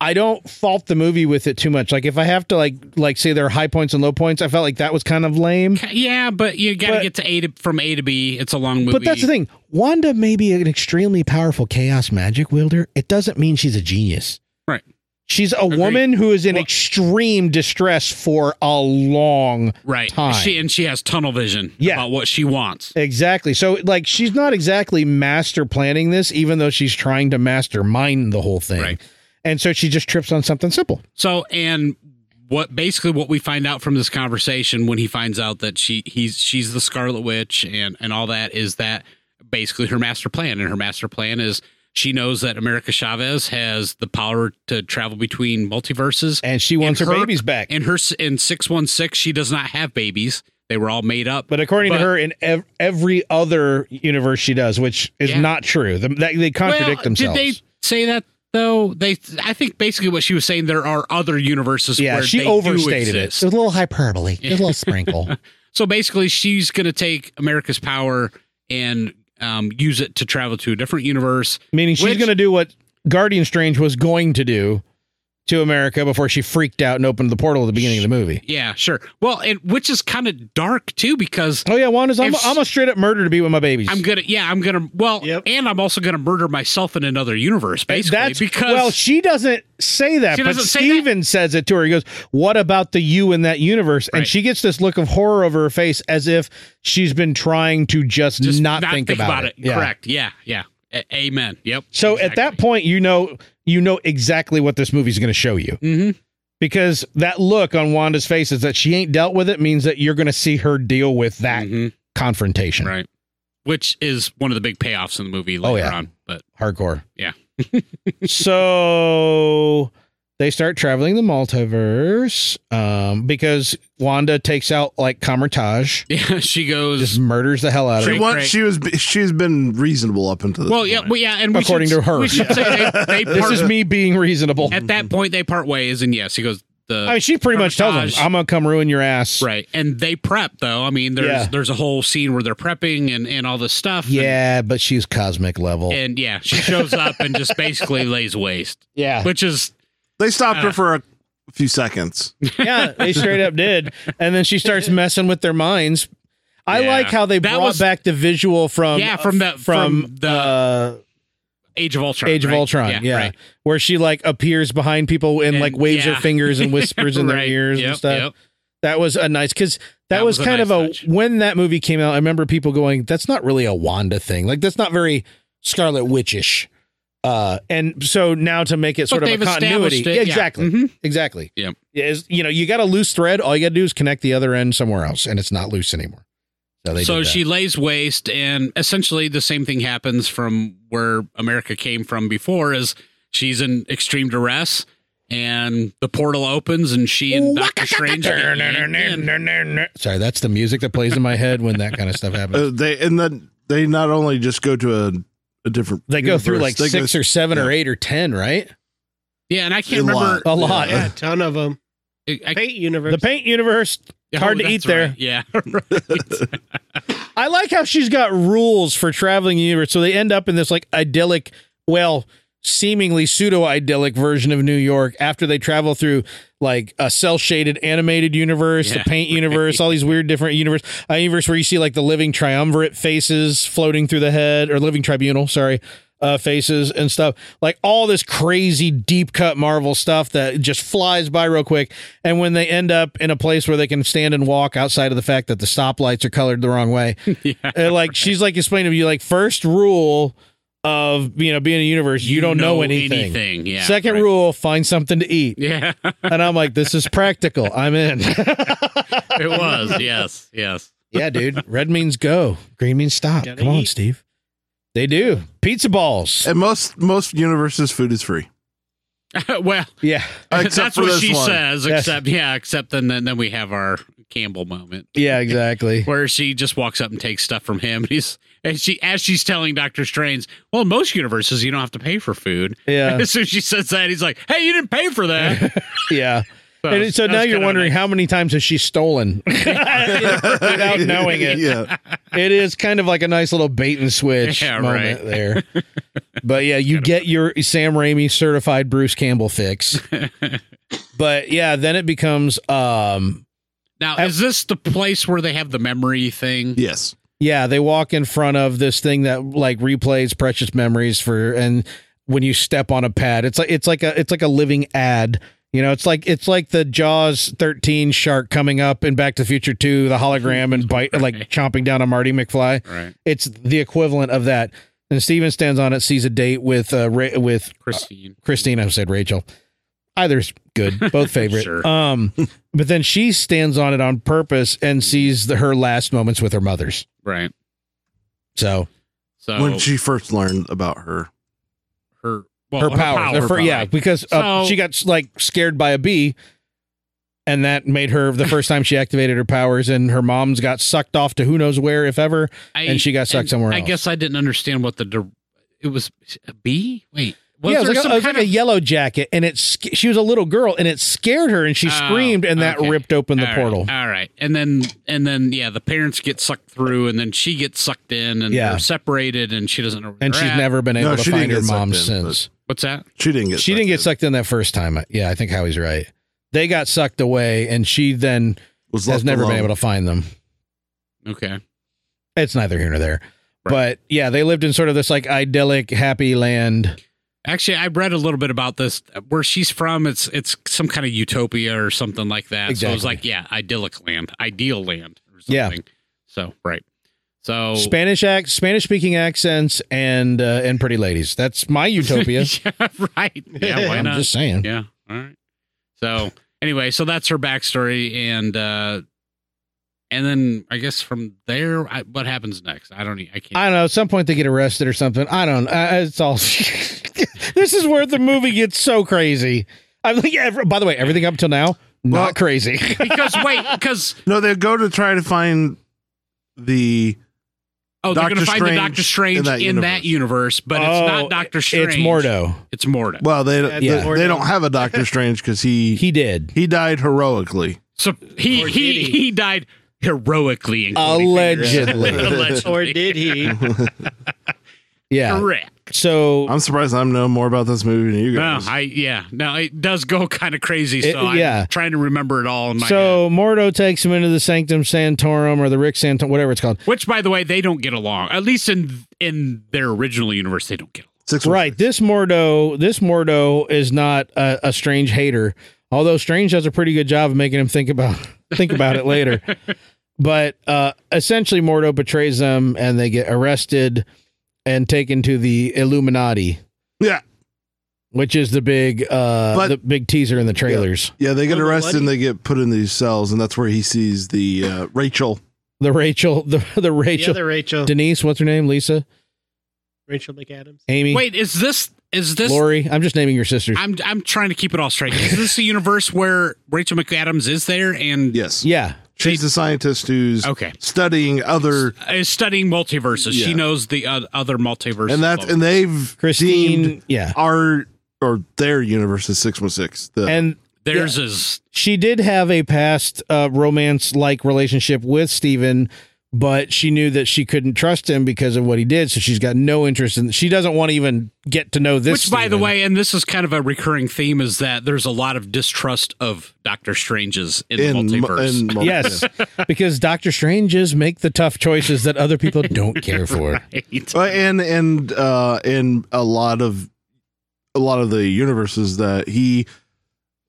[SPEAKER 1] I don't fault the movie with it too much. Like if I have to like like say there are high points and low points, I felt like that was kind of lame.
[SPEAKER 5] Ca- Yeah, but you got
[SPEAKER 1] But-
[SPEAKER 5] to get to A to from A to B. It's a long movie.
[SPEAKER 1] But that's the thing. Wanda may be an extremely powerful chaos magic wielder. It doesn't mean she's a genius.
[SPEAKER 5] Right.
[SPEAKER 1] She's a
[SPEAKER 5] Agreed.
[SPEAKER 1] woman who is in
[SPEAKER 5] Well-
[SPEAKER 1] extreme distress for a long
[SPEAKER 5] right?
[SPEAKER 1] time.
[SPEAKER 5] She and she has tunnel vision
[SPEAKER 1] Yeah.
[SPEAKER 5] about what she wants.
[SPEAKER 1] Exactly. So like she's not exactly master planning this, even though she's trying to mastermind the whole thing.
[SPEAKER 5] Right.
[SPEAKER 1] And so she just trips on something simple.
[SPEAKER 5] So, and what basically what we find out from this conversation when he finds out that she he's she's the Scarlet Witch and and all that is that basically her master plan and her master plan is she knows that America Chavez has the power to travel between multiverses
[SPEAKER 1] And she wants her,
[SPEAKER 5] her-
[SPEAKER 1] babies back.
[SPEAKER 5] and her s- in 616 she does not have babies. They were all made up.
[SPEAKER 1] But according
[SPEAKER 5] But-
[SPEAKER 1] to her, in ev- every other universe she does, which is
[SPEAKER 5] Yeah.
[SPEAKER 1] not true. The, that, they contradict themselves.
[SPEAKER 5] Did they say that though? They I think basically what she was saying there are other universes
[SPEAKER 1] yeah,
[SPEAKER 5] where
[SPEAKER 1] she
[SPEAKER 5] they do
[SPEAKER 1] overstated it.
[SPEAKER 5] exist.
[SPEAKER 1] It was a little hyperbole, a little sprinkle.
[SPEAKER 5] So basically, she's going to take America's power and um, use it to travel to a different universe.
[SPEAKER 1] Meaning she's
[SPEAKER 5] Which-
[SPEAKER 1] going to do what Guardian Strange was going to do to America before she freaked out and opened the portal at the beginning of the movie.
[SPEAKER 5] Yeah, sure. Well, and which is kind of dark too, because
[SPEAKER 1] Oh yeah, Wanda's. I'm,
[SPEAKER 5] If she-
[SPEAKER 1] I'm a straight up murder to be with my babies.
[SPEAKER 5] I'm gonna, yeah, I'm gonna, well,
[SPEAKER 4] Yep.
[SPEAKER 5] and I'm also gonna murder myself in another universe, basically,
[SPEAKER 1] That's
[SPEAKER 5] because
[SPEAKER 1] well, she doesn't say that,
[SPEAKER 5] She
[SPEAKER 1] but
[SPEAKER 5] doesn't say that?
[SPEAKER 1] Steven says it to her. He goes, "What about the you in that universe?" And
[SPEAKER 5] Right.
[SPEAKER 1] she gets this look of horror over her face, as if she's been trying to just,
[SPEAKER 5] just
[SPEAKER 1] not, think, about, it. Yeah.
[SPEAKER 5] Correct. Yeah, yeah. A- amen. Yep.
[SPEAKER 1] So at that point, you know, you know exactly what this movie's going to show you
[SPEAKER 5] Mm-hmm.
[SPEAKER 1] because that look on Wanda's face is that she ain't dealt with it means that you're going to see her deal with
[SPEAKER 5] Mm.
[SPEAKER 1] that confrontation.
[SPEAKER 5] Mm-hmm. Right. Which is one of the big payoffs in the movie later
[SPEAKER 1] Oh, yeah.
[SPEAKER 5] on. But
[SPEAKER 1] Hardcore.
[SPEAKER 5] Yeah.
[SPEAKER 1] so they start traveling the multiverse um, because Wanda takes out like Kamertage,
[SPEAKER 5] yeah, she
[SPEAKER 1] just
[SPEAKER 5] goes.
[SPEAKER 1] murders the hell out of
[SPEAKER 3] She
[SPEAKER 1] her.
[SPEAKER 5] Great,
[SPEAKER 3] wants.
[SPEAKER 5] great.
[SPEAKER 3] She was. She's been reasonable up until this.
[SPEAKER 5] Well, yeah,
[SPEAKER 3] point.
[SPEAKER 5] well, yeah, and we
[SPEAKER 1] According
[SPEAKER 5] should-
[SPEAKER 1] to her.
[SPEAKER 5] we should say they, they
[SPEAKER 1] This
[SPEAKER 5] part-
[SPEAKER 1] is me being reasonable.
[SPEAKER 5] At that point, they part ways, and yes, he goes the
[SPEAKER 1] I mean, she pretty much tells him,
[SPEAKER 5] Kamertage.
[SPEAKER 1] I'm going to come ruin your ass.
[SPEAKER 5] right, and they prep though. I mean, there's
[SPEAKER 1] Yeah.
[SPEAKER 5] there's a whole scene where they're prepping and and all this stuff.
[SPEAKER 1] Yeah, but she's cosmic level.
[SPEAKER 5] and, and yeah, she shows up and just basically lays waste,
[SPEAKER 1] yeah.
[SPEAKER 5] which is
[SPEAKER 3] they stopped her
[SPEAKER 5] uh,
[SPEAKER 3] for a few seconds.
[SPEAKER 1] yeah, they straight up did. And then she starts messing with their minds. I
[SPEAKER 5] Yeah.
[SPEAKER 1] like how they
[SPEAKER 5] That
[SPEAKER 1] brought
[SPEAKER 5] was-
[SPEAKER 1] back the visual from
[SPEAKER 5] Yeah, from the-
[SPEAKER 1] from,
[SPEAKER 5] from the
[SPEAKER 1] uh,
[SPEAKER 5] Age of Ultron.
[SPEAKER 1] Age of
[SPEAKER 5] right?
[SPEAKER 1] Ultron, yeah,
[SPEAKER 5] right.
[SPEAKER 1] where she like appears behind people and,
[SPEAKER 5] And-
[SPEAKER 1] like waves
[SPEAKER 5] yeah.
[SPEAKER 1] her fingers and whispers in their
[SPEAKER 5] Right.
[SPEAKER 1] ears
[SPEAKER 5] Yep,
[SPEAKER 1] and stuff.
[SPEAKER 5] yep.
[SPEAKER 1] That was a nice because that,
[SPEAKER 5] That
[SPEAKER 1] was,
[SPEAKER 5] was a
[SPEAKER 1] kind
[SPEAKER 5] nice
[SPEAKER 1] of a
[SPEAKER 5] touch.
[SPEAKER 1] when that movie came out. I remember people going, "That's not really a Wanda thing. Like that's not very Scarlet Witchish." Uh, and so now to make it sort
[SPEAKER 5] But
[SPEAKER 1] of a
[SPEAKER 5] they've
[SPEAKER 1] continuity,
[SPEAKER 5] established it,
[SPEAKER 1] Yeah,
[SPEAKER 5] yeah.
[SPEAKER 1] exactly,
[SPEAKER 5] Mhm.
[SPEAKER 1] exactly.
[SPEAKER 5] Yeah.
[SPEAKER 1] is you know you got a loose thread. All you got to do is connect the other end somewhere else, and it's not loose anymore. So they
[SPEAKER 5] So
[SPEAKER 1] did that.
[SPEAKER 5] she lays waste, and essentially the same thing happens from where America came from before. Is she's in extreme duress, and the portal opens, and she and Doctor Strange.
[SPEAKER 1] Sorry, that's the music that plays in my head when that kind of stuff happens.
[SPEAKER 3] Uh, they and then they not only just go to a a different.
[SPEAKER 1] They go through like
[SPEAKER 3] universe, they
[SPEAKER 1] six
[SPEAKER 3] go-
[SPEAKER 1] or seven or
[SPEAKER 3] yeah.
[SPEAKER 1] eight or ten, right?
[SPEAKER 5] Yeah, and I
[SPEAKER 3] A
[SPEAKER 5] can't remember.
[SPEAKER 1] A lot.
[SPEAKER 4] Yeah, a ton of them.
[SPEAKER 5] I- oh,
[SPEAKER 4] Paint universe.
[SPEAKER 1] The paint universe, Hard to
[SPEAKER 5] that's
[SPEAKER 1] eat there.
[SPEAKER 5] right. Yeah. right.
[SPEAKER 1] I like how she's got rules for traveling universe, so they end up in this like idyllic, well, seemingly pseudo idyllic version of New York after they travel through like a cell shaded animated universe,
[SPEAKER 5] Yeah,
[SPEAKER 1] the paint universe, all these weird different universe, a universe where you see like the living triumvirate faces floating through the head or living tribunal, sorry. Uh, faces and stuff like all this crazy deep cut Marvel stuff that just flies by real quick. And when they end up in a place where they can stand and walk outside of the fact that the stoplights are colored the wrong way,
[SPEAKER 5] yeah.
[SPEAKER 1] and like she's like explaining to you like first rule of you know being a universe you, don't know, anything,
[SPEAKER 5] Yeah.
[SPEAKER 1] second
[SPEAKER 5] right.
[SPEAKER 1] rule find something to eat
[SPEAKER 5] Yeah.
[SPEAKER 1] and i'm like this is practical i'm in
[SPEAKER 5] it was. Yes. Yes.
[SPEAKER 1] yeah dude red means go green means stop
[SPEAKER 4] Gotta
[SPEAKER 1] come on
[SPEAKER 4] eat.
[SPEAKER 1] steve they do pizza balls
[SPEAKER 3] And most most universes, food is free.
[SPEAKER 5] well,
[SPEAKER 1] yeah
[SPEAKER 3] Except
[SPEAKER 5] that's
[SPEAKER 3] for
[SPEAKER 5] what
[SPEAKER 3] this
[SPEAKER 5] she
[SPEAKER 3] one.
[SPEAKER 5] says.
[SPEAKER 1] Yes.
[SPEAKER 5] Except, yeah, except then, then then we have our Campbell moment
[SPEAKER 1] yeah exactly
[SPEAKER 5] where she just walks up and takes stuff from him. And he's and she as she's telling Doctor Strange, well, in most universes you don't have to pay for food.
[SPEAKER 1] yeah
[SPEAKER 5] As soon as she says that, he's like, "Hey, you didn't pay for that."
[SPEAKER 1] yeah and so
[SPEAKER 5] that
[SPEAKER 1] now
[SPEAKER 5] was
[SPEAKER 1] you're
[SPEAKER 5] kinda
[SPEAKER 1] wondering
[SPEAKER 5] nice.
[SPEAKER 1] how many times has she stolen without knowing it
[SPEAKER 3] Yeah.
[SPEAKER 1] it is kind of like a nice little bait and switch
[SPEAKER 5] Yeah,
[SPEAKER 1] moment
[SPEAKER 5] right.
[SPEAKER 1] there. But yeah, you get your Sam Raimi certified Bruce Campbell fix. but yeah, then it becomes um
[SPEAKER 5] Now, is this the place where they have the memory thing?
[SPEAKER 3] Yes.
[SPEAKER 1] yeah, they walk in front of this thing that like replays precious memories for and when you step on a pad, it's like it's like a it's like a living ad. You know, it's like it's like the Jaws 13 shark coming up in Back to the Future 2, the hologram and bite like
[SPEAKER 5] Right.
[SPEAKER 1] chomping down on Marty McFly.
[SPEAKER 5] Right,
[SPEAKER 1] it's the equivalent of that. And Steven stands on it, sees a date with uh, Ra- with
[SPEAKER 5] Christine.
[SPEAKER 1] Christine. I said Rachel. Either's good, both favorite.
[SPEAKER 5] Sure.
[SPEAKER 1] Um, but then she stands on it on purpose and sees the, her last moments with her mother's.
[SPEAKER 5] Right.
[SPEAKER 1] So
[SPEAKER 5] So
[SPEAKER 3] When she first learned about her.
[SPEAKER 5] her
[SPEAKER 1] her
[SPEAKER 5] well,
[SPEAKER 1] power,
[SPEAKER 5] power,
[SPEAKER 1] the fir- yeah,
[SPEAKER 5] right.
[SPEAKER 1] because uh,
[SPEAKER 5] So-
[SPEAKER 1] she got like scared by a bee, and that made her the first time she activated her powers. And her mom's got sucked off to who knows where, if ever.
[SPEAKER 5] I-
[SPEAKER 1] and she got sucked
[SPEAKER 5] and
[SPEAKER 1] somewhere
[SPEAKER 5] I
[SPEAKER 1] else.
[SPEAKER 5] guess I didn't understand what the dir- it was a bee. Wait, was
[SPEAKER 1] yeah, it
[SPEAKER 5] there
[SPEAKER 1] was, like, a,
[SPEAKER 5] some
[SPEAKER 1] it was
[SPEAKER 5] kind
[SPEAKER 1] like a
[SPEAKER 5] of
[SPEAKER 1] yellow jacket, and it sc- she was a little girl, and it scared her, and she
[SPEAKER 5] Oh,
[SPEAKER 1] screamed, and that
[SPEAKER 5] okay.
[SPEAKER 1] ripped open the
[SPEAKER 5] All right,
[SPEAKER 1] portal.
[SPEAKER 5] all right, and then and then yeah, the parents get sucked through, and then she gets sucked in, and
[SPEAKER 1] Yeah.
[SPEAKER 5] they're separated, and she doesn't know. Where
[SPEAKER 1] And
[SPEAKER 5] they're
[SPEAKER 1] she's
[SPEAKER 5] at.
[SPEAKER 1] never been
[SPEAKER 3] No,
[SPEAKER 1] able to
[SPEAKER 3] she didn't
[SPEAKER 1] find her
[SPEAKER 3] get sucked
[SPEAKER 1] mom
[SPEAKER 3] in,
[SPEAKER 1] since.
[SPEAKER 5] What's that?
[SPEAKER 3] She didn't get
[SPEAKER 1] She didn't get
[SPEAKER 3] in.
[SPEAKER 1] sucked in that first time. Yeah, I think Howie's right. They got sucked away, and she then
[SPEAKER 3] Was
[SPEAKER 1] has
[SPEAKER 3] left
[SPEAKER 1] never
[SPEAKER 3] alone.
[SPEAKER 1] been able to find them.
[SPEAKER 5] Okay,
[SPEAKER 1] It's neither here nor there. But yeah, they lived in sort of this like idyllic, happy land.
[SPEAKER 5] actually, I read a little bit about this. Where she's from, it's it's some kind of utopia or something like that. So it was
[SPEAKER 1] Exactly.
[SPEAKER 5] like, yeah, idyllic land, ideal land, or
[SPEAKER 1] Yeah.
[SPEAKER 5] something. So right, so
[SPEAKER 1] Spanish act, Spanish speaking accents, and uh, and pretty ladies. That's my utopia.
[SPEAKER 5] yeah, right. Yeah, why
[SPEAKER 1] I'm
[SPEAKER 5] not?
[SPEAKER 1] just saying.
[SPEAKER 5] Yeah. All right. So anyway, so that's her backstory, and uh and then I guess from there, I, what happens next? I don't. e- I can't.
[SPEAKER 1] I don't know. At some point, they get arrested or something. I don't. I, it's all. this is where the movie gets so crazy. I'm like, every, by the way, everything up till now not
[SPEAKER 3] Well-
[SPEAKER 1] crazy.
[SPEAKER 5] because wait, because
[SPEAKER 3] No, they go to try to find the
[SPEAKER 5] oh, they're
[SPEAKER 3] Doctor
[SPEAKER 5] going to find the
[SPEAKER 3] Strange
[SPEAKER 5] Doctor Strange in
[SPEAKER 3] in
[SPEAKER 5] that
[SPEAKER 3] that
[SPEAKER 5] universe, but it's
[SPEAKER 1] Oh,
[SPEAKER 5] not Doctor Strange.
[SPEAKER 1] It's Mordo.
[SPEAKER 5] It's Mordo.
[SPEAKER 3] well they
[SPEAKER 4] Yeah,
[SPEAKER 3] they,
[SPEAKER 4] yeah.
[SPEAKER 3] they don't have a Doctor Strange because he, he
[SPEAKER 1] He did
[SPEAKER 3] died heroically.
[SPEAKER 5] so he
[SPEAKER 4] Or did
[SPEAKER 5] he
[SPEAKER 4] he?
[SPEAKER 5] he died heroically. in Cody
[SPEAKER 1] allegedly.
[SPEAKER 5] Fingers. allegedly.
[SPEAKER 4] Or did he?
[SPEAKER 1] yeah.
[SPEAKER 5] Correct. Oh
[SPEAKER 1] So
[SPEAKER 3] I'm surprised I'm know more about this movie than you
[SPEAKER 5] No,
[SPEAKER 3] guys.
[SPEAKER 5] I yeah. No, it does go kind of crazy. So
[SPEAKER 1] It- yeah.
[SPEAKER 5] I'm trying to remember it all in my head.
[SPEAKER 1] so Mordo takes him into the Sanctum Santorum or the Rick Santorum, whatever it's called.
[SPEAKER 5] Which, by the way, they don't get along. At least in in their original universe, they don't get along.
[SPEAKER 3] Six
[SPEAKER 1] Right. This Mordo, this Mordo is not a, a strange hater. Although Strange does a pretty good job of making him think about think about it later. But uh, essentially, Mordo betrays them, and they get arrested and taken to the Illuminati,
[SPEAKER 3] Yeah.
[SPEAKER 1] which is the big uh,
[SPEAKER 3] But-
[SPEAKER 1] the big teaser in the trailers.
[SPEAKER 3] Yeah, they get
[SPEAKER 4] Oh, the
[SPEAKER 3] arrested and
[SPEAKER 4] what?
[SPEAKER 3] they get put in these cells, and that's where he sees the uh, Rachel.
[SPEAKER 1] The Rachel, the the
[SPEAKER 4] The
[SPEAKER 1] Rachel,
[SPEAKER 4] other Rachel,
[SPEAKER 1] Denise, what's her name? Lisa,
[SPEAKER 4] Rachel McAdams.
[SPEAKER 1] Amy,
[SPEAKER 5] Wait, is this is this?
[SPEAKER 1] Lori. I'm just naming your sisters.
[SPEAKER 5] I'm I'm trying to keep it all straight. Is this the universe where Rachel McAdams is there and
[SPEAKER 3] Yes,
[SPEAKER 1] yeah,
[SPEAKER 3] she's the scientist who's
[SPEAKER 5] Okay.
[SPEAKER 3] studying other,
[SPEAKER 5] is studying multiverses? She
[SPEAKER 3] Yeah.
[SPEAKER 5] knows the uh, other multiverses.
[SPEAKER 3] and that's and they've
[SPEAKER 1] Christine.
[SPEAKER 3] deemed
[SPEAKER 1] Yeah,
[SPEAKER 3] our or their universe is six one six. The
[SPEAKER 1] and
[SPEAKER 5] Theirs is
[SPEAKER 1] she did have a past uh, romance like relationship with Steven, but she knew that she couldn't trust him because of what he did. So she's got no interest in. She doesn't want to even get to know this.
[SPEAKER 5] Which, by the
[SPEAKER 1] Steven.
[SPEAKER 5] way, and this is kind of a recurring theme, is that there's a lot of distrust of Doctor Strange's in, the
[SPEAKER 3] mu-
[SPEAKER 5] multiverse.
[SPEAKER 3] in mul-
[SPEAKER 1] yes, because Doctor Stranges make the tough choices that other people don't care for.
[SPEAKER 3] Well, and and uh and a lot of a lot of the universes that he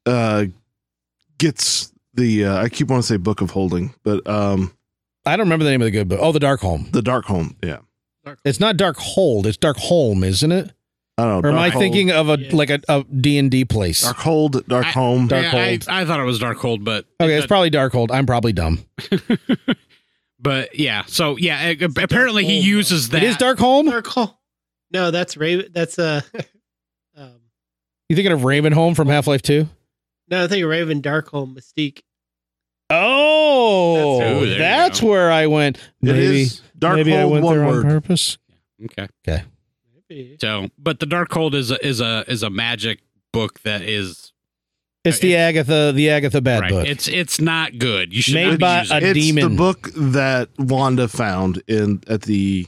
[SPEAKER 3] uh gets the uh, I keep wanting to say Book of Holding, but um
[SPEAKER 1] I don't remember the name of the good book. Oh, the Dark Home.
[SPEAKER 3] the Dark Home, yeah.
[SPEAKER 1] It's not Dark Hold. It's Dark Home, isn't it?
[SPEAKER 3] I don't know.
[SPEAKER 1] Or am I
[SPEAKER 3] Darkhold-
[SPEAKER 1] thinking of a
[SPEAKER 4] Yeah.
[SPEAKER 1] like a D and D place?
[SPEAKER 3] Darkhold, Dark
[SPEAKER 5] I-
[SPEAKER 3] Home.
[SPEAKER 1] Dark-
[SPEAKER 5] I,
[SPEAKER 1] Darkhold.
[SPEAKER 5] I, I thought it was Darkhold, but
[SPEAKER 1] okay, it's probably Dark Hold. I'm probably dumb.
[SPEAKER 5] but yeah. So yeah, a- a- apparently he uses that.
[SPEAKER 1] It is Dark Home.
[SPEAKER 4] Dark Hole. No, that's Raven. That's uh, um,
[SPEAKER 1] You thinking of Raven Home from Half Life Two?
[SPEAKER 4] no, I think Raven Darkhold Mystique.
[SPEAKER 1] Oh,
[SPEAKER 4] That's-
[SPEAKER 5] Ooh,
[SPEAKER 1] that's,
[SPEAKER 5] there you go.
[SPEAKER 1] where I went.
[SPEAKER 3] It
[SPEAKER 1] Maybe,
[SPEAKER 3] is Dark
[SPEAKER 1] maybe I
[SPEAKER 3] Hole,
[SPEAKER 1] went
[SPEAKER 3] one
[SPEAKER 1] there on
[SPEAKER 3] word.
[SPEAKER 1] purpose.
[SPEAKER 5] Okay.
[SPEAKER 4] Maybe.
[SPEAKER 5] So, but the Darkhold is a, is a is a magic book that is
[SPEAKER 1] It's the Agatha, the Agatha bad
[SPEAKER 5] Uh, right.
[SPEAKER 1] book.
[SPEAKER 5] It's it's not good. You should
[SPEAKER 1] Made
[SPEAKER 5] not be
[SPEAKER 1] by
[SPEAKER 5] using
[SPEAKER 1] a
[SPEAKER 5] it.
[SPEAKER 3] It's
[SPEAKER 1] demon.
[SPEAKER 3] the book that Wanda found in at the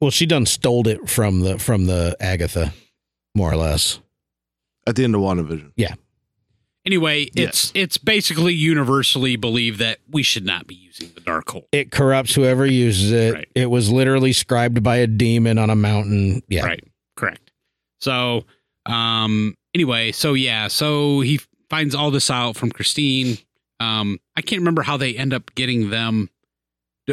[SPEAKER 1] well, she done stole it from the from the Agatha, more or less.
[SPEAKER 3] at the end of WandaVision.
[SPEAKER 5] anyway. It's it's basically universally believed that we should not be using the Darkhold.
[SPEAKER 1] It corrupts whoever uses it.
[SPEAKER 5] Right.
[SPEAKER 1] It was literally scribed by a demon on a mountain. Yeah,
[SPEAKER 5] Right. Correct. So, um, anyway, so yeah, so he f- finds all this out from Christine. Um, I can't remember how they end up getting them.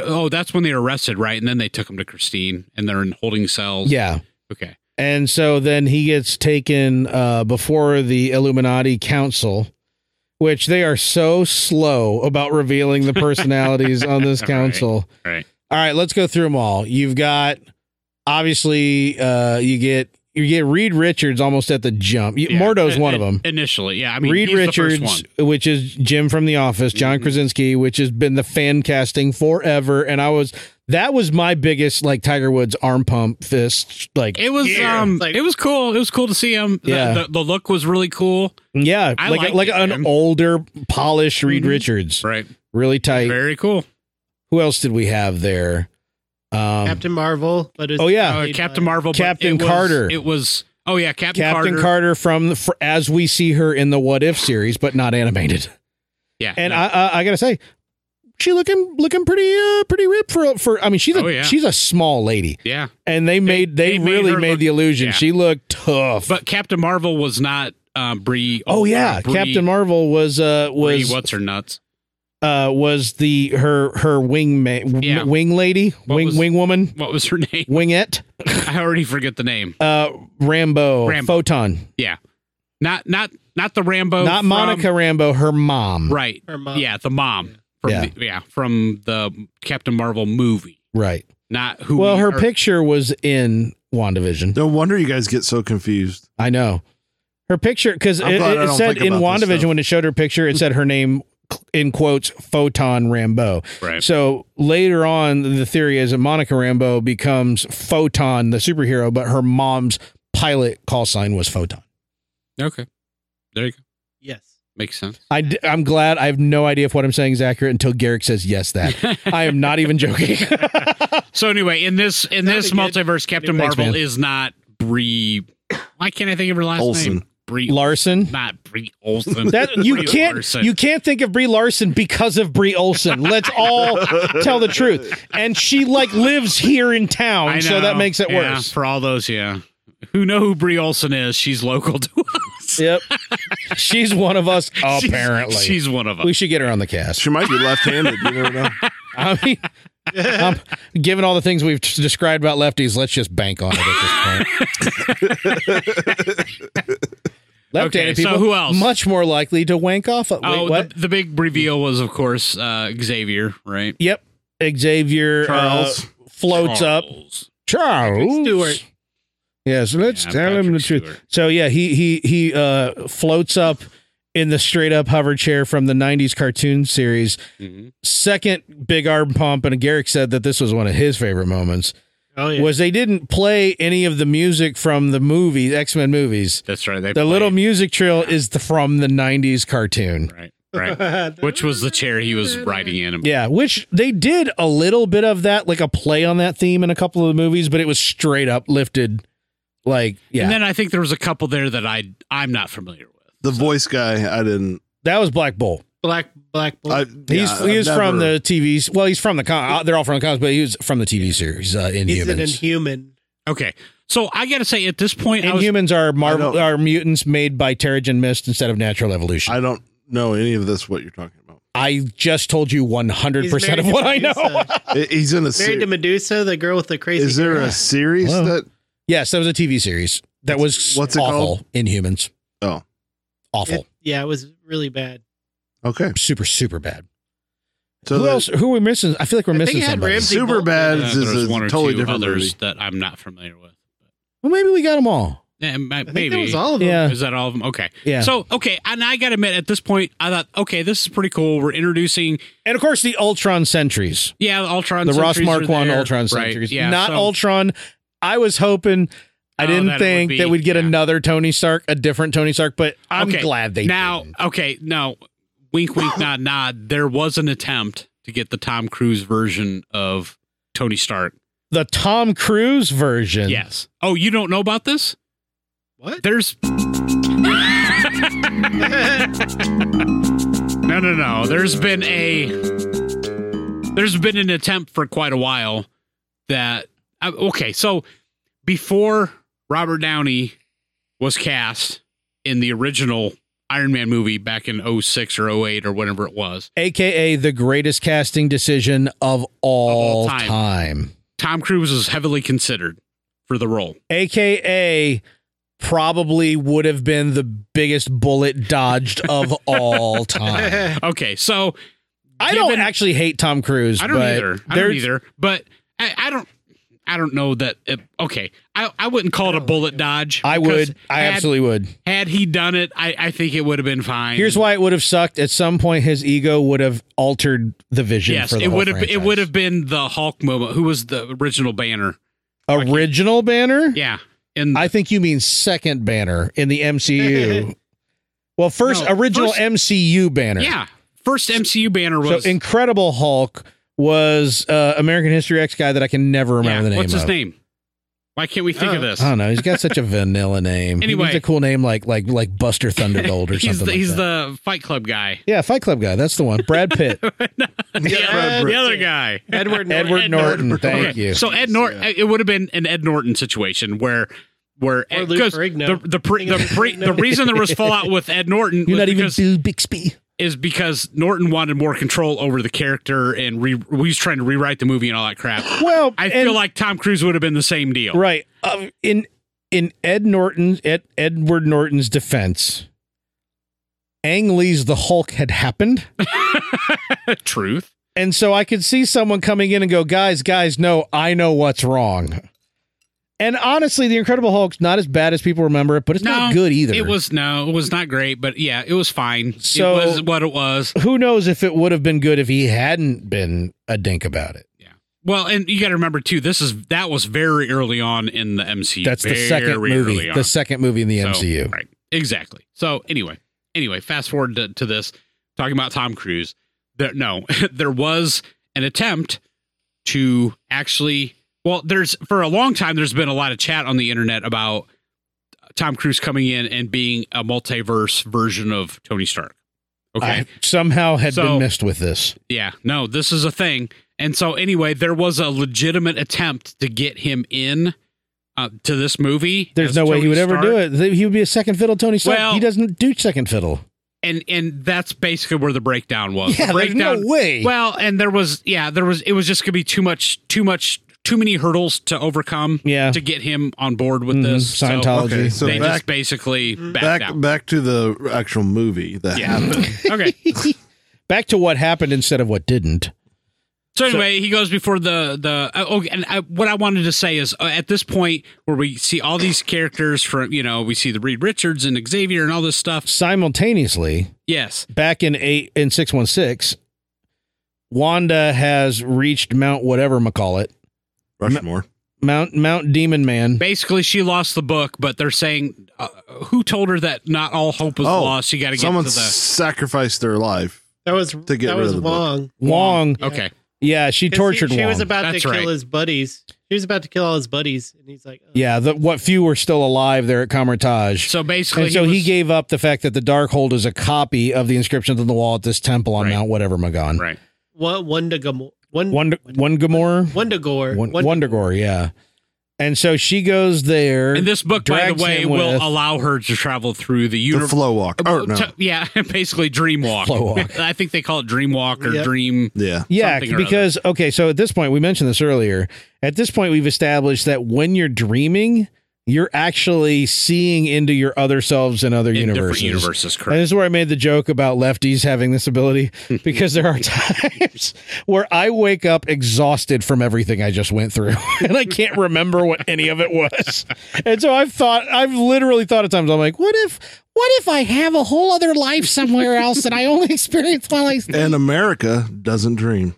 [SPEAKER 5] Oh, that's when they arrested, right? And then they took him to Christine, and they're in holding cells.
[SPEAKER 1] yeah.
[SPEAKER 5] Okay.
[SPEAKER 1] And so then he gets taken uh, before the Illuminati Council, which they are so slow about revealing the personalities on this
[SPEAKER 5] Right.
[SPEAKER 1] council.
[SPEAKER 5] Right.
[SPEAKER 1] All right, let's go through them all. You've got obviously uh, you get you get Reed Richards almost at the jump. You-
[SPEAKER 5] Yeah.
[SPEAKER 1] Mordo's
[SPEAKER 5] In-
[SPEAKER 1] one of
[SPEAKER 5] in-
[SPEAKER 1] them.
[SPEAKER 5] Initially, yeah. I mean,
[SPEAKER 1] Reed
[SPEAKER 5] he's the first
[SPEAKER 1] Richards,
[SPEAKER 5] one.
[SPEAKER 1] which is Jim from The Office, John
[SPEAKER 5] Mhm.
[SPEAKER 1] Krasinski, which has been the fan casting forever, and I was that was my biggest like Tiger Woods arm pump fist like
[SPEAKER 5] It was
[SPEAKER 4] Yeah.
[SPEAKER 5] um,
[SPEAKER 4] It's like-
[SPEAKER 5] it was cool. It was cool to see him. The,
[SPEAKER 1] Yeah.
[SPEAKER 5] the, the look was really cool.
[SPEAKER 1] Yeah,
[SPEAKER 5] I
[SPEAKER 1] like
[SPEAKER 5] liked
[SPEAKER 1] like
[SPEAKER 5] it,
[SPEAKER 1] an
[SPEAKER 5] man.
[SPEAKER 1] older, polished Reed
[SPEAKER 5] Mhm.
[SPEAKER 1] Richards,
[SPEAKER 5] Right.
[SPEAKER 1] really tight.
[SPEAKER 5] Very cool.
[SPEAKER 1] Who else did we have there? Um, Captain,
[SPEAKER 4] Captain Marvel, but it's
[SPEAKER 1] oh, yeah.
[SPEAKER 5] Uh,
[SPEAKER 4] played
[SPEAKER 5] Captain
[SPEAKER 4] by-
[SPEAKER 5] Marvel. but
[SPEAKER 1] Captain
[SPEAKER 5] it was-
[SPEAKER 1] Carter.
[SPEAKER 5] It was. Oh yeah, Captain,
[SPEAKER 1] Carter. from the, fr as we see her in the What If series, but not animated.
[SPEAKER 5] Yeah.
[SPEAKER 1] And I, I, I gotta say, she looking looking pretty uh, pretty ripped for for. I mean, she's a
[SPEAKER 5] Oh, yeah.
[SPEAKER 1] she's a small lady,
[SPEAKER 5] yeah.
[SPEAKER 1] and they made they,
[SPEAKER 5] they made
[SPEAKER 1] really
[SPEAKER 5] her
[SPEAKER 1] made,
[SPEAKER 5] look-
[SPEAKER 1] the illusion
[SPEAKER 5] yeah.
[SPEAKER 1] she looked tough.
[SPEAKER 5] But Captain Marvel was not um, Brie.
[SPEAKER 1] oh yeah,
[SPEAKER 5] uh, Brie-
[SPEAKER 1] Captain Marvel was uh
[SPEAKER 5] Brie
[SPEAKER 1] was
[SPEAKER 5] what's her nuts?
[SPEAKER 1] uh was the her her wing ma-
[SPEAKER 5] Yeah.
[SPEAKER 1] wing lady
[SPEAKER 5] What
[SPEAKER 1] wing
[SPEAKER 5] was-
[SPEAKER 1] wing woman
[SPEAKER 5] What was her name?
[SPEAKER 1] wingette.
[SPEAKER 5] I already forget the name.
[SPEAKER 1] uh Rambo,
[SPEAKER 5] Rambo.
[SPEAKER 1] Photon.
[SPEAKER 5] Not not not the
[SPEAKER 3] Oh,
[SPEAKER 5] Rambo.
[SPEAKER 1] Not
[SPEAKER 5] from-
[SPEAKER 1] Monica Rambo, her mom.
[SPEAKER 5] Right.
[SPEAKER 4] Her mom.
[SPEAKER 5] Yeah, the mom from
[SPEAKER 1] Yeah.
[SPEAKER 5] yeah. The, yeah from the Captain Marvel movie.
[SPEAKER 1] Right.
[SPEAKER 5] Not who.
[SPEAKER 1] well,
[SPEAKER 5] we-
[SPEAKER 1] her
[SPEAKER 5] or-
[SPEAKER 1] picture was in WandaVision.
[SPEAKER 3] No wonder you guys get so confused.
[SPEAKER 1] I know. Her picture cuz it,
[SPEAKER 3] I'm glad I
[SPEAKER 1] it
[SPEAKER 3] don't
[SPEAKER 1] said
[SPEAKER 3] think
[SPEAKER 1] in
[SPEAKER 3] about this
[SPEAKER 1] WandaVision
[SPEAKER 3] stuff.
[SPEAKER 1] when it showed her picture, it said her name in quotes Photon Rambo.
[SPEAKER 5] Right.
[SPEAKER 1] So later on the theory is that Monica Rambo becomes Photon the superhero, but her mom's pilot call sign was Photon.
[SPEAKER 5] Okay. There you go.
[SPEAKER 4] Yes.
[SPEAKER 5] Makes sense.
[SPEAKER 1] I d- I'm glad I have no idea if what I'm saying is accurate until Garrick says yes that. I am not even joking.
[SPEAKER 5] So anyway, in this in this
[SPEAKER 4] Sounded good.
[SPEAKER 5] multiverse, Captain
[SPEAKER 1] Thanks,
[SPEAKER 5] Marvel
[SPEAKER 1] man.
[SPEAKER 5] is not Brie. Why can't I think of her last
[SPEAKER 3] Olsen.
[SPEAKER 5] name? Brie.
[SPEAKER 1] Larson.
[SPEAKER 5] not Brie Olsen.
[SPEAKER 1] That you
[SPEAKER 5] Brie
[SPEAKER 1] can't
[SPEAKER 5] Larson.
[SPEAKER 1] you can't think of Brie Larson because of Brie Olson. Let's all tell the truth. And she like lives here in
[SPEAKER 5] I
[SPEAKER 1] town, so that
[SPEAKER 5] know.
[SPEAKER 1] makes it
[SPEAKER 5] Yeah,
[SPEAKER 1] worse.
[SPEAKER 5] for all those. Yeah, who know who Brie Olson is? She's local to us.
[SPEAKER 1] Yep. She's one of us
[SPEAKER 5] She's-
[SPEAKER 1] apparently.
[SPEAKER 5] she's, one of us.
[SPEAKER 1] we should get her on the cast.
[SPEAKER 3] She might be left-handed. You never know.
[SPEAKER 1] I mean, um, given all the things we've t- described about lefties, let's just bank on it at this point. Left-handed
[SPEAKER 5] Okay, so
[SPEAKER 1] people,
[SPEAKER 5] who else?
[SPEAKER 1] much more likely to wank off. Wait,
[SPEAKER 5] oh,
[SPEAKER 1] what?
[SPEAKER 5] The, the big reveal was, of course, uh, Xavier. Right.
[SPEAKER 1] yep, Xavier
[SPEAKER 3] Charles.
[SPEAKER 1] uh, floats up.
[SPEAKER 5] Charles.
[SPEAKER 1] Charles
[SPEAKER 4] Stewart.
[SPEAKER 1] Yes, let's
[SPEAKER 5] Yeah,
[SPEAKER 1] tell him the
[SPEAKER 5] Patrick
[SPEAKER 1] truth.
[SPEAKER 5] Stewart.
[SPEAKER 1] So yeah, he he he uh, floats up in the straight up hover chair from the '90s cartoon series.
[SPEAKER 5] Mhm.
[SPEAKER 1] Second big arm pump, and Garrick said that this was one of his favorite moments.
[SPEAKER 4] Oh yeah.
[SPEAKER 1] was they didn't play any of the music from the movies, X Men movies.
[SPEAKER 5] That's right. They
[SPEAKER 1] The little
[SPEAKER 5] played-
[SPEAKER 1] music trail is the, from the '90s cartoon.
[SPEAKER 5] right, right. Which was the chair he was riding in.
[SPEAKER 1] Yeah, which they did a little bit of that, like a play on that theme in a couple of the movies, but it was straight up lifted. Like, yeah,
[SPEAKER 5] And then I think there was a couple there that I I'm not familiar with.
[SPEAKER 3] The voice guy, I didn't.
[SPEAKER 1] that was Black Bull.
[SPEAKER 4] Black Black Bull.
[SPEAKER 3] I,
[SPEAKER 1] He's
[SPEAKER 3] yeah,
[SPEAKER 1] he was
[SPEAKER 3] I've
[SPEAKER 1] from the
[SPEAKER 3] never-
[SPEAKER 1] TV. Well, he's from the con. uh, They're all from the comics, but he was from the TV series uh, Inhumans.
[SPEAKER 4] He's an inhuman.
[SPEAKER 5] Okay, so I got to say at this point, I was,
[SPEAKER 1] Inhumans are
[SPEAKER 3] I
[SPEAKER 1] Marvel
[SPEAKER 3] don't-
[SPEAKER 1] are mutants made by Terrigen Mist instead of natural evolution.
[SPEAKER 3] I don't know any of this. What you're talking about?
[SPEAKER 1] I, just told you one hundred
[SPEAKER 4] He's
[SPEAKER 1] percent of
[SPEAKER 4] married
[SPEAKER 1] what
[SPEAKER 4] to
[SPEAKER 1] I know.
[SPEAKER 4] Medusa.
[SPEAKER 3] I- He's in a.
[SPEAKER 4] Married to
[SPEAKER 3] Ser-
[SPEAKER 4] Medusa, the girl with the crazy.
[SPEAKER 3] is there a series
[SPEAKER 1] Hello.
[SPEAKER 3] that?
[SPEAKER 1] yes, that was a TV series that was
[SPEAKER 3] What's it
[SPEAKER 1] awful.
[SPEAKER 3] called?
[SPEAKER 1] Inhumans.
[SPEAKER 3] Oh.
[SPEAKER 1] awful,
[SPEAKER 4] It- yeah, it was really bad.
[SPEAKER 3] Okay,
[SPEAKER 1] super super bad.
[SPEAKER 3] so
[SPEAKER 1] who
[SPEAKER 3] that-
[SPEAKER 1] else? Who are we missing? I feel like we're
[SPEAKER 4] I think
[SPEAKER 1] missing
[SPEAKER 4] it had
[SPEAKER 1] somebody.
[SPEAKER 4] Ramsey
[SPEAKER 3] Super
[SPEAKER 4] Bolton.
[SPEAKER 3] bad.
[SPEAKER 5] uh,
[SPEAKER 3] This
[SPEAKER 5] there
[SPEAKER 3] is
[SPEAKER 5] was
[SPEAKER 3] a
[SPEAKER 5] one or
[SPEAKER 3] totally
[SPEAKER 5] two
[SPEAKER 3] different
[SPEAKER 5] others
[SPEAKER 3] movie.
[SPEAKER 5] that I'm not familiar with.
[SPEAKER 1] well, maybe we got them all.
[SPEAKER 5] Eh, ma-
[SPEAKER 4] I think
[SPEAKER 5] maybe
[SPEAKER 4] that was all of them.
[SPEAKER 1] Yeah,
[SPEAKER 5] Is that all of them? Okay.
[SPEAKER 1] yeah.
[SPEAKER 5] So okay, and I got to admit, at this point, I thought, okay, this is pretty cool. We're introducing,
[SPEAKER 1] and of course the Ultron Sentries.
[SPEAKER 5] yeah, the Ultron,
[SPEAKER 1] the Ross
[SPEAKER 5] sentries are
[SPEAKER 1] Marquand
[SPEAKER 5] there.
[SPEAKER 1] Ultron
[SPEAKER 5] Right,
[SPEAKER 1] Sentries.
[SPEAKER 5] Yeah,
[SPEAKER 1] Not
[SPEAKER 5] so-
[SPEAKER 1] Ultron. I was hoping. I
[SPEAKER 5] Oh,
[SPEAKER 1] didn't
[SPEAKER 5] that it would
[SPEAKER 1] think
[SPEAKER 5] be-
[SPEAKER 1] that we'd get
[SPEAKER 5] yeah.
[SPEAKER 1] another Tony Stark, a different Tony Stark, but I'm
[SPEAKER 5] Okay,
[SPEAKER 1] glad they
[SPEAKER 5] Now,
[SPEAKER 1] didn't.
[SPEAKER 5] okay, no, wink, wink, nod, nod. There was an attempt to get the Tom Cruise version of Tony Stark.
[SPEAKER 1] the Tom Cruise version.
[SPEAKER 5] Yes. Oh, you don't know about this?
[SPEAKER 4] What?
[SPEAKER 5] There's no, no, no. There's been a there's been an attempt for quite a while that uh, okay. So before Robert Downey was cast in the original Iron Man movie back in 06 or 08 or whatever it was,
[SPEAKER 1] AKA the greatest casting decision of all,
[SPEAKER 5] all
[SPEAKER 1] time.
[SPEAKER 5] time. Tom Cruise was heavily considered for the role.
[SPEAKER 1] AKA probably would have been the biggest bullet dodged of all time.
[SPEAKER 5] Okay, so
[SPEAKER 1] I don't
[SPEAKER 5] Given-
[SPEAKER 1] actually hate Tom Cruise.
[SPEAKER 5] I don't
[SPEAKER 1] but
[SPEAKER 5] either. I
[SPEAKER 1] there's-
[SPEAKER 5] don't either. But I, I don't. I don't know that. It, okay, I, I wouldn't call it a bullet dodge.
[SPEAKER 1] I
[SPEAKER 5] because
[SPEAKER 1] would. I
[SPEAKER 5] had,
[SPEAKER 1] absolutely would.
[SPEAKER 5] Had he done it, I, I think it would have been fine.
[SPEAKER 1] Here's why it would have sucked. At some point, his ego would have altered the vision.
[SPEAKER 5] Yes,
[SPEAKER 1] for the
[SPEAKER 5] it
[SPEAKER 1] whole
[SPEAKER 5] would have. It
[SPEAKER 1] franchise.
[SPEAKER 5] would have been the Hulk moment. Who was the original Banner?
[SPEAKER 1] original banner.
[SPEAKER 5] Yeah, and
[SPEAKER 1] I think you mean second banner in the MCU. well, first
[SPEAKER 5] No,
[SPEAKER 1] original
[SPEAKER 5] first-
[SPEAKER 1] MCU banner.
[SPEAKER 5] yeah, first MCU Banner
[SPEAKER 1] So
[SPEAKER 5] was.
[SPEAKER 1] Incredible Hulk was uh, American History X guy that I can never
[SPEAKER 5] yeah,
[SPEAKER 1] remember the name.
[SPEAKER 5] what's his
[SPEAKER 1] of.
[SPEAKER 5] name? Why can't we think of this?
[SPEAKER 1] I don't know. He's got such a vanilla name. He
[SPEAKER 5] Anyway.
[SPEAKER 1] needs a cool name like like like Buster Thunderbolt or
[SPEAKER 5] he's
[SPEAKER 1] something.
[SPEAKER 5] the,
[SPEAKER 1] like
[SPEAKER 5] he's
[SPEAKER 1] that.
[SPEAKER 5] the Fight Club guy.
[SPEAKER 1] yeah Fight Club guy. That's the one. Brad Pitt,
[SPEAKER 5] Yeah, Uh, the other guy.
[SPEAKER 4] Edward. Norton.
[SPEAKER 1] Edward Norton. Thank
[SPEAKER 5] Okay,
[SPEAKER 1] you.
[SPEAKER 5] So Ed Norton,
[SPEAKER 3] Yeah.
[SPEAKER 5] it would have been an Ed Norton situation where where
[SPEAKER 4] Or
[SPEAKER 5] Ed-
[SPEAKER 4] Lou
[SPEAKER 5] 'cause
[SPEAKER 4] Ferrigno.
[SPEAKER 5] the the pre, the,
[SPEAKER 4] Thinking of
[SPEAKER 5] pre, the
[SPEAKER 4] Ferrigno.
[SPEAKER 5] reason there was fallout with Ed Norton
[SPEAKER 1] You're
[SPEAKER 5] was
[SPEAKER 1] not even
[SPEAKER 5] because,
[SPEAKER 1] Bill Bixby.
[SPEAKER 5] is because Norton wanted more control over the character and re, we was trying to rewrite the movie and all that crap.
[SPEAKER 1] Well,
[SPEAKER 5] I
[SPEAKER 1] and-
[SPEAKER 5] feel like Tom Cruise would have been the same deal.
[SPEAKER 1] Right. Um, in in Ed Norton at Edward Norton's defense, Ang Lee's The Hulk had happened.
[SPEAKER 5] Truth.
[SPEAKER 1] And so I could see someone coming in and go, guys, guys, no, I know what's wrong. And honestly, The Incredible Hulk's not as bad as people remember it, but it's not
[SPEAKER 5] No,
[SPEAKER 1] good either.
[SPEAKER 5] It was no, it was not great, but yeah, it was fine.
[SPEAKER 1] So-
[SPEAKER 5] it was what it was.
[SPEAKER 1] Who knows if it would have been good if he hadn't been a dink about it?
[SPEAKER 5] Well, and you got to remember too. This is that was very early on in the MCU.
[SPEAKER 1] That's the
[SPEAKER 5] Very
[SPEAKER 1] second movie.
[SPEAKER 5] early on.
[SPEAKER 1] The second movie in the
[SPEAKER 5] So,
[SPEAKER 1] MCU.
[SPEAKER 5] Right. Exactly. So anyway, anyway, fast forward to, to this talking about Tom Cruise. There, no, there was an attempt to actually. Well, there's for a long time. There's been a lot of chat on the internet about Tom Cruise coming in and being a multiverse version of Tony Stark. Okay.
[SPEAKER 1] I somehow had
[SPEAKER 5] So-
[SPEAKER 1] been missed with this.
[SPEAKER 5] Yeah, no, this is a thing. And so, anyway, there was a legitimate attempt to get him in uh, to this movie.
[SPEAKER 1] There's
[SPEAKER 5] as
[SPEAKER 1] no way he
[SPEAKER 5] Tony
[SPEAKER 1] would ever do
[SPEAKER 5] Stark.
[SPEAKER 1] it. Th- He would be a second fiddle Tony Stark.
[SPEAKER 5] Well-
[SPEAKER 1] he doesn't do second fiddle.
[SPEAKER 5] And and that's basically where the breakdown was.
[SPEAKER 1] Yeah,
[SPEAKER 5] The
[SPEAKER 1] there's
[SPEAKER 5] breakdown.
[SPEAKER 1] no way.
[SPEAKER 5] Well, and there was yeah, there was it was just gonna be too much, too much, too many hurdles to overcome
[SPEAKER 1] yeah.
[SPEAKER 5] to get him on board with
[SPEAKER 1] Mhm.
[SPEAKER 5] this. So
[SPEAKER 1] Scientology.
[SPEAKER 3] Okay, so
[SPEAKER 5] they
[SPEAKER 3] back-
[SPEAKER 5] just basically backed
[SPEAKER 3] Back
[SPEAKER 5] out.
[SPEAKER 3] back to the actual movie that
[SPEAKER 5] Yeah.
[SPEAKER 3] happened.
[SPEAKER 5] Okay.
[SPEAKER 1] Back to what happened instead of what didn't.
[SPEAKER 5] So anyway, he goes before the the uh, oh, and I, what I wanted to say is uh, at this point where we see all these characters from you know we see the Reed Richards and Xavier and all this stuff.
[SPEAKER 1] Simultaneously,
[SPEAKER 5] Yes,
[SPEAKER 1] back in eight in six one six, Wanda has reached Mount whatever McCall it
[SPEAKER 3] Rushmore.
[SPEAKER 1] Mount Mount Demon Man.
[SPEAKER 5] Basically, she lost the book, but they're saying uh, who told her that not all hope was
[SPEAKER 3] Oh,
[SPEAKER 5] lost. You got to get to
[SPEAKER 3] Someone
[SPEAKER 5] the
[SPEAKER 3] sacrificed their life.
[SPEAKER 4] That was
[SPEAKER 3] To get
[SPEAKER 4] that
[SPEAKER 3] rid
[SPEAKER 4] was
[SPEAKER 3] of the book.
[SPEAKER 4] Wong.
[SPEAKER 1] Wong.
[SPEAKER 4] Yeah.
[SPEAKER 5] okay.
[SPEAKER 1] Yeah, she
[SPEAKER 4] 'Cause
[SPEAKER 1] tortured
[SPEAKER 4] She, she
[SPEAKER 1] Wong.
[SPEAKER 4] was about
[SPEAKER 5] That's
[SPEAKER 4] to
[SPEAKER 5] right.
[SPEAKER 4] kill his buddies. She was about to kill all his buddies, and he's like, oh,
[SPEAKER 1] yeah, the, what few were still alive there at Kamertage.
[SPEAKER 5] So basically,
[SPEAKER 1] and so he
[SPEAKER 5] was-
[SPEAKER 1] gave up the fact that the Darkhold is a copy of the inscriptions on the wall at this temple on
[SPEAKER 5] Right.
[SPEAKER 1] Mount whatever Magan.
[SPEAKER 5] right.
[SPEAKER 4] One Wundagamo, one
[SPEAKER 1] Wonder, Wondergore.
[SPEAKER 4] Wundagore,
[SPEAKER 1] Won-
[SPEAKER 4] Wund-
[SPEAKER 1] Wondergore, yeah. And so she goes there.
[SPEAKER 5] And this book, by
[SPEAKER 1] drags
[SPEAKER 5] the way,
[SPEAKER 1] him
[SPEAKER 5] will
[SPEAKER 1] with-
[SPEAKER 5] allow her to travel through the
[SPEAKER 3] The
[SPEAKER 5] universe.
[SPEAKER 3] flow walk. Or no.
[SPEAKER 5] To- yeah, basically dream walk.
[SPEAKER 1] Flow walk.
[SPEAKER 5] I think they call it dream walk or
[SPEAKER 4] Yep.
[SPEAKER 5] dream.
[SPEAKER 3] Yeah.
[SPEAKER 1] yeah,
[SPEAKER 5] something or
[SPEAKER 1] because okay, so at this point we mentioned this earlier. At this point we've established that when you're dreaming, you're actually seeing into your other selves and other
[SPEAKER 5] in
[SPEAKER 1] universes.
[SPEAKER 5] different universes. Correct.
[SPEAKER 1] And this is where I made the joke about lefties having this ability because there are times where I wake up exhausted from everything I just went through and I can't remember what any of it was. And so I've thought, I've literally thought at times, I'm like, what if, what if I have a whole other life somewhere else and I only experience while I.
[SPEAKER 3] And America doesn't dream.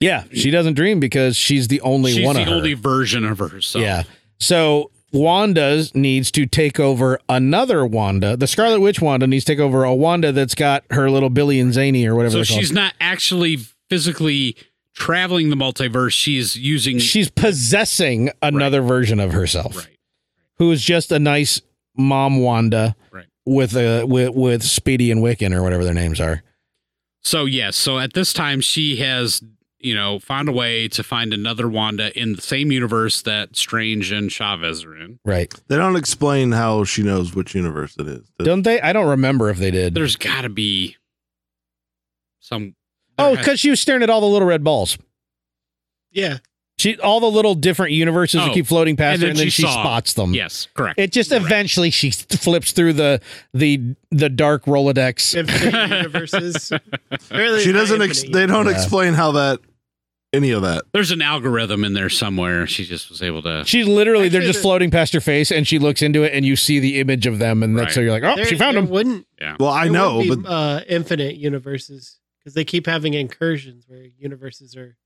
[SPEAKER 1] Yeah, she doesn't dream because she's the only
[SPEAKER 5] She's
[SPEAKER 1] one
[SPEAKER 5] the
[SPEAKER 1] of her.
[SPEAKER 5] only version of herself.
[SPEAKER 1] Yeah. So Wanda needs to take over another Wanda. The Scarlet Witch Wanda needs to take over a Wanda that's got her little Billy and Zany or whatever.
[SPEAKER 5] So
[SPEAKER 1] they're called.
[SPEAKER 5] she's not actually physically traveling the multiverse. She's using
[SPEAKER 1] she's possessing another version of herself
[SPEAKER 5] right.
[SPEAKER 1] who is just a nice mom Wanda
[SPEAKER 5] Right.
[SPEAKER 1] with a with, with Speedy and Wiccan or whatever their names are.
[SPEAKER 5] So yes, so at this time she has you know found a way to find another Wanda in the same universe that Strange and Chavez are in.
[SPEAKER 1] Right.
[SPEAKER 3] They don't explain how she knows which universe it is.
[SPEAKER 1] Don't they? I don't remember if they did.
[SPEAKER 5] There's got to be some.
[SPEAKER 1] oh,
[SPEAKER 5] there has-
[SPEAKER 1] because she was staring at all the little red balls.
[SPEAKER 4] yeah,
[SPEAKER 1] She all the little different universes that
[SPEAKER 5] Oh.
[SPEAKER 1] keep floating past
[SPEAKER 5] And
[SPEAKER 1] her,
[SPEAKER 5] then
[SPEAKER 1] and then she
[SPEAKER 5] she saw-
[SPEAKER 1] spots them.
[SPEAKER 5] yes, correct.
[SPEAKER 1] It just
[SPEAKER 5] Correct.
[SPEAKER 1] eventually she flips through the the the dark Rolodex.
[SPEAKER 4] infinite universes. Really,
[SPEAKER 3] She
[SPEAKER 4] not
[SPEAKER 3] doesn't. Ex-
[SPEAKER 4] infinite
[SPEAKER 3] they don't
[SPEAKER 1] Yeah.
[SPEAKER 3] explain how that. Any of that.
[SPEAKER 5] There's an algorithm in there somewhere. She just was able to.
[SPEAKER 1] She's literally they're
[SPEAKER 4] Actually,
[SPEAKER 1] just
[SPEAKER 4] the-
[SPEAKER 1] floating past her face, and she looks into it, and you see the image of them, and that's
[SPEAKER 5] Right.
[SPEAKER 1] so you're like, oh,
[SPEAKER 4] There-
[SPEAKER 1] she found
[SPEAKER 4] there
[SPEAKER 1] them.
[SPEAKER 4] Wouldn't
[SPEAKER 3] Well, I
[SPEAKER 4] there
[SPEAKER 3] know,
[SPEAKER 4] would be,
[SPEAKER 3] but
[SPEAKER 4] uh, infinite universes because they keep having incursions where universes are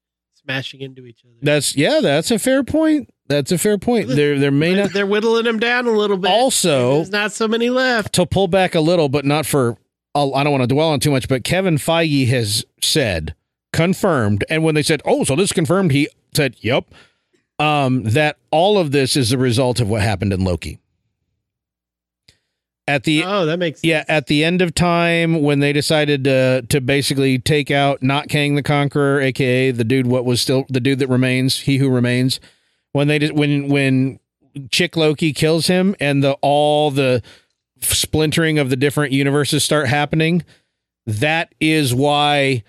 [SPEAKER 4] smashing into each other.
[SPEAKER 1] That's yeah, that's a fair point. That's a fair point. There there may
[SPEAKER 4] they're,
[SPEAKER 1] not
[SPEAKER 4] they're whittling them down a little bit.
[SPEAKER 1] also
[SPEAKER 4] there's not so many left.
[SPEAKER 1] to pull back a little, but not for. I'll- I don't want to dwell on too much, but Kevin Feige has said confirmed, and when they said, "Oh, so this is confirmed," he said, "Yep," um, that all of this is the result of what happened in Loki. At the
[SPEAKER 4] oh, that makes sense.
[SPEAKER 1] Yeah, at the end of time, when they decided to to basically take out not Kang the Conqueror, aka the dude what was still the dude that remains, he who remains, when they did- when when Chick Loki kills him and the all the splintering of the different universes start happening, that is why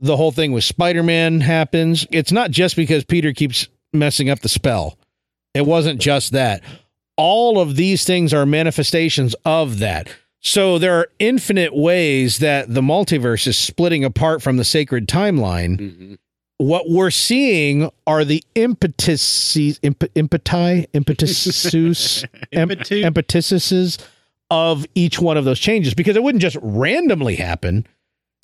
[SPEAKER 1] the whole thing with Spider Man happens. It's not just because Peter keeps messing up the spell. It wasn't just that. All of these things are manifestations of that. So there are infinite ways that the multiverse is splitting apart from the sacred timeline.
[SPEAKER 5] Mhm.
[SPEAKER 1] What we're seeing are the impetuses, imp, impeti, impetusus, em-
[SPEAKER 4] Impetu-
[SPEAKER 1] impetuses of each one of those changes because it wouldn't just randomly happen.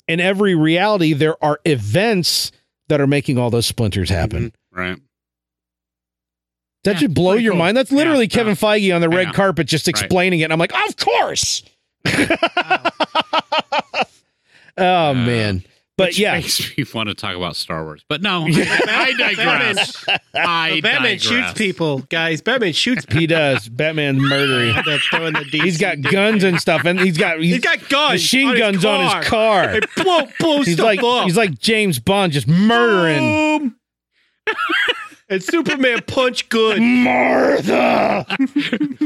[SPEAKER 1] In every reality, there are events that are making all those splinters happen.
[SPEAKER 5] Right.
[SPEAKER 1] That
[SPEAKER 5] Yeah,
[SPEAKER 1] should blow
[SPEAKER 5] pretty
[SPEAKER 1] your
[SPEAKER 5] cool.
[SPEAKER 1] mind. That's
[SPEAKER 5] Yeah,
[SPEAKER 1] literally
[SPEAKER 5] yeah.
[SPEAKER 1] Kevin Feige on the
[SPEAKER 5] I
[SPEAKER 1] red
[SPEAKER 5] know.
[SPEAKER 1] carpet just
[SPEAKER 5] Right.
[SPEAKER 1] explaining it. And I'm like, of course. oh
[SPEAKER 5] Uh,
[SPEAKER 1] man. But
[SPEAKER 5] Which
[SPEAKER 1] yeah.
[SPEAKER 5] makes me want to talk about Star Wars. But no, I digress. I
[SPEAKER 4] But Batman
[SPEAKER 5] digress.
[SPEAKER 4] shoots people, guys. Batman shoots people.
[SPEAKER 1] He does. Batman's murdery.
[SPEAKER 4] That's throwing the
[SPEAKER 1] He's got guns and stuff, and he's got he's,
[SPEAKER 4] He's got guns.
[SPEAKER 1] machine
[SPEAKER 4] on
[SPEAKER 1] guns on his car.
[SPEAKER 4] It blow, blow
[SPEAKER 1] he's
[SPEAKER 4] stuff
[SPEAKER 1] like
[SPEAKER 4] up. Oh,
[SPEAKER 1] he's like James Bond, just murdering.
[SPEAKER 4] Boom. and Superman punch good.
[SPEAKER 1] Martha,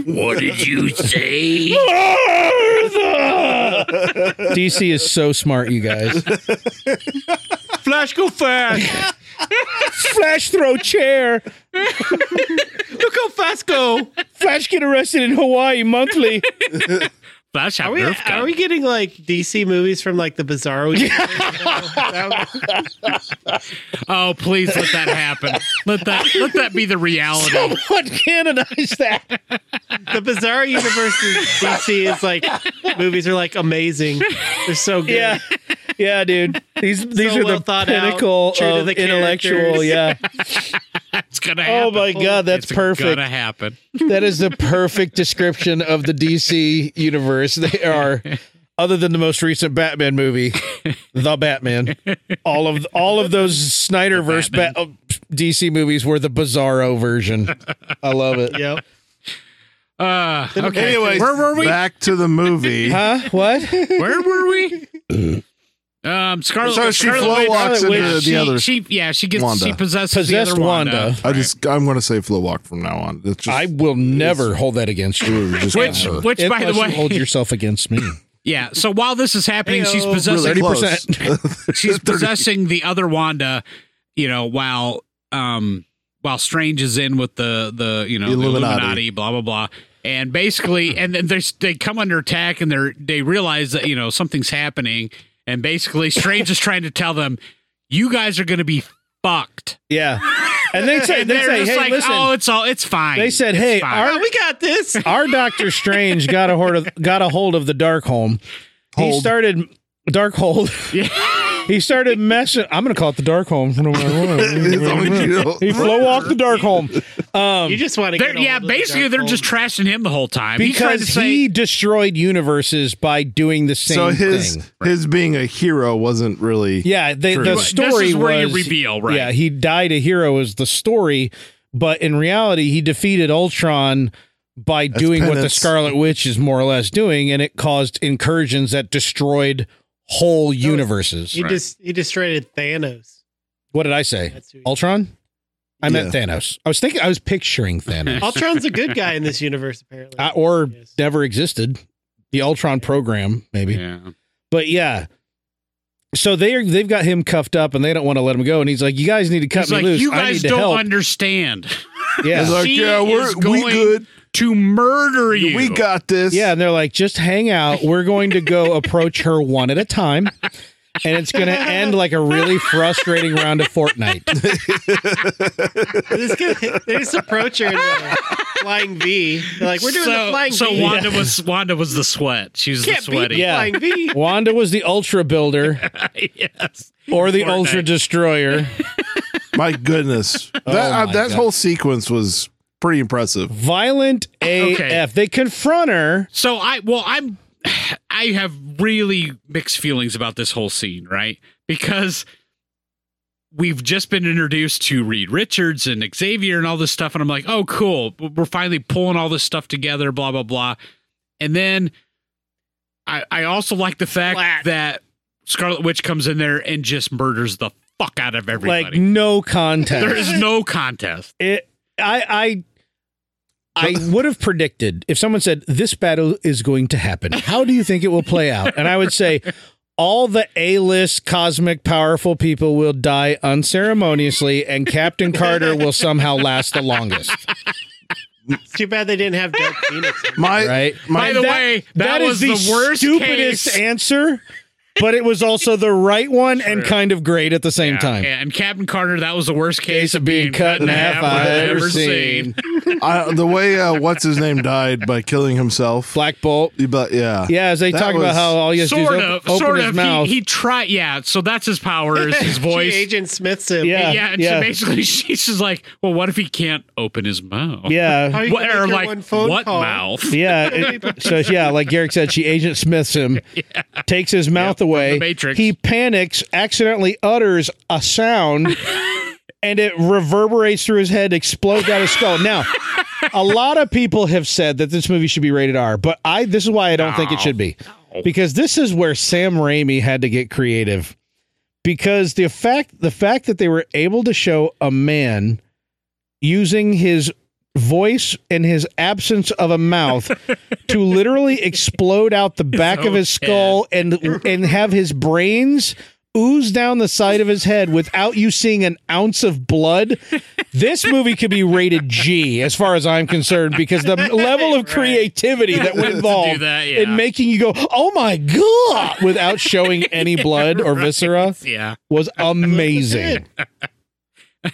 [SPEAKER 5] What did you say?
[SPEAKER 1] Martha. DC is so smart, you guys.
[SPEAKER 4] Flash go fast.
[SPEAKER 1] Flash throw chair.
[SPEAKER 4] Look how fast go.
[SPEAKER 1] Flash get arrested in Hawaii monthly.
[SPEAKER 5] Flash
[SPEAKER 4] Are
[SPEAKER 5] have
[SPEAKER 4] we,
[SPEAKER 5] Nerf
[SPEAKER 4] are we getting like DC movies from like the Bizarro? universe?
[SPEAKER 5] Oh, please let that happen. let that let that be the reality.
[SPEAKER 1] What canonize that?
[SPEAKER 4] the Bizarro universe is DC is like movies are like amazing. They're so good.
[SPEAKER 1] Yeah. Yeah, dude. These these are
[SPEAKER 4] well
[SPEAKER 1] the
[SPEAKER 4] thought out,
[SPEAKER 1] pinnacle
[SPEAKER 4] true to
[SPEAKER 1] of
[SPEAKER 4] the
[SPEAKER 1] intellectual.
[SPEAKER 4] characters.
[SPEAKER 1] Yeah,
[SPEAKER 5] It's gonna
[SPEAKER 1] Oh
[SPEAKER 5] happen.
[SPEAKER 1] my god, that's
[SPEAKER 5] It's
[SPEAKER 1] perfect.
[SPEAKER 5] Gonna happen.
[SPEAKER 1] That is the perfect description of the DC universe. They are other than the most recent Batman movie, The Batman. All of all of those Snyderverse ba- uh, DC movies were the Bizarro version. I love it.
[SPEAKER 4] Yep.
[SPEAKER 5] Uh, okay.
[SPEAKER 3] Anyways,
[SPEAKER 5] where were we?
[SPEAKER 3] back to the movie.
[SPEAKER 1] Huh? What?
[SPEAKER 5] Where were we? um, Scarlet.
[SPEAKER 3] So she
[SPEAKER 5] Scarlet
[SPEAKER 3] flow
[SPEAKER 5] Witch-
[SPEAKER 3] walks
[SPEAKER 5] Scarlet
[SPEAKER 3] into
[SPEAKER 5] Witch,
[SPEAKER 3] the
[SPEAKER 5] she,
[SPEAKER 3] other-
[SPEAKER 5] She, yeah, she gets.
[SPEAKER 3] Wanda.
[SPEAKER 5] She possesses
[SPEAKER 1] Possessed
[SPEAKER 5] the other Wanda.
[SPEAKER 1] Wanda.
[SPEAKER 3] I just I'm going to say flow walk from now on. It's just
[SPEAKER 1] I will never hold that against you.
[SPEAKER 3] Ooh, just
[SPEAKER 5] Which,
[SPEAKER 3] kinda-
[SPEAKER 5] which, by the
[SPEAKER 1] Unless you hold
[SPEAKER 5] way,
[SPEAKER 1] yourself against me.
[SPEAKER 5] yeah. So while this is happening, she's
[SPEAKER 4] Ayo.
[SPEAKER 5] possessing.
[SPEAKER 3] really close.
[SPEAKER 1] 30%.
[SPEAKER 5] she's
[SPEAKER 3] 30.
[SPEAKER 5] possessing the other Wanda, you know, while um while Strange is in with the the you know the
[SPEAKER 3] Illuminati.
[SPEAKER 5] Illuminati. blah blah blah, and basically, and then there's they come under attack, and they're they realize that you know something's happening, and basically Strange is trying to tell them, you guys are going to be fucked,
[SPEAKER 1] Yeah. And they say
[SPEAKER 5] and
[SPEAKER 1] they
[SPEAKER 5] they're
[SPEAKER 1] say,
[SPEAKER 5] just
[SPEAKER 1] hey,
[SPEAKER 5] like,
[SPEAKER 1] listen.
[SPEAKER 5] oh, it's all it's fine.
[SPEAKER 1] They said,
[SPEAKER 5] It's
[SPEAKER 1] "Hey,
[SPEAKER 5] fine."
[SPEAKER 1] our-
[SPEAKER 4] Oh, we got this.
[SPEAKER 1] our Doctor Strange got a hold of got a hold of the dark home. He
[SPEAKER 3] Hold.
[SPEAKER 1] started dark hold. he started messing. I'm gonna call it the dark home.
[SPEAKER 3] It's only, you know-
[SPEAKER 1] he flow off the dark home
[SPEAKER 4] you just want
[SPEAKER 5] Um,
[SPEAKER 4] to
[SPEAKER 5] They're-
[SPEAKER 4] get.
[SPEAKER 5] yeah, basically they're just trashing him the whole time He's trying
[SPEAKER 1] because
[SPEAKER 5] to say,
[SPEAKER 1] he destroyed universes by doing the same
[SPEAKER 3] so his
[SPEAKER 1] thing.
[SPEAKER 3] his being a hero wasn't really
[SPEAKER 1] Yeah, they,
[SPEAKER 3] True.
[SPEAKER 1] the
[SPEAKER 3] This
[SPEAKER 1] story
[SPEAKER 5] this is where
[SPEAKER 1] was
[SPEAKER 5] you reveal, right?
[SPEAKER 1] Yeah, he died a hero is the story, but in reality, he defeated Ultron by doing what the
[SPEAKER 3] penance.
[SPEAKER 1] Scarlet Witch is more or less doing, and it caused incursions that destroyed whole universes.
[SPEAKER 4] He just he destroyed Thanos.
[SPEAKER 1] What did I say?
[SPEAKER 4] That's who he-
[SPEAKER 1] Ultron? I meant Thanos. I was thinking, I was picturing Thanos,
[SPEAKER 4] Ultron's a good guy in this universe, apparently.
[SPEAKER 1] Uh, or
[SPEAKER 4] Yes.
[SPEAKER 1] never existed. The Ultron program, maybe.
[SPEAKER 5] yeah.
[SPEAKER 1] But yeah. So they are, they've got him cuffed up and they don't want to let him go. And he's like, "You guys need to cut
[SPEAKER 5] He's
[SPEAKER 1] me
[SPEAKER 5] like,
[SPEAKER 1] loose.
[SPEAKER 5] you
[SPEAKER 1] I
[SPEAKER 5] guys
[SPEAKER 1] need to
[SPEAKER 5] don't
[SPEAKER 1] help."
[SPEAKER 5] understand.
[SPEAKER 1] yeah,
[SPEAKER 3] It's like,
[SPEAKER 5] She
[SPEAKER 3] yeah, we're
[SPEAKER 5] is
[SPEAKER 3] we
[SPEAKER 5] going
[SPEAKER 3] good.
[SPEAKER 5] to murder you.
[SPEAKER 3] We got this.
[SPEAKER 1] Yeah, and they're like, just hang out. We're going to go approach her one at a time. And it's going to end like a really frustrating round of Fortnite.
[SPEAKER 4] This guy- they just approach her in a flying V. They're like, we're doing
[SPEAKER 5] so,
[SPEAKER 4] the flying
[SPEAKER 5] So
[SPEAKER 4] V.
[SPEAKER 5] Wanda was Wanda was the sweat. She was
[SPEAKER 4] Can't
[SPEAKER 5] the
[SPEAKER 4] beat
[SPEAKER 5] sweaty.
[SPEAKER 4] the
[SPEAKER 1] Yeah.
[SPEAKER 4] flying V.
[SPEAKER 1] Wanda was the ultra builder
[SPEAKER 5] yes.
[SPEAKER 1] or the
[SPEAKER 5] Fortnite.
[SPEAKER 1] ultra destroyer.
[SPEAKER 3] My goodness. That
[SPEAKER 1] Oh my
[SPEAKER 3] uh, that
[SPEAKER 1] God.
[SPEAKER 3] whole sequence was pretty impressive.
[SPEAKER 1] Violent AF.
[SPEAKER 5] Okay.
[SPEAKER 1] They confront her.
[SPEAKER 5] So I well I'm I have really mixed feelings about this whole scene, right? Because we've just been introduced to Reed Richards and Xavier and all this stuff and I'm like, "Oh cool, we're finally pulling all this stuff together, blah blah blah." And then I I also like the fact
[SPEAKER 4] Flat.
[SPEAKER 5] that Scarlet Witch comes in there and just murders the fuck out of everybody.
[SPEAKER 1] Like, no contest.
[SPEAKER 5] there is no contest.
[SPEAKER 1] it, I, I, I would have predicted if someone said this battle is going to happen. How do you think it will play out? And I would say all the A-list cosmic powerful people will die unceremoniously, and Captain Carter will somehow last the longest.
[SPEAKER 4] It's too bad they didn't have Dark Phoenix. in it.
[SPEAKER 3] My
[SPEAKER 1] Right?
[SPEAKER 5] By the way, that, was the, worst
[SPEAKER 1] stupidest
[SPEAKER 5] case.
[SPEAKER 1] answer, but it was also the right one and kind of great at the same time.
[SPEAKER 5] And Captain Carter, that was the worst case,
[SPEAKER 1] Case of being cut in half I've ever seen.
[SPEAKER 3] I, the way uh, what's his name died by killing himself.
[SPEAKER 1] Black Bolt.
[SPEAKER 3] But yeah.
[SPEAKER 1] Yeah, as they
[SPEAKER 3] That
[SPEAKER 1] talk
[SPEAKER 3] was
[SPEAKER 1] about how all you have to do is
[SPEAKER 5] Sort
[SPEAKER 1] op-
[SPEAKER 5] of,
[SPEAKER 1] open
[SPEAKER 5] sort
[SPEAKER 1] his
[SPEAKER 5] of.
[SPEAKER 1] mouth.
[SPEAKER 5] He, he tried, yeah. So that's his power, is his
[SPEAKER 4] She
[SPEAKER 5] voice.
[SPEAKER 4] Agent Smith's him.
[SPEAKER 1] Yeah.
[SPEAKER 5] yeah, and
[SPEAKER 1] yeah.
[SPEAKER 5] so basically, she's just like, well, what if he can't open his mouth?
[SPEAKER 1] yeah.
[SPEAKER 4] How are you
[SPEAKER 5] What,
[SPEAKER 4] gonna make
[SPEAKER 5] or
[SPEAKER 4] her
[SPEAKER 5] like,
[SPEAKER 4] one phone
[SPEAKER 5] what
[SPEAKER 4] call?
[SPEAKER 5] mouth?
[SPEAKER 1] Yeah. it- so yeah, like Garrick said, she Agent Smiths him, takes his mouth away.
[SPEAKER 5] the Matrix.
[SPEAKER 1] He panics, accidentally utters a sound, and it reverberates through his head, explodes out his skull. Now, a lot of people have said that this movie should be rated R, but I this is why I don't think it should be. Because this is where Sam Raimi had to get creative. Because the fact the fact that they were able to show a man using his voice and his absence of a mouth to literally explode out the back of
[SPEAKER 5] own
[SPEAKER 1] his skull and and have his brains ooze down the side of his head without you seeing an ounce of blood this movie could be rated G as far as I'm concerned because the level of creativity that would involve
[SPEAKER 5] that, yeah.
[SPEAKER 1] in making you go oh my god without showing any blood or viscera
[SPEAKER 5] Yeah.
[SPEAKER 1] was amazing.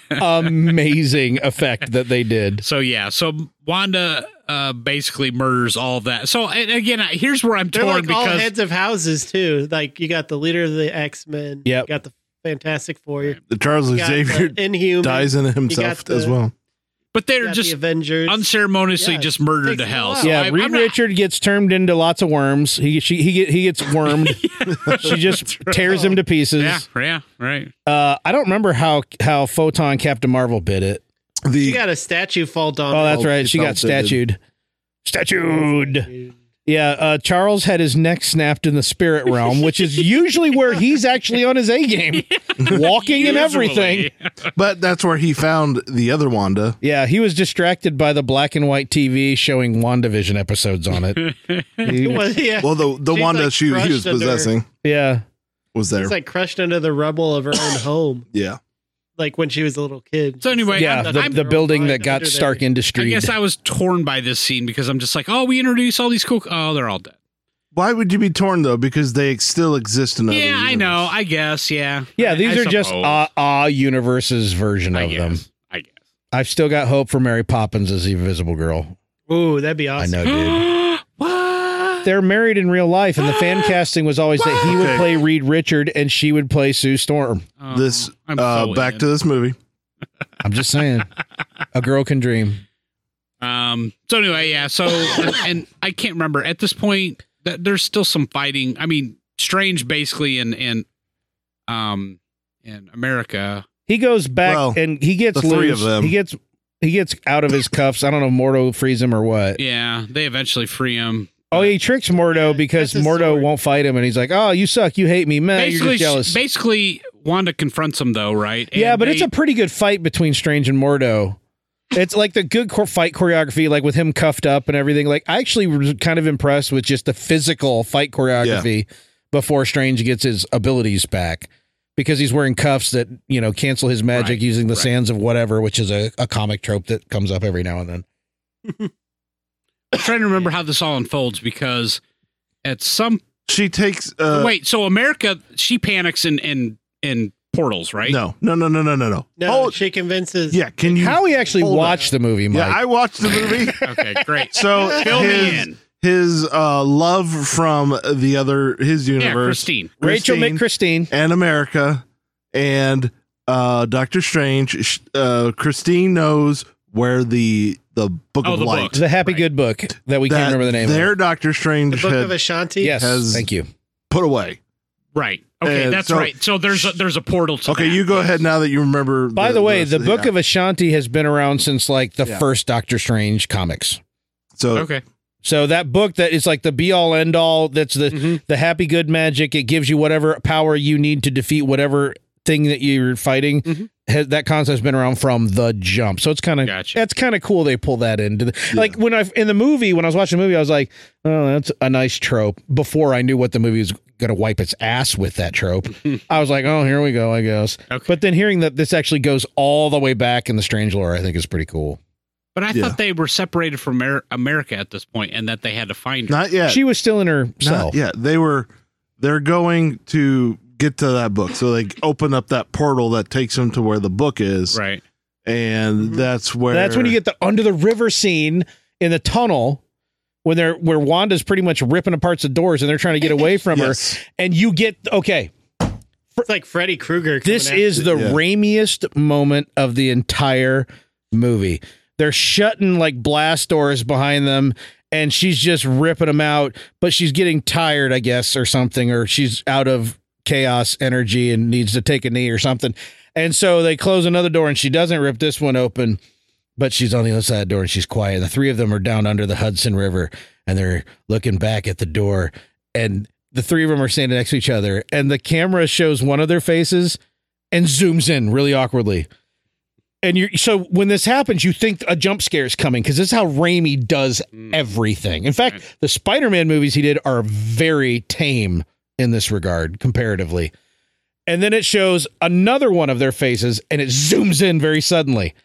[SPEAKER 1] amazing effect that they did.
[SPEAKER 5] So yeah, so Wanda uh, basically murders all of that. So and again, I- here's where I'm
[SPEAKER 4] They're
[SPEAKER 5] torn
[SPEAKER 4] like all
[SPEAKER 5] because
[SPEAKER 4] heads of houses too. Like you got the leader of the X Men.
[SPEAKER 1] Yep.
[SPEAKER 4] You got the Fantastic Four. You
[SPEAKER 3] The Charles
[SPEAKER 4] got
[SPEAKER 3] Xavier
[SPEAKER 4] the Inhuman.
[SPEAKER 3] dies in himself
[SPEAKER 4] got the-
[SPEAKER 3] as well.
[SPEAKER 5] but they're
[SPEAKER 4] got the
[SPEAKER 5] just
[SPEAKER 4] Avengers.
[SPEAKER 5] unceremoniously
[SPEAKER 4] Yeah,
[SPEAKER 5] just murdered to
[SPEAKER 4] takes a
[SPEAKER 5] hell.
[SPEAKER 4] while.
[SPEAKER 5] So
[SPEAKER 1] yeah,
[SPEAKER 5] I,
[SPEAKER 1] Reed
[SPEAKER 5] I'm not-
[SPEAKER 1] Richard gets turned into lots of worms. He she, he get, he gets wormed. she just tears him to pieces.
[SPEAKER 5] yeah, yeah, right.
[SPEAKER 1] Uh, I don't remember how how Photon Captain Marvel bid it.
[SPEAKER 4] she
[SPEAKER 3] The
[SPEAKER 4] got a statue fall down.
[SPEAKER 1] Oh, that's
[SPEAKER 3] Oh,
[SPEAKER 1] right. She got
[SPEAKER 3] she felt it.
[SPEAKER 1] statued. Statued. Yeah, uh, Charles had his neck snapped in the spirit realm, which is usually where he's actually on his A game, walking and everything.
[SPEAKER 5] Usually.
[SPEAKER 3] but that's where he found the other Wanda.
[SPEAKER 1] Yeah, he was distracted by the black and white TV showing WandaVision episodes on it.
[SPEAKER 4] It
[SPEAKER 1] He-
[SPEAKER 4] was, yeah.
[SPEAKER 3] Well, the the
[SPEAKER 4] She's,
[SPEAKER 3] Wanda
[SPEAKER 4] like,
[SPEAKER 3] she, he was
[SPEAKER 4] crushed under-
[SPEAKER 3] possessing
[SPEAKER 1] yeah.
[SPEAKER 3] was there.
[SPEAKER 4] She's like crushed under the rubble of her own home,
[SPEAKER 3] yeah,
[SPEAKER 4] like when she was a little kid.
[SPEAKER 5] So anyway,
[SPEAKER 1] Yeah,
[SPEAKER 5] I'm,
[SPEAKER 1] the,
[SPEAKER 5] I'm-
[SPEAKER 1] the building that got
[SPEAKER 4] Under there.
[SPEAKER 1] Stark
[SPEAKER 5] I
[SPEAKER 1] Industries.
[SPEAKER 5] guess I was torn by this scene because I'm just like, oh, we introduce all these cool. Oh, they're all dead.
[SPEAKER 3] why would you be torn though? Because they still exist in. Other
[SPEAKER 5] yeah, I
[SPEAKER 3] universes.
[SPEAKER 5] know. I guess. Yeah.
[SPEAKER 1] Yeah,
[SPEAKER 5] I-
[SPEAKER 1] these
[SPEAKER 5] I
[SPEAKER 1] are just
[SPEAKER 5] suppose.
[SPEAKER 1] ah ah universes version
[SPEAKER 5] I
[SPEAKER 1] of them.
[SPEAKER 5] guess. I guess.
[SPEAKER 1] I've still got hope for Mary Poppins as the Invisible Girl.
[SPEAKER 4] Ooh, that'd be awesome.
[SPEAKER 1] I know, dude.
[SPEAKER 5] what?
[SPEAKER 1] They're married in real life, and the fan casting was always that he would
[SPEAKER 3] Okay.
[SPEAKER 1] play Reed Richard and she would play Sue Storm.
[SPEAKER 5] Oh,
[SPEAKER 3] This
[SPEAKER 5] I'm
[SPEAKER 3] uh,
[SPEAKER 5] so
[SPEAKER 3] back
[SPEAKER 5] in.
[SPEAKER 3] to this movie.
[SPEAKER 1] I'm just saying, a girl can dream.
[SPEAKER 5] Um. So anyway, yeah. So and I can't remember at this point. Th- there's still some fighting. I mean, Strange basically in in um in America.
[SPEAKER 1] He goes back
[SPEAKER 3] Well,
[SPEAKER 1] and he gets
[SPEAKER 3] the three
[SPEAKER 1] loose.
[SPEAKER 3] of them.
[SPEAKER 1] He gets he gets out of his cuffs. I don't know, if Mordo frees him or what.
[SPEAKER 5] Yeah, they eventually free him.
[SPEAKER 1] Oh, he tricks Mordo because
[SPEAKER 4] that's a
[SPEAKER 1] Mordo
[SPEAKER 4] sword.
[SPEAKER 1] won't fight him, and he's like, "Oh, you suck, you hate me, man, Uh, you're
[SPEAKER 5] basically,
[SPEAKER 1] just jealous."
[SPEAKER 5] basically, Wanda confronts him though, right?
[SPEAKER 1] yeah,
[SPEAKER 5] And
[SPEAKER 1] but it's
[SPEAKER 5] they-
[SPEAKER 1] a pretty good fight between Strange and Mordo. It's like the good cor- fight choreography, like with him cuffed up and everything. Like I actually was kind of impressed with just the physical fight choreography before Strange gets his abilities back because he's wearing cuffs that you know cancel his magic
[SPEAKER 5] Right,
[SPEAKER 1] using the
[SPEAKER 5] right.
[SPEAKER 1] sands of whatever, which is a, a comic trope that comes up every now and then.
[SPEAKER 5] I'm trying to remember how this all unfolds because at some
[SPEAKER 3] She takes. Uh,
[SPEAKER 5] wait, so America she panics and and and portals, right?
[SPEAKER 3] No, no, no, no, no, no, no.
[SPEAKER 4] No,
[SPEAKER 3] Hold-
[SPEAKER 4] she convinces.
[SPEAKER 3] yeah. Can you?
[SPEAKER 1] How he actually
[SPEAKER 3] Hold on.
[SPEAKER 1] watched the movie, Mike?
[SPEAKER 3] yeah, I watched the movie.
[SPEAKER 5] Okay, great.
[SPEAKER 3] So
[SPEAKER 5] Fill me
[SPEAKER 3] his
[SPEAKER 5] in.
[SPEAKER 3] his uh, love from the other his
[SPEAKER 5] Yeah,
[SPEAKER 3] universe
[SPEAKER 5] Christine.
[SPEAKER 1] Rachel
[SPEAKER 3] Christine.
[SPEAKER 1] McChristine.
[SPEAKER 3] and America and uh, Doctor Strange. sh- Uh, Christine knows where the the Book
[SPEAKER 5] Oh,
[SPEAKER 3] of
[SPEAKER 5] the
[SPEAKER 3] Light.
[SPEAKER 5] book.
[SPEAKER 1] The Happy
[SPEAKER 5] Right.
[SPEAKER 1] Good Book that we
[SPEAKER 3] that
[SPEAKER 1] can't remember the name.
[SPEAKER 3] Their
[SPEAKER 1] of.
[SPEAKER 3] Doctor
[SPEAKER 4] The
[SPEAKER 3] Strange
[SPEAKER 4] Book of
[SPEAKER 3] had
[SPEAKER 4] Ashanti.
[SPEAKER 1] Yes,
[SPEAKER 3] has-
[SPEAKER 1] thank you.
[SPEAKER 3] put away.
[SPEAKER 5] Right. Okay,
[SPEAKER 3] And
[SPEAKER 5] that's
[SPEAKER 3] so-
[SPEAKER 5] right. So there's a, there's a portal to
[SPEAKER 3] Okay,
[SPEAKER 5] that.
[SPEAKER 3] you go ahead now that you remember.
[SPEAKER 1] By the, way, the,
[SPEAKER 3] rest
[SPEAKER 1] Book of Ashanti has been around since like the
[SPEAKER 3] Yeah.
[SPEAKER 1] first Doctor Strange comics.
[SPEAKER 3] so
[SPEAKER 5] Okay.
[SPEAKER 1] So that book that is like the be all end all. That's the
[SPEAKER 5] Mhm.
[SPEAKER 1] the happy good magic. It gives you whatever power you need to defeat whatever thing that you're fighting.
[SPEAKER 5] Mhm.
[SPEAKER 1] Has, that concept's been around from the jump. So it's kind of
[SPEAKER 5] Gotcha.
[SPEAKER 1] that's kind of cool. They pull that into the
[SPEAKER 3] Yeah.
[SPEAKER 1] like when I in the movie when I was watching the movie I was like, oh, that's a nice trope. Before I knew what the movie was going to wipe its ass with that trope, I was like, oh, here we go, I guess.
[SPEAKER 5] Okay. But,
[SPEAKER 1] But then hearing that this actually goes all the way back in the strange lore, I think is pretty cool.
[SPEAKER 5] I
[SPEAKER 3] Yeah.
[SPEAKER 5] thought they were separated from Amer- America at this point and that they had to find her.
[SPEAKER 3] not yet.
[SPEAKER 1] She was still in her cell.
[SPEAKER 3] not yet. They were they're going to get to that book, so they open up that portal that takes them to where the book is,
[SPEAKER 5] Right.
[SPEAKER 3] and that's where
[SPEAKER 1] Mm-hmm. That's when you get the under the river scene in the tunnel when they're where Wanda's pretty much ripping apart the doors and they're trying to get away from
[SPEAKER 3] Yes.
[SPEAKER 1] her. And you get okay,
[SPEAKER 4] It's like Freddy Krueger. coming
[SPEAKER 1] this
[SPEAKER 4] after
[SPEAKER 1] is the
[SPEAKER 3] Yeah.
[SPEAKER 1] ramiest moment of the entire movie. They're shutting like blast doors behind them and she's just ripping them out, but she's getting tired, I guess, or something, or she's out of chaos energy and needs to take a knee or something. And so they close another door and she doesn't rip this one open, but she's on the other side of the door and she's quiet. And the three of them are down under the Hudson River and they're looking back at the door and the three of them are standing next to each other and the camera shows one of their faces and zooms in really awkwardly. And you are so when this happens, you think a jump scare is coming because this is how Raimi does everything. In fact, the Spider-Man movies he did are very tame in this regard comparatively. And then it shows another one of their faces and it zooms in very suddenly.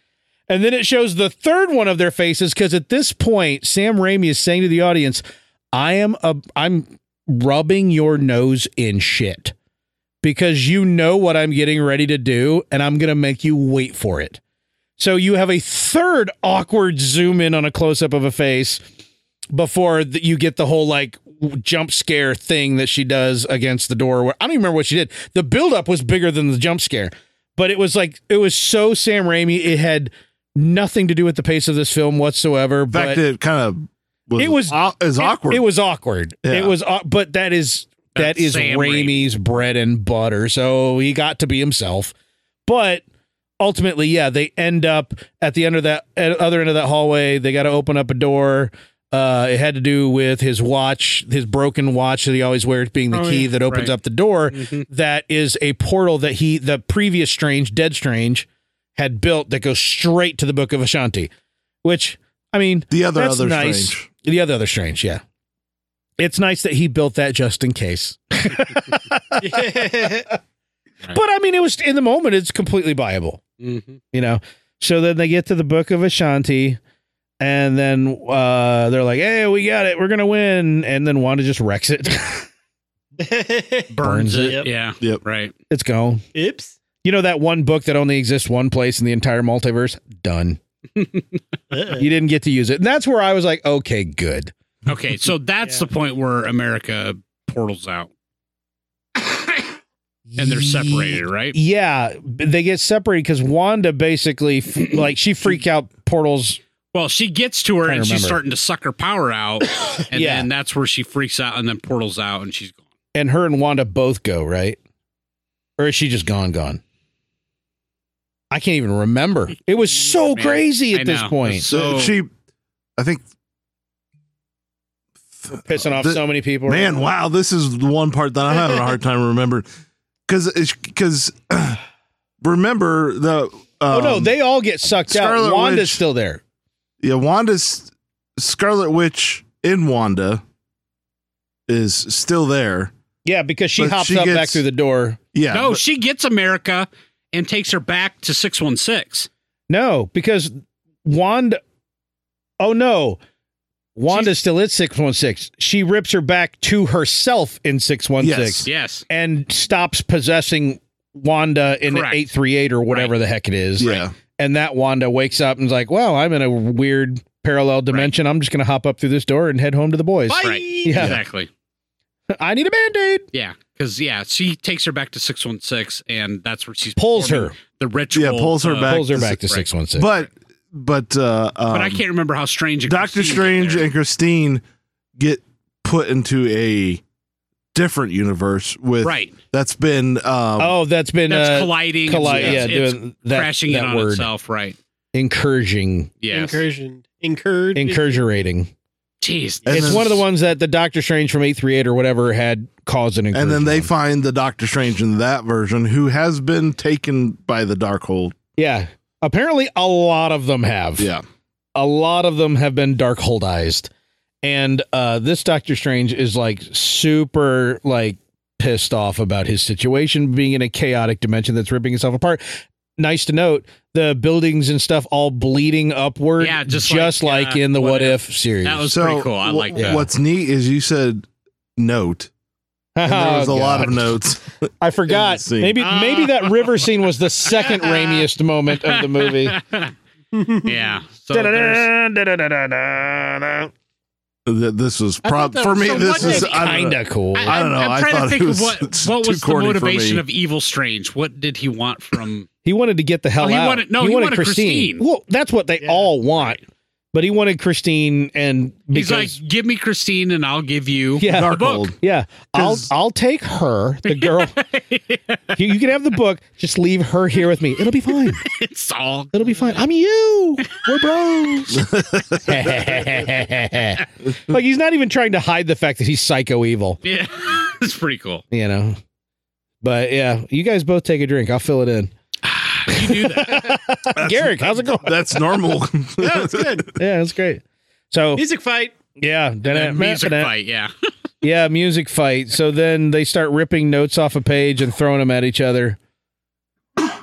[SPEAKER 1] And then it shows the third one of their faces because at this point Sam Raimi is saying to the audience, "I am a I'm rubbing your nose in shit." because you know what I'm getting ready to do and I'm going to make you wait for it. So you have a third awkward zoom in on a close up of a face before that you get the whole like w- jump scare thing that she does against the door where I don't even remember what she did. The build up was bigger than the jump scare, but it was like it was so Sam Raimi it had nothing to do with the pace of this film whatsoever.
[SPEAKER 3] In fact,
[SPEAKER 1] but
[SPEAKER 3] it kind of was
[SPEAKER 1] It was-
[SPEAKER 3] au- is awkward.
[SPEAKER 1] It, was awkward.
[SPEAKER 3] Yeah.
[SPEAKER 1] It was, au- but that is
[SPEAKER 5] That's
[SPEAKER 1] That's
[SPEAKER 5] Sam
[SPEAKER 1] Raimi's bread and butter. So he got to be himself. But ultimately, yeah, they end up at the end of that at other end of that hallway. They got to open up a door. Uh, it had to do with his watch, his broken watch that he always wears, being the
[SPEAKER 5] Oh,
[SPEAKER 1] key
[SPEAKER 5] yeah,
[SPEAKER 1] that opens
[SPEAKER 5] right.
[SPEAKER 1] up the door.
[SPEAKER 5] Mhm.
[SPEAKER 1] That is a portal that he, the previous Strange, Dead Strange, had built that goes straight to the Book of Ashanti. Which, I mean,
[SPEAKER 3] the other
[SPEAKER 1] that's
[SPEAKER 3] other
[SPEAKER 1] nice.
[SPEAKER 3] strange.
[SPEAKER 1] the other other strange, yeah. It's nice that he built that just in case. But I mean, it was in the moment, it's completely viable,
[SPEAKER 5] Mhm.
[SPEAKER 1] you know. So then they get to the Book of Ashanti, and then uh, they're like, "Hey, we got it. We're gonna win." And then Wanda just wrecks it. Burns
[SPEAKER 5] Burns it.
[SPEAKER 4] it.
[SPEAKER 5] Yeah.
[SPEAKER 3] Yep.
[SPEAKER 5] Right.
[SPEAKER 1] it's gone.
[SPEAKER 4] Oops.
[SPEAKER 1] You know that one book that only exists one place in the entire multiverse. Done.
[SPEAKER 4] Uh-oh.
[SPEAKER 1] You didn't get to use it, and that's where I was like, "Okay, good."
[SPEAKER 5] Okay. So that's
[SPEAKER 4] Yeah.
[SPEAKER 5] the point where America portals out and they're separated, right?
[SPEAKER 1] Yeah, but they get separated because Wanda basically f- like she freak out portals.
[SPEAKER 5] Well, she gets to her
[SPEAKER 1] Can't
[SPEAKER 5] and she's
[SPEAKER 1] remember.
[SPEAKER 5] starting to suck her power out. And
[SPEAKER 1] Yeah.
[SPEAKER 5] then that's where she freaks out and then portals out and she's gone.
[SPEAKER 1] and her and Wanda both go, right? Or is she just gone, gone? I can't even remember. It was so
[SPEAKER 5] Mm, Man,
[SPEAKER 1] crazy
[SPEAKER 5] I
[SPEAKER 1] at this
[SPEAKER 5] know.
[SPEAKER 1] point.
[SPEAKER 3] So
[SPEAKER 5] So-
[SPEAKER 3] she, I think,
[SPEAKER 1] Pissing off
[SPEAKER 3] The-
[SPEAKER 1] so many people. Oh,
[SPEAKER 3] man, wow, this is the one part that I'm having a hard time remembering because because remember the
[SPEAKER 1] oh, no,
[SPEAKER 3] um,
[SPEAKER 1] they all get sucked out.
[SPEAKER 3] Scarlet
[SPEAKER 1] Wanda's
[SPEAKER 3] Witch-
[SPEAKER 1] still there.
[SPEAKER 3] yeah Wanda's Scarlet Witch in Wanda is still there.
[SPEAKER 1] Yeah, because she
[SPEAKER 3] But
[SPEAKER 1] hops
[SPEAKER 3] she
[SPEAKER 1] up back
[SPEAKER 3] gets-
[SPEAKER 1] through the door.
[SPEAKER 3] Yeah,
[SPEAKER 5] no,
[SPEAKER 3] but-
[SPEAKER 5] she gets America and takes her back to 616.
[SPEAKER 1] No, because Wanda. Oh, no. Wanda still at 616. She rips her back to herself in 616
[SPEAKER 3] Yes.
[SPEAKER 5] Yes.
[SPEAKER 1] and stops possessing Wanda in
[SPEAKER 5] Correct.
[SPEAKER 1] 838 or whatever the heck it is.
[SPEAKER 3] yeah.
[SPEAKER 1] and that Wanda wakes up and's like, "Wow, I'm in a weird parallel dimension. I'm just going to hop up through this door and head home to the boys.
[SPEAKER 5] Right.
[SPEAKER 1] Yeah.
[SPEAKER 5] Exactly.
[SPEAKER 1] I need a band-aid."
[SPEAKER 5] Yeah. Because, yeah, she takes her back to 616 and that's where she's
[SPEAKER 1] Pulls
[SPEAKER 5] performing
[SPEAKER 1] her,
[SPEAKER 5] The ritual.
[SPEAKER 3] Yeah, pulls her
[SPEAKER 5] of-
[SPEAKER 3] Back
[SPEAKER 1] pulls her
[SPEAKER 3] to
[SPEAKER 1] back to
[SPEAKER 5] six-
[SPEAKER 1] six one six.
[SPEAKER 3] But but uh, um,
[SPEAKER 5] But I can't remember how strange and
[SPEAKER 3] Doctor
[SPEAKER 5] Christine
[SPEAKER 3] Strange
[SPEAKER 5] get there.
[SPEAKER 3] and Christine get put into a different universe with
[SPEAKER 5] right.
[SPEAKER 3] that's been um,
[SPEAKER 1] Oh, that's been
[SPEAKER 5] That's
[SPEAKER 1] uh,
[SPEAKER 5] colliding.
[SPEAKER 1] colli-
[SPEAKER 5] it's,
[SPEAKER 1] yeah,
[SPEAKER 5] it's
[SPEAKER 1] doing that,
[SPEAKER 5] crashing
[SPEAKER 1] that
[SPEAKER 5] in on
[SPEAKER 1] word,
[SPEAKER 5] itself. Right.
[SPEAKER 1] incurging,
[SPEAKER 5] Yes.
[SPEAKER 4] Incursion. Incurred.
[SPEAKER 1] incurgerating.
[SPEAKER 5] Jeez.
[SPEAKER 3] And
[SPEAKER 1] it's
[SPEAKER 3] then-
[SPEAKER 1] one of the ones that the Doctor Strange from eight three eight or whatever had caused an incursion.
[SPEAKER 3] and then they
[SPEAKER 1] on.
[SPEAKER 3] find the Doctor Strange in that version who has been taken by the Darkhold.
[SPEAKER 1] yeah, apparently a lot of them have.
[SPEAKER 3] Yeah.
[SPEAKER 1] a lot of them have been dark holdized and uh this doctor strange is like super like pissed off about his situation being in a chaotic dimension that's ripping itself apart nice to note the buildings and stuff all bleeding upward
[SPEAKER 5] Yeah, just
[SPEAKER 1] like,
[SPEAKER 5] like, uh,
[SPEAKER 1] in the what,
[SPEAKER 5] What
[SPEAKER 1] if, series
[SPEAKER 5] That was
[SPEAKER 3] So
[SPEAKER 5] pretty cool. I
[SPEAKER 3] wh-
[SPEAKER 5] like that.
[SPEAKER 3] What's neat is you said note. And there was
[SPEAKER 1] Oh,
[SPEAKER 3] a lot of
[SPEAKER 1] God.
[SPEAKER 3] notes.
[SPEAKER 1] i forgot
[SPEAKER 3] scene.
[SPEAKER 1] maybe maybe
[SPEAKER 5] Uh.
[SPEAKER 1] that river scene was the second raimiest moment of the movie
[SPEAKER 5] yeah. So there's-
[SPEAKER 3] Th- this was
[SPEAKER 5] I
[SPEAKER 3] prob
[SPEAKER 5] thought that
[SPEAKER 3] for
[SPEAKER 5] was-
[SPEAKER 3] me
[SPEAKER 5] so
[SPEAKER 3] this
[SPEAKER 5] what
[SPEAKER 3] is
[SPEAKER 5] they
[SPEAKER 3] I don't know.
[SPEAKER 1] kind of cool
[SPEAKER 3] I don't know.
[SPEAKER 5] I'm
[SPEAKER 3] I
[SPEAKER 5] trying
[SPEAKER 3] thought
[SPEAKER 5] to
[SPEAKER 3] it
[SPEAKER 5] think of
[SPEAKER 3] was-
[SPEAKER 5] what,
[SPEAKER 3] it's
[SPEAKER 5] what
[SPEAKER 3] too
[SPEAKER 5] was the
[SPEAKER 3] corny for
[SPEAKER 5] motivation
[SPEAKER 3] me.
[SPEAKER 5] of Evil Strange. What did he want from?
[SPEAKER 1] He wanted to get the hell
[SPEAKER 5] Oh, he
[SPEAKER 1] out.
[SPEAKER 5] wanted- no, he wanted Christine.
[SPEAKER 1] Well, that's what they
[SPEAKER 4] Yeah.
[SPEAKER 1] all want. But he wanted Christine, and because
[SPEAKER 5] He's like, give me Christine, and I'll give you.
[SPEAKER 1] yeah,
[SPEAKER 3] Darkhold.
[SPEAKER 1] yeah, I'll
[SPEAKER 3] 'Cause-
[SPEAKER 1] I'll take her, the girl. you, you can have the book. Just leave her here with me. It'll be fine.
[SPEAKER 5] It's all.
[SPEAKER 1] It'll be fine. I'm you. We're bros. like he's not even trying to hide the fact that he's psycho evil.
[SPEAKER 5] Yeah, it's pretty cool.
[SPEAKER 1] You know. But yeah, you guys both take a drink. I'll fill it in.
[SPEAKER 5] You do that.
[SPEAKER 1] Garrick, how's it going?
[SPEAKER 3] That's normal.
[SPEAKER 4] Yeah, it's good.
[SPEAKER 1] Yeah, that's great. So
[SPEAKER 4] Music fight.
[SPEAKER 1] yeah,
[SPEAKER 5] That music fight. Yeah.
[SPEAKER 1] Yeah, music fight. So then they start ripping notes off a page and throwing them at each other.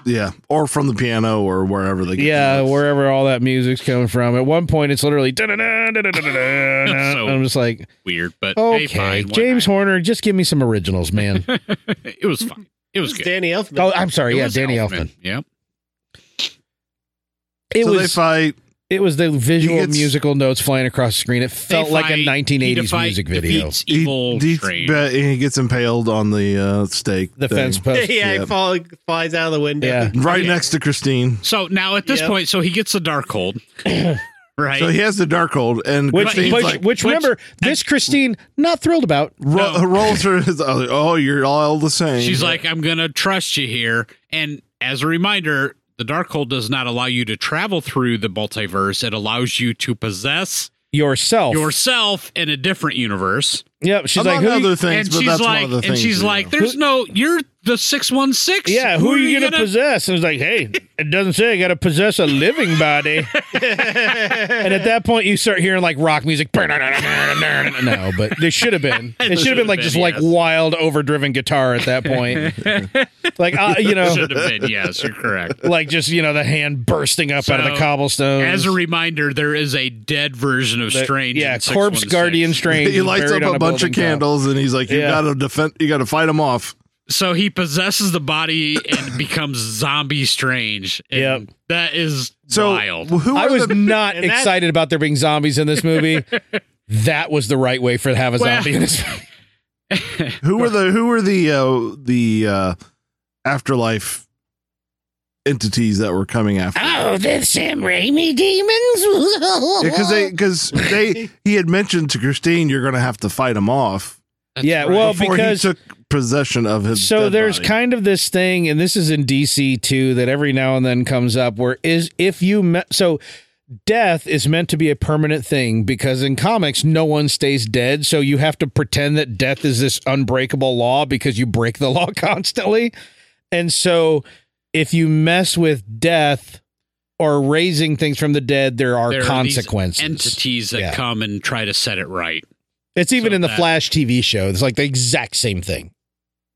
[SPEAKER 3] yeah. Or from the piano or wherever they get
[SPEAKER 1] Yeah,
[SPEAKER 3] notes.
[SPEAKER 1] wherever all that music's coming from. At one point, it's literally. da-da-da, da-da-da-da-da.
[SPEAKER 5] So-
[SPEAKER 1] I'm just like,
[SPEAKER 5] Weird, but hey,
[SPEAKER 1] okay,
[SPEAKER 5] fine, why
[SPEAKER 1] James
[SPEAKER 5] not?
[SPEAKER 1] Horner, just give me some originals, man.
[SPEAKER 5] it was fine. It was
[SPEAKER 4] It's
[SPEAKER 5] good.
[SPEAKER 4] Danny Elfman.
[SPEAKER 1] oh, I'm sorry.
[SPEAKER 5] It
[SPEAKER 1] yeah,
[SPEAKER 5] was
[SPEAKER 1] Danny Elfman.
[SPEAKER 5] Elfman. Yep.
[SPEAKER 1] It
[SPEAKER 3] so they
[SPEAKER 1] was.
[SPEAKER 3] fight
[SPEAKER 1] It was the visual
[SPEAKER 3] gets-
[SPEAKER 1] musical notes flying across the screen. It
[SPEAKER 5] They
[SPEAKER 1] felt like
[SPEAKER 5] fight,
[SPEAKER 1] a
[SPEAKER 5] he
[SPEAKER 1] 1980s
[SPEAKER 5] defi-
[SPEAKER 6] music video.
[SPEAKER 5] defeats
[SPEAKER 3] He-
[SPEAKER 5] Evil
[SPEAKER 3] he,
[SPEAKER 5] Train.
[SPEAKER 3] bet- he gets impaled on the uh, stake.
[SPEAKER 1] the
[SPEAKER 3] thing.
[SPEAKER 1] fence post.
[SPEAKER 4] yeah,
[SPEAKER 3] yeah.
[SPEAKER 4] he fall, flies out of the window.
[SPEAKER 1] Yeah.
[SPEAKER 3] right
[SPEAKER 5] Yeah.
[SPEAKER 3] next to Christine.
[SPEAKER 5] So now at this
[SPEAKER 4] Yep.
[SPEAKER 5] point, so he gets the dark hold, right?
[SPEAKER 3] So he has the dark hold and
[SPEAKER 1] Which,
[SPEAKER 5] But he-
[SPEAKER 3] Christine's
[SPEAKER 1] which,
[SPEAKER 3] like
[SPEAKER 1] which, remember, this Christine not thrilled about.
[SPEAKER 3] ro-
[SPEAKER 5] No.
[SPEAKER 3] rolls her. His, oh, you're all the same.
[SPEAKER 5] She's like, I'm going to trust you here. And as a reminder, the dark hold does not allow you to travel through the multiverse, it allows you to possess
[SPEAKER 1] Yourself.
[SPEAKER 5] yourself in a different universe.
[SPEAKER 1] yep. She's
[SPEAKER 3] Among
[SPEAKER 1] like, who you-
[SPEAKER 3] other things,
[SPEAKER 5] and
[SPEAKER 3] but
[SPEAKER 5] she's
[SPEAKER 3] that's
[SPEAKER 5] like,
[SPEAKER 3] one of the things.
[SPEAKER 5] and she's
[SPEAKER 3] you
[SPEAKER 5] like,
[SPEAKER 3] know.
[SPEAKER 5] there's no, you're the 616.
[SPEAKER 1] yeah, who, are you going to
[SPEAKER 5] gonna-"
[SPEAKER 1] possess? And it's like, hey, it doesn't say I got to possess a living body. and at that point, you start hearing like rock music.
[SPEAKER 6] no, but
[SPEAKER 1] They should have been. It should have been like just
[SPEAKER 5] been,
[SPEAKER 1] like
[SPEAKER 5] yes.
[SPEAKER 1] wild, overdriven guitar at that point. like, uh, you know,
[SPEAKER 5] Should have been. Yes, you're correct.
[SPEAKER 1] like just, you know, the hand bursting up out of the
[SPEAKER 5] So,
[SPEAKER 1] cobblestones.
[SPEAKER 5] As a reminder, there is a dead version of
[SPEAKER 1] The-
[SPEAKER 5] Strange.
[SPEAKER 1] Yeah,
[SPEAKER 5] in
[SPEAKER 1] corpse
[SPEAKER 5] 616.
[SPEAKER 1] guardian strange.
[SPEAKER 3] he
[SPEAKER 1] is
[SPEAKER 3] lights
[SPEAKER 1] buried
[SPEAKER 3] up
[SPEAKER 1] on
[SPEAKER 3] a bunch of
[SPEAKER 1] building top.
[SPEAKER 3] candles, and he's like, "You
[SPEAKER 1] Yeah.
[SPEAKER 3] gotta defend. You gotta fight him off."
[SPEAKER 5] So he possesses the body and becomes zombie strange. And
[SPEAKER 1] Yep.
[SPEAKER 5] That is
[SPEAKER 3] So
[SPEAKER 5] wild.
[SPEAKER 3] who
[SPEAKER 1] I
[SPEAKER 3] are
[SPEAKER 1] was
[SPEAKER 3] the-
[SPEAKER 1] not
[SPEAKER 4] And that-
[SPEAKER 1] excited about there being zombies in this movie. that was the right way for to have a
[SPEAKER 5] Well-
[SPEAKER 1] zombie in this.
[SPEAKER 3] who were the who were the uh, the uh, afterlife entities that were coming after?
[SPEAKER 1] Ah,
[SPEAKER 6] oh, the Sam Raimi demons.
[SPEAKER 3] Because they because they he had mentioned to Christine, "You're gonna have to fight him off."
[SPEAKER 5] That's
[SPEAKER 1] yeah,
[SPEAKER 5] right.
[SPEAKER 1] well,
[SPEAKER 3] before
[SPEAKER 1] because-
[SPEAKER 3] he took possession of his.
[SPEAKER 1] so
[SPEAKER 3] dead
[SPEAKER 1] there's
[SPEAKER 3] body.
[SPEAKER 1] kind of this thing, and this is in DC too, that every now and then comes up where is if you me- so death is meant to be a permanent thing because in comics no one stays dead so you have to pretend that death is this unbreakable law because you break the law constantly and so if you mess with death or raising things from the dead there are
[SPEAKER 5] There these
[SPEAKER 1] consequences
[SPEAKER 5] entities that
[SPEAKER 1] Yeah.
[SPEAKER 5] come and try to set it right.
[SPEAKER 1] It's even
[SPEAKER 5] So
[SPEAKER 1] in the
[SPEAKER 5] that-
[SPEAKER 1] Flash TV show. It's like the exact same thing.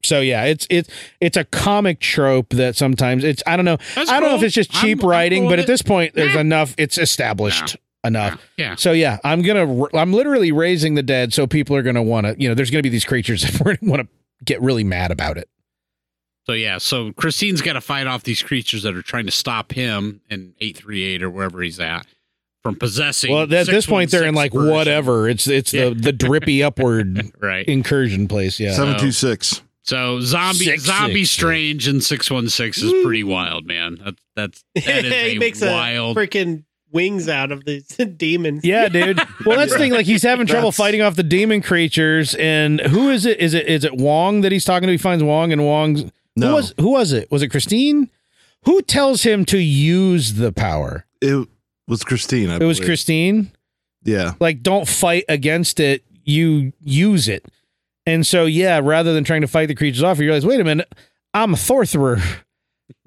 [SPEAKER 1] So yeah, it's it's it's a comic trope that sometimes it's I don't know
[SPEAKER 5] That's
[SPEAKER 1] I don't know
[SPEAKER 5] cool.
[SPEAKER 1] if it's just
[SPEAKER 5] I'm-
[SPEAKER 1] cheap
[SPEAKER 5] I'm
[SPEAKER 1] writing,
[SPEAKER 5] cool
[SPEAKER 1] but
[SPEAKER 5] with
[SPEAKER 1] at this point there's
[SPEAKER 5] Nah.
[SPEAKER 1] enough. It's established enough.
[SPEAKER 5] Yeah.
[SPEAKER 1] So yeah, I'm gonna r- I'm literally raising the dead, so people are gonna want to you know there's gonna be these creatures that we're gonna want to get really mad about it.
[SPEAKER 5] So yeah, so Christine's got to fight off these creatures that are trying to stop him in 838 or wherever he's at from possessing.
[SPEAKER 1] Well, at this point they're in
[SPEAKER 5] 616
[SPEAKER 1] like
[SPEAKER 5] version.
[SPEAKER 1] whatever. It's it's
[SPEAKER 5] Yeah.
[SPEAKER 1] the the drippy upward
[SPEAKER 5] Right.
[SPEAKER 1] incursion place. Yeah.
[SPEAKER 3] seven two six.
[SPEAKER 5] So zombie
[SPEAKER 1] Six,
[SPEAKER 5] zombie
[SPEAKER 1] six,
[SPEAKER 5] strange and 616 is pretty wild, man. That that's that is
[SPEAKER 4] he
[SPEAKER 5] a
[SPEAKER 4] makes
[SPEAKER 5] wild
[SPEAKER 4] a freaking wings out of the demons.
[SPEAKER 1] Yeah, dude. Well, that's the thing. Like he's having trouble
[SPEAKER 3] That's-
[SPEAKER 1] fighting off the demon creatures, and who is it? Is it is it Wong that he's talking to? He finds Wong, and Wong's
[SPEAKER 3] No,
[SPEAKER 1] who was who was it? Was it Christine? Who tells him to use the power?
[SPEAKER 3] it was Christine. I
[SPEAKER 1] It was
[SPEAKER 3] believe.
[SPEAKER 1] Christine.
[SPEAKER 3] Yeah,
[SPEAKER 1] Like, don't fight against it. You use it. And so, yeah, rather than trying to fight the creatures off, you realize, wait a minute, I'm a sorcerer.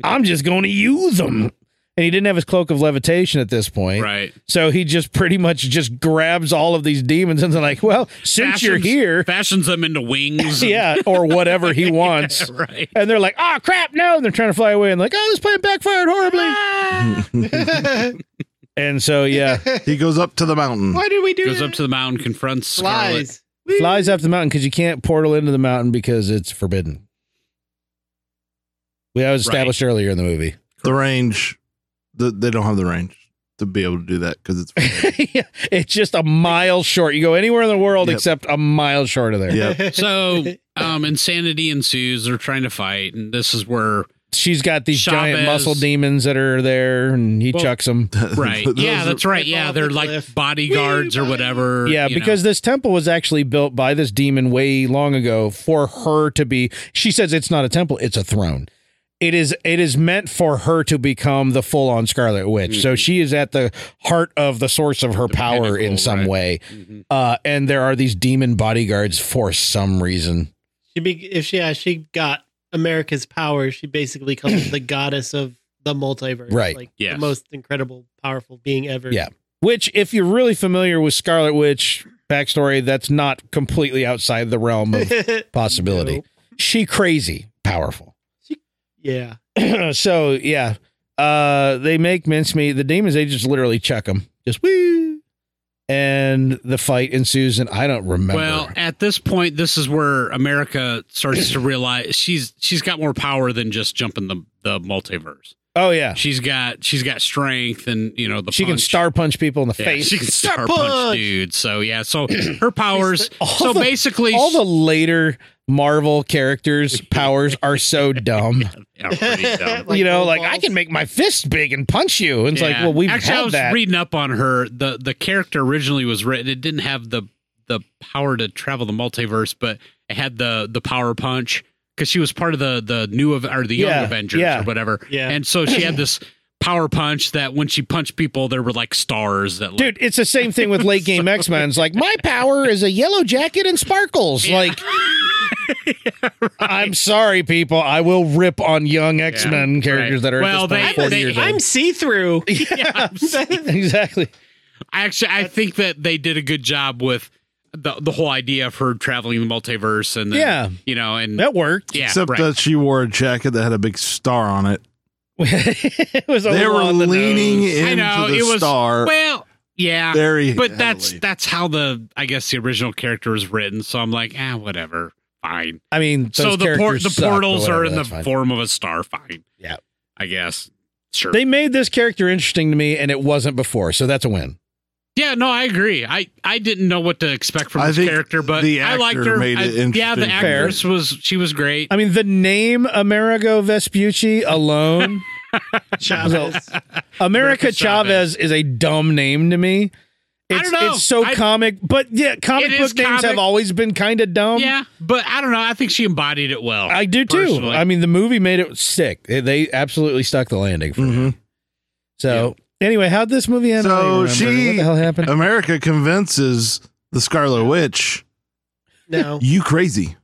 [SPEAKER 1] I'm just going to use them. And he didn't have his cloak of levitation at this point.
[SPEAKER 5] right.
[SPEAKER 1] So he just pretty much just grabs all of these demons and they're like, well, since you're
[SPEAKER 5] Fashions-
[SPEAKER 1] here,
[SPEAKER 5] fashions them into wings. and-
[SPEAKER 1] yeah, or whatever he wants.
[SPEAKER 5] right.
[SPEAKER 1] And they're like, oh, crap, no. And they're trying to fly away and like, oh, this plan backfired horribly. And so, yeah,
[SPEAKER 3] he goes up to the mountain.
[SPEAKER 4] Why did we do
[SPEAKER 5] Goes
[SPEAKER 4] that?
[SPEAKER 5] up to the mountain, confronts Scarlet.
[SPEAKER 4] Lies.
[SPEAKER 1] flies up the mountain because you can't portal into the mountain because it's forbidden. We that was
[SPEAKER 5] Right.
[SPEAKER 1] established earlier in the movie.
[SPEAKER 3] The range, the, they don't have the range to be able to do that because it's
[SPEAKER 1] it's just a mile short. You go anywhere in the world
[SPEAKER 3] Yep.
[SPEAKER 1] except a mile short of there.
[SPEAKER 3] yeah.
[SPEAKER 5] So um insanity ensues. They're trying to fight, and this is where
[SPEAKER 1] She's got these giant
[SPEAKER 5] Chavez.
[SPEAKER 1] muscle demons that are there, and he
[SPEAKER 5] Well-
[SPEAKER 1] chucks them.
[SPEAKER 5] right.
[SPEAKER 3] Those
[SPEAKER 5] yeah,
[SPEAKER 3] are-
[SPEAKER 5] that's right.
[SPEAKER 4] They
[SPEAKER 5] Yeah,
[SPEAKER 4] fall
[SPEAKER 5] they're
[SPEAKER 4] off the
[SPEAKER 5] like
[SPEAKER 4] cliff.
[SPEAKER 5] bodyguards or whatever.
[SPEAKER 1] Yeah,
[SPEAKER 5] you know.
[SPEAKER 1] because this temple was actually built by this demon way long ago for her to be. She says it's not a temple; it's a throne. It is. It is meant for her to become the full-on Scarlet Witch. So
[SPEAKER 5] Mhm.
[SPEAKER 1] she is at the heart of the source of her
[SPEAKER 5] The
[SPEAKER 1] power in
[SPEAKER 5] pinnacle,
[SPEAKER 1] some
[SPEAKER 5] right.
[SPEAKER 1] way.
[SPEAKER 5] Mhm.
[SPEAKER 1] Uh, and there are these demon bodyguards for some reason.
[SPEAKER 4] she be if she yeah, she got America's power, she basically becomes the goddess of the multiverse.
[SPEAKER 1] Right.
[SPEAKER 4] Like
[SPEAKER 5] Yes.
[SPEAKER 4] the most incredible, powerful being ever.
[SPEAKER 1] Yeah. Which, if you're really familiar with Scarlet Witch backstory, that's not completely outside the realm of possibility.
[SPEAKER 4] No.
[SPEAKER 1] She crazy powerful.
[SPEAKER 4] Yeah.
[SPEAKER 1] so yeah, uh, they make mincemeat. The demons they just literally chuck them, just woo, and the fight ensues. And I don't remember.
[SPEAKER 5] Well, at this point, this is where America starts to realize she's she's got more power than just jumping the the multiverse.
[SPEAKER 1] Oh yeah,
[SPEAKER 5] She's got she's got strength and you know the
[SPEAKER 1] she can
[SPEAKER 5] punch.
[SPEAKER 1] star punch people in the
[SPEAKER 5] Yeah,
[SPEAKER 1] face.
[SPEAKER 5] She can star
[SPEAKER 4] Star
[SPEAKER 5] punch,
[SPEAKER 4] punch.
[SPEAKER 5] dudes. So yeah, so her powers.
[SPEAKER 1] All
[SPEAKER 5] so
[SPEAKER 1] the-
[SPEAKER 5] basically,
[SPEAKER 1] All the later Marvel characters' powers are so dumb.
[SPEAKER 5] yeah, pretty dumb.
[SPEAKER 1] you know,
[SPEAKER 4] little
[SPEAKER 1] like I
[SPEAKER 4] balls.
[SPEAKER 1] can make my fist big and punch you. And it's like,
[SPEAKER 5] Yeah.
[SPEAKER 1] well, we've
[SPEAKER 5] actually I
[SPEAKER 1] had
[SPEAKER 5] was
[SPEAKER 1] that.
[SPEAKER 5] reading up on her. the The character originally was written. It didn't have the the power to travel the multiverse, but it had the the power punch because she was part of the the new of or the young
[SPEAKER 1] Yeah,
[SPEAKER 5] Avengers
[SPEAKER 1] yeah.
[SPEAKER 5] or whatever.
[SPEAKER 4] Yeah.
[SPEAKER 5] and so she had this power punch that when she punched people, there were like stars that.
[SPEAKER 1] Dude, it's the same thing with late game X Men. It's like my power is a yellow jacket and sparkles. Like, I'm sorry, people, I will rip on young X Men
[SPEAKER 5] right.
[SPEAKER 1] characters that are
[SPEAKER 5] Well,
[SPEAKER 1] at this
[SPEAKER 5] they-
[SPEAKER 1] point 40
[SPEAKER 5] they-
[SPEAKER 1] years
[SPEAKER 4] I'm
[SPEAKER 1] old.
[SPEAKER 4] see through.
[SPEAKER 1] exactly.
[SPEAKER 5] I actually I think that they did a good job with the the whole idea of her traveling the multiverse and then,
[SPEAKER 1] Yeah.
[SPEAKER 5] you know, and
[SPEAKER 1] That worked.
[SPEAKER 5] yeah,
[SPEAKER 3] Except
[SPEAKER 5] right.
[SPEAKER 3] that she wore a jacket that had a big star on it.
[SPEAKER 1] it was a
[SPEAKER 3] They
[SPEAKER 1] little
[SPEAKER 3] were
[SPEAKER 1] on the
[SPEAKER 3] leaning
[SPEAKER 1] nose.
[SPEAKER 3] into
[SPEAKER 5] I know
[SPEAKER 3] the
[SPEAKER 5] it was
[SPEAKER 3] star
[SPEAKER 5] well, yeah,
[SPEAKER 3] very
[SPEAKER 5] but that's
[SPEAKER 3] heavily.
[SPEAKER 5] that's how the I guess the original character is written. So I'm like, ah, whatever, fine.
[SPEAKER 1] I mean, those
[SPEAKER 5] so the
[SPEAKER 1] characters
[SPEAKER 5] the
[SPEAKER 1] suck, but
[SPEAKER 5] portals
[SPEAKER 1] whatever,
[SPEAKER 5] are in the
[SPEAKER 1] that's fine.
[SPEAKER 5] form of a star, fine.
[SPEAKER 1] Yeah.
[SPEAKER 5] I guess sure.
[SPEAKER 1] They made this character interesting to me, and it wasn't before, so that's a win.
[SPEAKER 5] yeah, no, I agree. I I didn't know what to expect from
[SPEAKER 3] I
[SPEAKER 5] this
[SPEAKER 3] think
[SPEAKER 5] character, but
[SPEAKER 3] the
[SPEAKER 5] I liked
[SPEAKER 3] actor
[SPEAKER 5] her.
[SPEAKER 3] made
[SPEAKER 5] I-
[SPEAKER 3] it
[SPEAKER 5] yeah, the
[SPEAKER 3] interesting. Fair.
[SPEAKER 5] actress was she was great.
[SPEAKER 1] I mean, the name Amerigo Vespucci alone,
[SPEAKER 4] Chavez.
[SPEAKER 1] America
[SPEAKER 5] America Chavez.
[SPEAKER 1] Chavez is a dumb name to me.
[SPEAKER 5] I
[SPEAKER 1] It's,
[SPEAKER 5] don't know.
[SPEAKER 1] it's so
[SPEAKER 5] I-
[SPEAKER 1] comic, but yeah, comic
[SPEAKER 5] It
[SPEAKER 1] book
[SPEAKER 5] is
[SPEAKER 1] names
[SPEAKER 5] comic.
[SPEAKER 1] have always been kind of dumb.
[SPEAKER 5] yeah, but I don't know. I think she embodied it well.
[SPEAKER 1] I do too.
[SPEAKER 5] Personally.
[SPEAKER 1] I mean, the movie made it sick. They, they absolutely stuck the landing for me.
[SPEAKER 5] Mm-hmm.
[SPEAKER 3] Mhm.
[SPEAKER 1] So, anyway, how'd this movie end? I don't
[SPEAKER 3] So
[SPEAKER 1] even remember.
[SPEAKER 3] she-
[SPEAKER 1] what the hell happened?
[SPEAKER 3] America convinces the Scarlet Witch,
[SPEAKER 4] No,
[SPEAKER 3] you crazy.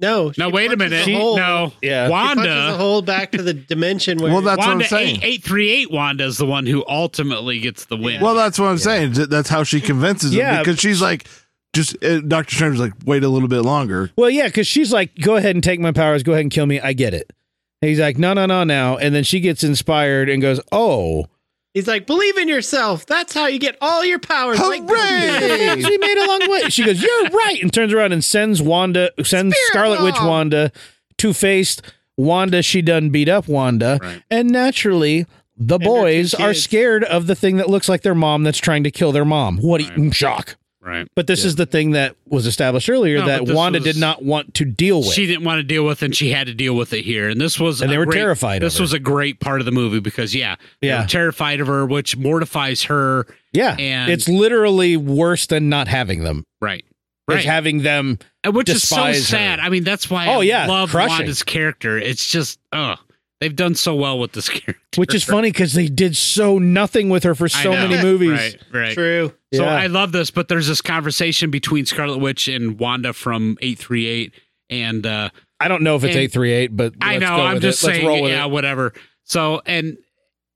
[SPEAKER 4] no. she
[SPEAKER 5] now wait a
[SPEAKER 4] punches
[SPEAKER 5] minute.
[SPEAKER 4] hole.
[SPEAKER 5] no,
[SPEAKER 1] yeah,
[SPEAKER 4] She punches a
[SPEAKER 5] Wanda.
[SPEAKER 4] hole back to the dimension where.
[SPEAKER 3] Well, that's what I'm
[SPEAKER 5] Wanda
[SPEAKER 3] saying.
[SPEAKER 5] eight eight three eight Wanda is the one who ultimately gets the win.
[SPEAKER 3] Well, that's what I'm saying. Th- That's how she convinces him
[SPEAKER 1] Yeah.
[SPEAKER 3] because she's like, just uh, Doctor Strange's like, wait a little bit longer.
[SPEAKER 1] Well, yeah, because she's like, go ahead and take my powers, go ahead and kill me. I get it. And he's like, no, no, no, now. And then she gets inspired and goes, oh,
[SPEAKER 4] He's like, believe in yourself. That's how you get all your powers. Like, go
[SPEAKER 3] Hooray!
[SPEAKER 4] do it."
[SPEAKER 1] we made a long way. She goes, you're right, and turns around and sends Wanda, sends
[SPEAKER 4] Spirit
[SPEAKER 1] Scarlet Witch
[SPEAKER 4] Ball.
[SPEAKER 1] Wanda, Two Faced Wanda. She done beat up Wanda,
[SPEAKER 5] Right.
[SPEAKER 1] and naturally. The
[SPEAKER 4] their two
[SPEAKER 1] boys are
[SPEAKER 4] kids.
[SPEAKER 1] scared of the thing that looks like their mom that's trying to kill their mom. What a mm,
[SPEAKER 5] Right.
[SPEAKER 1] shock.
[SPEAKER 5] right.
[SPEAKER 1] But this is the thing that was established earlier
[SPEAKER 5] No,
[SPEAKER 1] that
[SPEAKER 5] but this
[SPEAKER 1] Wanda
[SPEAKER 5] was-
[SPEAKER 1] did not want to deal with.
[SPEAKER 5] She didn't want to deal with, it, and she had to deal with it here. And this was
[SPEAKER 1] And
[SPEAKER 5] a
[SPEAKER 1] they were
[SPEAKER 5] great-
[SPEAKER 1] terrified of
[SPEAKER 5] This
[SPEAKER 1] her.
[SPEAKER 5] was a great part of the movie because yeah, they
[SPEAKER 1] Yeah.
[SPEAKER 5] were terrified of her, which mortifies her.
[SPEAKER 1] yeah.
[SPEAKER 5] And
[SPEAKER 1] it's literally worse than not having them.
[SPEAKER 5] right,
[SPEAKER 1] Is
[SPEAKER 5] right,
[SPEAKER 1] having them
[SPEAKER 5] And which is so
[SPEAKER 1] despise her.
[SPEAKER 5] sad. I mean, that's why
[SPEAKER 1] Oh,
[SPEAKER 5] I
[SPEAKER 1] yeah,
[SPEAKER 5] love
[SPEAKER 1] crushing.
[SPEAKER 5] Wanda's character. It's just oh, they've done so well with this character,
[SPEAKER 1] which is funny because they did so nothing with her for
[SPEAKER 5] I
[SPEAKER 1] so
[SPEAKER 5] know.
[SPEAKER 1] many movies
[SPEAKER 5] Right, right.
[SPEAKER 4] True.
[SPEAKER 5] So
[SPEAKER 1] Yeah.
[SPEAKER 5] I love this, but there's this conversation between Scarlet Witch and Wanda from 838 and uh
[SPEAKER 1] i don't know if it's
[SPEAKER 5] And-
[SPEAKER 1] 838 but
[SPEAKER 5] I
[SPEAKER 1] let's
[SPEAKER 5] know,
[SPEAKER 1] go
[SPEAKER 5] I'm
[SPEAKER 1] with
[SPEAKER 5] just
[SPEAKER 1] it. Let's roll
[SPEAKER 5] saying
[SPEAKER 1] with
[SPEAKER 5] yeah,
[SPEAKER 1] it.
[SPEAKER 5] whatever. So and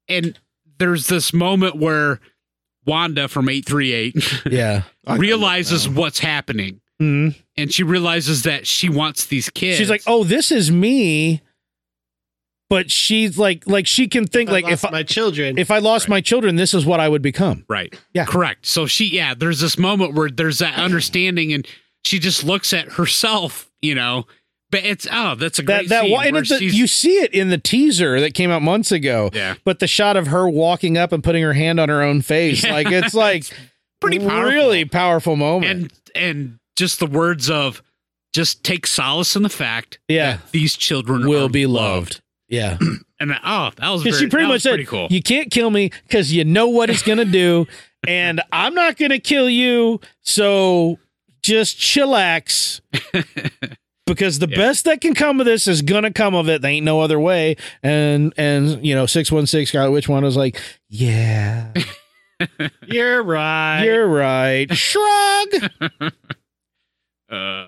[SPEAKER 5] and there's this moment where Wanda from 838
[SPEAKER 1] yeah
[SPEAKER 3] I got
[SPEAKER 5] realizes
[SPEAKER 3] it
[SPEAKER 5] what's happening
[SPEAKER 1] Mhm.
[SPEAKER 5] and she realizes that she wants these Mm-hmm. kids.
[SPEAKER 1] she's like oh this is me but she's like like she can think
[SPEAKER 4] I
[SPEAKER 1] like if
[SPEAKER 4] lost
[SPEAKER 1] I,
[SPEAKER 4] my children.
[SPEAKER 1] if i lost my children this is what i would become
[SPEAKER 5] Right.
[SPEAKER 1] Yeah.
[SPEAKER 5] Correct. So she, yeah, there's this moment where there's that understanding and she just looks at herself, you know, but it's, oh, that's a
[SPEAKER 1] that
[SPEAKER 5] great
[SPEAKER 1] that
[SPEAKER 5] scene
[SPEAKER 1] wa- and
[SPEAKER 5] where
[SPEAKER 1] it's a,
[SPEAKER 5] she's-
[SPEAKER 1] you see it in the teaser that came out months ago
[SPEAKER 5] yeah,
[SPEAKER 1] but the shot of her walking up and putting her hand on her own face
[SPEAKER 5] Yeah.
[SPEAKER 1] like it's like
[SPEAKER 5] pretty powerful.
[SPEAKER 1] really powerful moment
[SPEAKER 5] And, and just the words of just take solace in the fact
[SPEAKER 1] Yeah.
[SPEAKER 5] that these children
[SPEAKER 1] will
[SPEAKER 5] are
[SPEAKER 1] be loved yeah
[SPEAKER 5] And oh, that was, very,
[SPEAKER 1] Because she pretty much said,
[SPEAKER 5] pretty cool.
[SPEAKER 1] "You can't kill me because you know what it's gonna do, and I'm not gonna kill you. So just chillax." Because the
[SPEAKER 5] Yeah.
[SPEAKER 1] best that can come of this is gonna come of it. There ain't no other way. And and you know, six one six Scarlet Witch one was like, "Yeah,
[SPEAKER 4] You're right.
[SPEAKER 1] you're right." Shrug,
[SPEAKER 5] uh,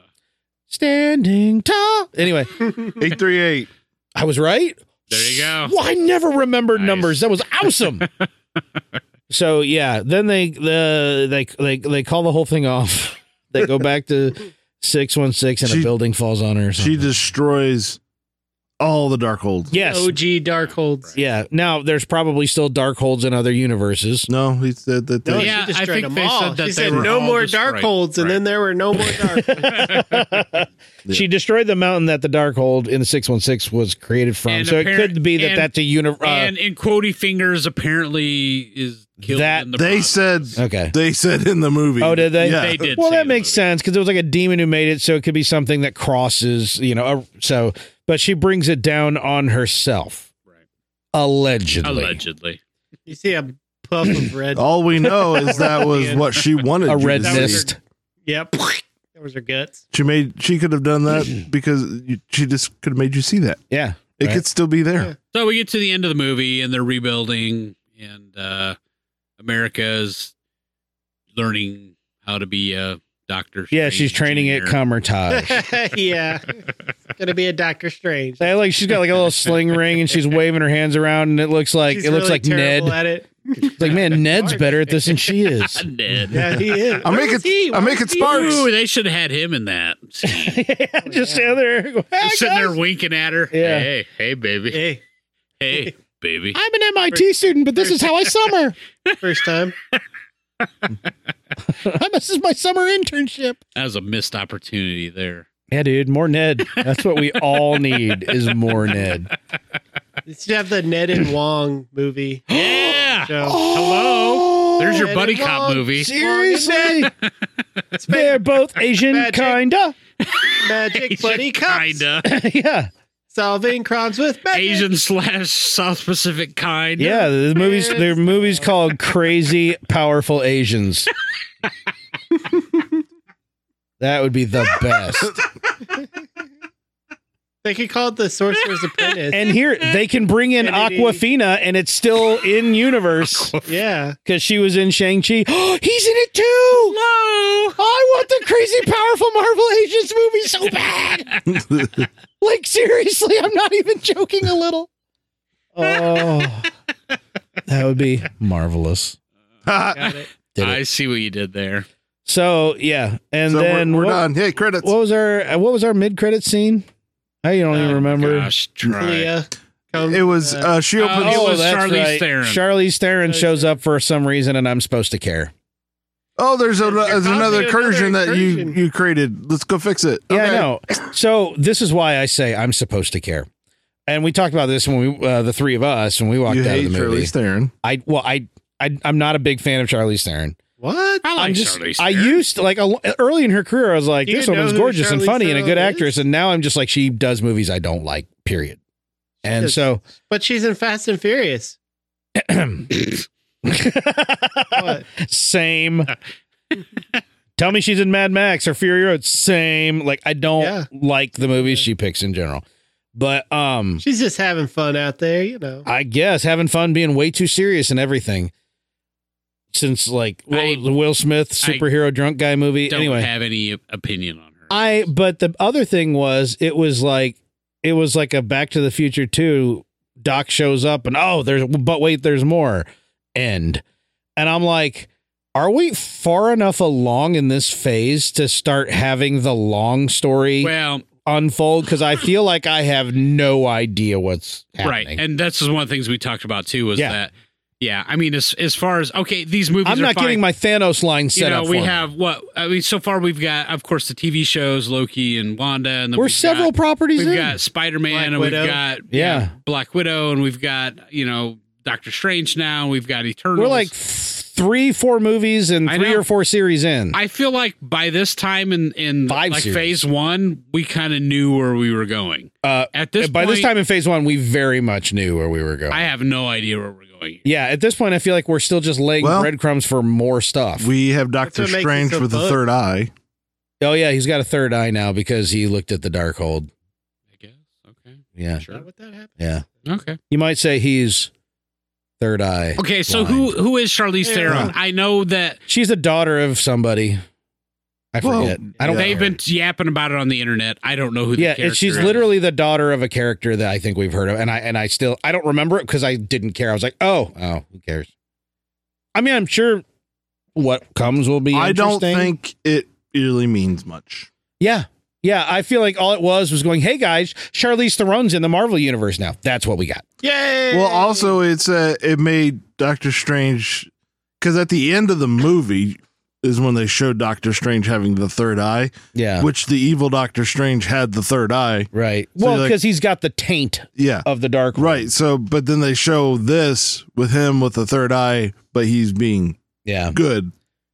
[SPEAKER 1] standing tall. Anyway,
[SPEAKER 3] now. 838.
[SPEAKER 1] I was right.
[SPEAKER 5] there you go.
[SPEAKER 1] Well, I never remembered
[SPEAKER 5] Nice.
[SPEAKER 1] numbers. That was awesome. so yeah, then they the they they they call the whole thing off. They go back to six one six, and
[SPEAKER 3] She-
[SPEAKER 1] a building falls on her. or
[SPEAKER 3] She
[SPEAKER 1] something.
[SPEAKER 3] destroys all the Darkhold.
[SPEAKER 1] Yes.
[SPEAKER 4] OG Darkholds.
[SPEAKER 1] Yeah. Now there's probably still dark holds in other universes.
[SPEAKER 3] No, he said that.
[SPEAKER 4] No,
[SPEAKER 3] They,
[SPEAKER 5] Yeah,
[SPEAKER 4] she
[SPEAKER 5] I
[SPEAKER 4] destroyed
[SPEAKER 5] think
[SPEAKER 4] them
[SPEAKER 5] they
[SPEAKER 4] all.
[SPEAKER 5] said that
[SPEAKER 4] she
[SPEAKER 5] they
[SPEAKER 4] said
[SPEAKER 5] were
[SPEAKER 4] no
[SPEAKER 5] all
[SPEAKER 4] more
[SPEAKER 5] destroyed.
[SPEAKER 4] Darkholds, and
[SPEAKER 5] Right.
[SPEAKER 4] then there were no more Darkholds.
[SPEAKER 1] She destroyed the mountain that the dark hold in the 616 was created from.
[SPEAKER 5] And
[SPEAKER 1] so it
[SPEAKER 5] appar-
[SPEAKER 1] could be that
[SPEAKER 5] and-
[SPEAKER 1] that's a uh, universe.
[SPEAKER 5] and and Quody Fingers apparently is killed.
[SPEAKER 1] That-
[SPEAKER 5] in the
[SPEAKER 3] they
[SPEAKER 5] process.
[SPEAKER 3] said
[SPEAKER 1] okay.
[SPEAKER 3] they said in the movie.
[SPEAKER 1] Oh, did they?
[SPEAKER 3] Yeah.
[SPEAKER 5] They did.
[SPEAKER 1] Well,
[SPEAKER 5] say
[SPEAKER 1] that
[SPEAKER 5] the
[SPEAKER 1] makes
[SPEAKER 5] movie.
[SPEAKER 1] sense because it was like a demon who made it. So it could be something that crosses, you know. A, so, but she brings it down on herself.
[SPEAKER 5] Right.
[SPEAKER 1] Allegedly.
[SPEAKER 5] Allegedly,
[SPEAKER 4] you see a puff of red.
[SPEAKER 3] All we know is that was
[SPEAKER 4] Man.
[SPEAKER 3] what she wanted.
[SPEAKER 1] A
[SPEAKER 3] you to
[SPEAKER 1] red
[SPEAKER 3] see.
[SPEAKER 1] mist.
[SPEAKER 4] Yep. That was her guts.
[SPEAKER 3] She made. She could have done that because you, she just could have made you see that.
[SPEAKER 1] Yeah.
[SPEAKER 3] It
[SPEAKER 1] Right.
[SPEAKER 3] could still be there.
[SPEAKER 4] Yeah.
[SPEAKER 5] so we get to the end of the movie and they're rebuilding, and uh, America's learning how to be a doctor.
[SPEAKER 1] Yeah. She's training it
[SPEAKER 5] Come.
[SPEAKER 1] Comertage.
[SPEAKER 4] yeah. It's gonna be a Doctor Strange.
[SPEAKER 1] They, like she's got like a little sling ring and she's waving her hands around and it looks like
[SPEAKER 4] She's
[SPEAKER 1] it looks
[SPEAKER 4] really
[SPEAKER 1] like Ned.
[SPEAKER 4] terrible At it.
[SPEAKER 1] It's like man, Ned's better at this than she is.
[SPEAKER 4] Yeah, he is.
[SPEAKER 3] I
[SPEAKER 4] Where
[SPEAKER 3] make
[SPEAKER 4] was
[SPEAKER 3] it-
[SPEAKER 4] he?
[SPEAKER 3] I
[SPEAKER 4] Where
[SPEAKER 3] make it
[SPEAKER 4] was he?
[SPEAKER 3] spark.
[SPEAKER 5] Ooh, they should have had him in that. scene.
[SPEAKER 1] yeah, just
[SPEAKER 4] yeah.
[SPEAKER 1] stand there, go, "Hey,
[SPEAKER 5] sitting there
[SPEAKER 1] guys."
[SPEAKER 5] winking at her.
[SPEAKER 1] Yeah.
[SPEAKER 5] Hey, hey, baby.
[SPEAKER 4] Hey,
[SPEAKER 5] Hey, baby.
[SPEAKER 1] I'm an MIT student, but this is how I summer.
[SPEAKER 4] first time.
[SPEAKER 1] I'm- this is my summer internship.
[SPEAKER 5] That was a missed opportunity there.
[SPEAKER 1] Yeah, dude, more Ned. That's what we all need is more Ned.
[SPEAKER 4] You should have the Ned and Wong movie.
[SPEAKER 5] Yeah.
[SPEAKER 4] show.
[SPEAKER 5] Hello. Oh, There's your
[SPEAKER 4] Ned
[SPEAKER 5] buddy
[SPEAKER 4] and
[SPEAKER 5] cop
[SPEAKER 4] Wong.
[SPEAKER 5] movie.
[SPEAKER 1] Oh, Seriously,
[SPEAKER 4] It's
[SPEAKER 1] they're
[SPEAKER 4] ma-
[SPEAKER 1] both Asian,
[SPEAKER 4] Magic.
[SPEAKER 1] kinda.
[SPEAKER 4] magic buddy cops
[SPEAKER 5] Kinda.
[SPEAKER 1] yeah,
[SPEAKER 4] solving crimes with magic.
[SPEAKER 5] Asian slash South Pacific kind.
[SPEAKER 1] yeah. The movies, their movies called Crazy Powerful Asians. that would be the best.
[SPEAKER 4] They could call it the Sorcerer's Apprentice.
[SPEAKER 1] And here they can bring in
[SPEAKER 4] Kennedy.
[SPEAKER 1] Aquafina, and it's still in universe
[SPEAKER 4] yeah,
[SPEAKER 1] because she was in Shang Chi. He's in it too. No, I want the crazy powerful Marvel Agents movie so bad. Like seriously, I'm not even joking a little. Oh, that would be marvelous.
[SPEAKER 4] got it.
[SPEAKER 1] Did it.
[SPEAKER 5] I see what you did there.
[SPEAKER 1] So yeah, and
[SPEAKER 3] so
[SPEAKER 1] then
[SPEAKER 3] we're, we're
[SPEAKER 1] what,
[SPEAKER 3] done. Hey, credits.
[SPEAKER 1] what was our uh, what was our mid credit scene? I don't even
[SPEAKER 4] Oh,
[SPEAKER 1] remember.
[SPEAKER 5] Gosh, try.
[SPEAKER 4] Leah, come-
[SPEAKER 3] it was.
[SPEAKER 4] uh,
[SPEAKER 3] Uh, she opened.
[SPEAKER 5] It
[SPEAKER 1] Oh,
[SPEAKER 5] was
[SPEAKER 1] that's
[SPEAKER 5] Charlize
[SPEAKER 1] right.
[SPEAKER 5] Theron.
[SPEAKER 1] Charlize Theron
[SPEAKER 4] Charlize
[SPEAKER 1] shows up for some reason, and I'm supposed to care.
[SPEAKER 3] oh, there's, a, there's another
[SPEAKER 4] probably another
[SPEAKER 3] incursion that you
[SPEAKER 4] incursion.
[SPEAKER 3] you created. Let's go fix it.
[SPEAKER 1] Yeah,
[SPEAKER 3] Okay.
[SPEAKER 1] I know. So this is why I say I'm supposed to care. And we talked about this when we, uh, the three of us, when we walked
[SPEAKER 3] You
[SPEAKER 1] out of
[SPEAKER 3] hate
[SPEAKER 1] the movie.
[SPEAKER 3] Charlize Theron.
[SPEAKER 1] I well, I, I, I'm not a big fan of Charlize Theron.
[SPEAKER 4] what?
[SPEAKER 5] I like
[SPEAKER 1] I'm just,
[SPEAKER 5] Charlize
[SPEAKER 1] I
[SPEAKER 5] Theron.
[SPEAKER 1] used to, like a, early in her career, I was like,
[SPEAKER 4] Do you
[SPEAKER 1] this woman's
[SPEAKER 4] know who
[SPEAKER 1] gorgeous and
[SPEAKER 4] Charlize
[SPEAKER 1] funny and a good
[SPEAKER 4] Theron is?
[SPEAKER 1] actress, and now I'm just like, she does movies I don't like. Period. And
[SPEAKER 4] does.
[SPEAKER 1] so,
[SPEAKER 4] But she's in Fast and Furious. What?
[SPEAKER 1] same. Tell me she's in Mad Max or Fury Road. Same. Like I don't
[SPEAKER 4] Yeah.
[SPEAKER 1] like the movies she picks in general. But um
[SPEAKER 4] She's just having fun out there, you know.
[SPEAKER 1] I guess having fun being way too serious and everything. Since like Will,
[SPEAKER 5] I-
[SPEAKER 1] the Will Smith superhero drunk guy movie.
[SPEAKER 5] Don't
[SPEAKER 1] Anyway,
[SPEAKER 5] have any opinion on her.
[SPEAKER 1] I but the other thing was it was like it was like a Back to the Future 2 Doc shows up and oh there's but wait there's more end. And I'm like are we far enough along in this phase to start having the long story
[SPEAKER 5] well,
[SPEAKER 1] unfold cuz I feel like I have no idea what's happening.
[SPEAKER 5] right, and that's just one of the things we talked about too was
[SPEAKER 1] Yeah.
[SPEAKER 5] that. Yeah, I mean, as as far as okay, these movies.
[SPEAKER 1] I'm
[SPEAKER 5] are
[SPEAKER 1] not
[SPEAKER 5] fine.
[SPEAKER 1] getting my Thanos line set
[SPEAKER 5] you know,
[SPEAKER 1] up
[SPEAKER 5] we
[SPEAKER 1] for me.
[SPEAKER 5] have what I mean. So far, we've got, of course, the TV shows Loki and Wanda, and then
[SPEAKER 1] We're
[SPEAKER 5] we've
[SPEAKER 1] several
[SPEAKER 5] Got,
[SPEAKER 1] properties
[SPEAKER 5] we've
[SPEAKER 1] in.
[SPEAKER 5] got Spider
[SPEAKER 4] Black
[SPEAKER 5] Man, and we've
[SPEAKER 4] Widow.
[SPEAKER 5] got
[SPEAKER 1] Yeah.
[SPEAKER 5] Black Widow, and we've got you know Doctor Strange. Now and we've got Eternals.
[SPEAKER 1] We're like th- 3 4 movies and
[SPEAKER 5] I
[SPEAKER 1] 3
[SPEAKER 5] know.
[SPEAKER 1] or 4 series in.
[SPEAKER 5] I feel like by this time in in
[SPEAKER 1] Five
[SPEAKER 5] like
[SPEAKER 1] series.
[SPEAKER 5] phase one, we kind of knew where we were going.
[SPEAKER 1] Uh,
[SPEAKER 5] At this
[SPEAKER 1] by this
[SPEAKER 5] point,
[SPEAKER 1] time in phase one, we very much knew where we were going.
[SPEAKER 5] I have no idea where we're going.
[SPEAKER 1] yeah, at this point, I feel like we're still just laying
[SPEAKER 3] Well-
[SPEAKER 1] breadcrumbs for more stuff.
[SPEAKER 3] We have Doctor
[SPEAKER 4] what makes it
[SPEAKER 3] Strange
[SPEAKER 4] so
[SPEAKER 3] with the
[SPEAKER 4] fun.
[SPEAKER 3] third eye.
[SPEAKER 1] oh yeah, he's got a third eye now because he looked at the dark hold.
[SPEAKER 5] I guess. Okay.
[SPEAKER 1] Yeah,
[SPEAKER 4] Is that
[SPEAKER 5] Sure.
[SPEAKER 4] what that happened?
[SPEAKER 1] yeah.
[SPEAKER 5] Okay.
[SPEAKER 1] You might say he's third eye.
[SPEAKER 5] Okay. So
[SPEAKER 1] blind.
[SPEAKER 5] who who is Charlize
[SPEAKER 4] Yeah.
[SPEAKER 5] Theron? I know that
[SPEAKER 1] She's the daughter of somebody. I
[SPEAKER 3] Whoa.
[SPEAKER 1] forget. I don't.
[SPEAKER 3] Yeah.
[SPEAKER 5] they've been yapping about it on the internet. I don't know who. The
[SPEAKER 1] Yeah, and
[SPEAKER 5] character
[SPEAKER 1] she's
[SPEAKER 5] is.
[SPEAKER 1] literally the daughter of a character that I think we've heard of, and I and I still I don't remember it because I didn't care. I was like, oh, oh, who cares? I mean, I'm sure what comes will be.
[SPEAKER 3] I don't
[SPEAKER 1] interesting.
[SPEAKER 3] think it really means much.
[SPEAKER 1] Yeah, Yeah, I feel like all it was was going, hey guys, Charlize Theron's in the Marvel universe now. That's what we got.
[SPEAKER 4] Yay!
[SPEAKER 3] Well, also it's uh, it made Doctor Strange because at the end of the movie is when they showed Doctor Strange having the third eye,
[SPEAKER 1] Yeah.
[SPEAKER 3] which the evil Doctor Strange had the third eye.
[SPEAKER 1] Right.
[SPEAKER 3] So
[SPEAKER 1] well,
[SPEAKER 3] you're like-
[SPEAKER 1] because he's got the taint
[SPEAKER 3] Yeah,
[SPEAKER 1] of the dark. One.
[SPEAKER 3] right. So, but then they show this with him with the third eye, but he's being
[SPEAKER 1] Yeah.
[SPEAKER 3] good.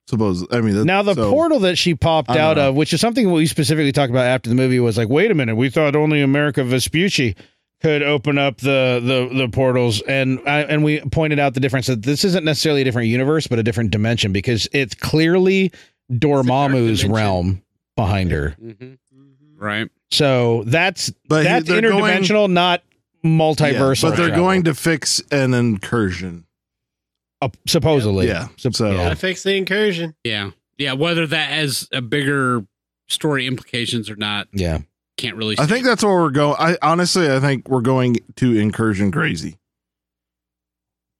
[SPEAKER 3] Suppose I mean that-
[SPEAKER 1] Now the
[SPEAKER 3] so-
[SPEAKER 1] portal that she popped
[SPEAKER 3] I don't
[SPEAKER 1] out
[SPEAKER 3] know.
[SPEAKER 1] of, which is something we specifically talked about after the movie, was like, wait a minute, we thought only America Vespucci could open up the the, the portals, and I, and we pointed out the difference that this isn't necessarily a different universe, but a different dimension because it's clearly Dormammu's
[SPEAKER 5] dimension.
[SPEAKER 1] realm behind her.
[SPEAKER 5] Mhm. Right.
[SPEAKER 1] So that's
[SPEAKER 3] But Uh, he-
[SPEAKER 1] that's
[SPEAKER 3] they're going-
[SPEAKER 1] interdimensional, not
[SPEAKER 3] Yeah,
[SPEAKER 1] multiversal.
[SPEAKER 3] but they're
[SPEAKER 1] travel,
[SPEAKER 3] going to fix an incursion.
[SPEAKER 1] uh, supposedly.
[SPEAKER 3] Yeah,
[SPEAKER 1] Sup-
[SPEAKER 3] so-
[SPEAKER 1] yeah.
[SPEAKER 4] gotta fix the incursion.
[SPEAKER 5] Yeah. Yeah. Whether that has a bigger story implications or not,
[SPEAKER 1] yeah.
[SPEAKER 5] can't really.
[SPEAKER 3] I
[SPEAKER 5] say.
[SPEAKER 3] think that's where we're going. I honestly, I think we're going to incursion crazy.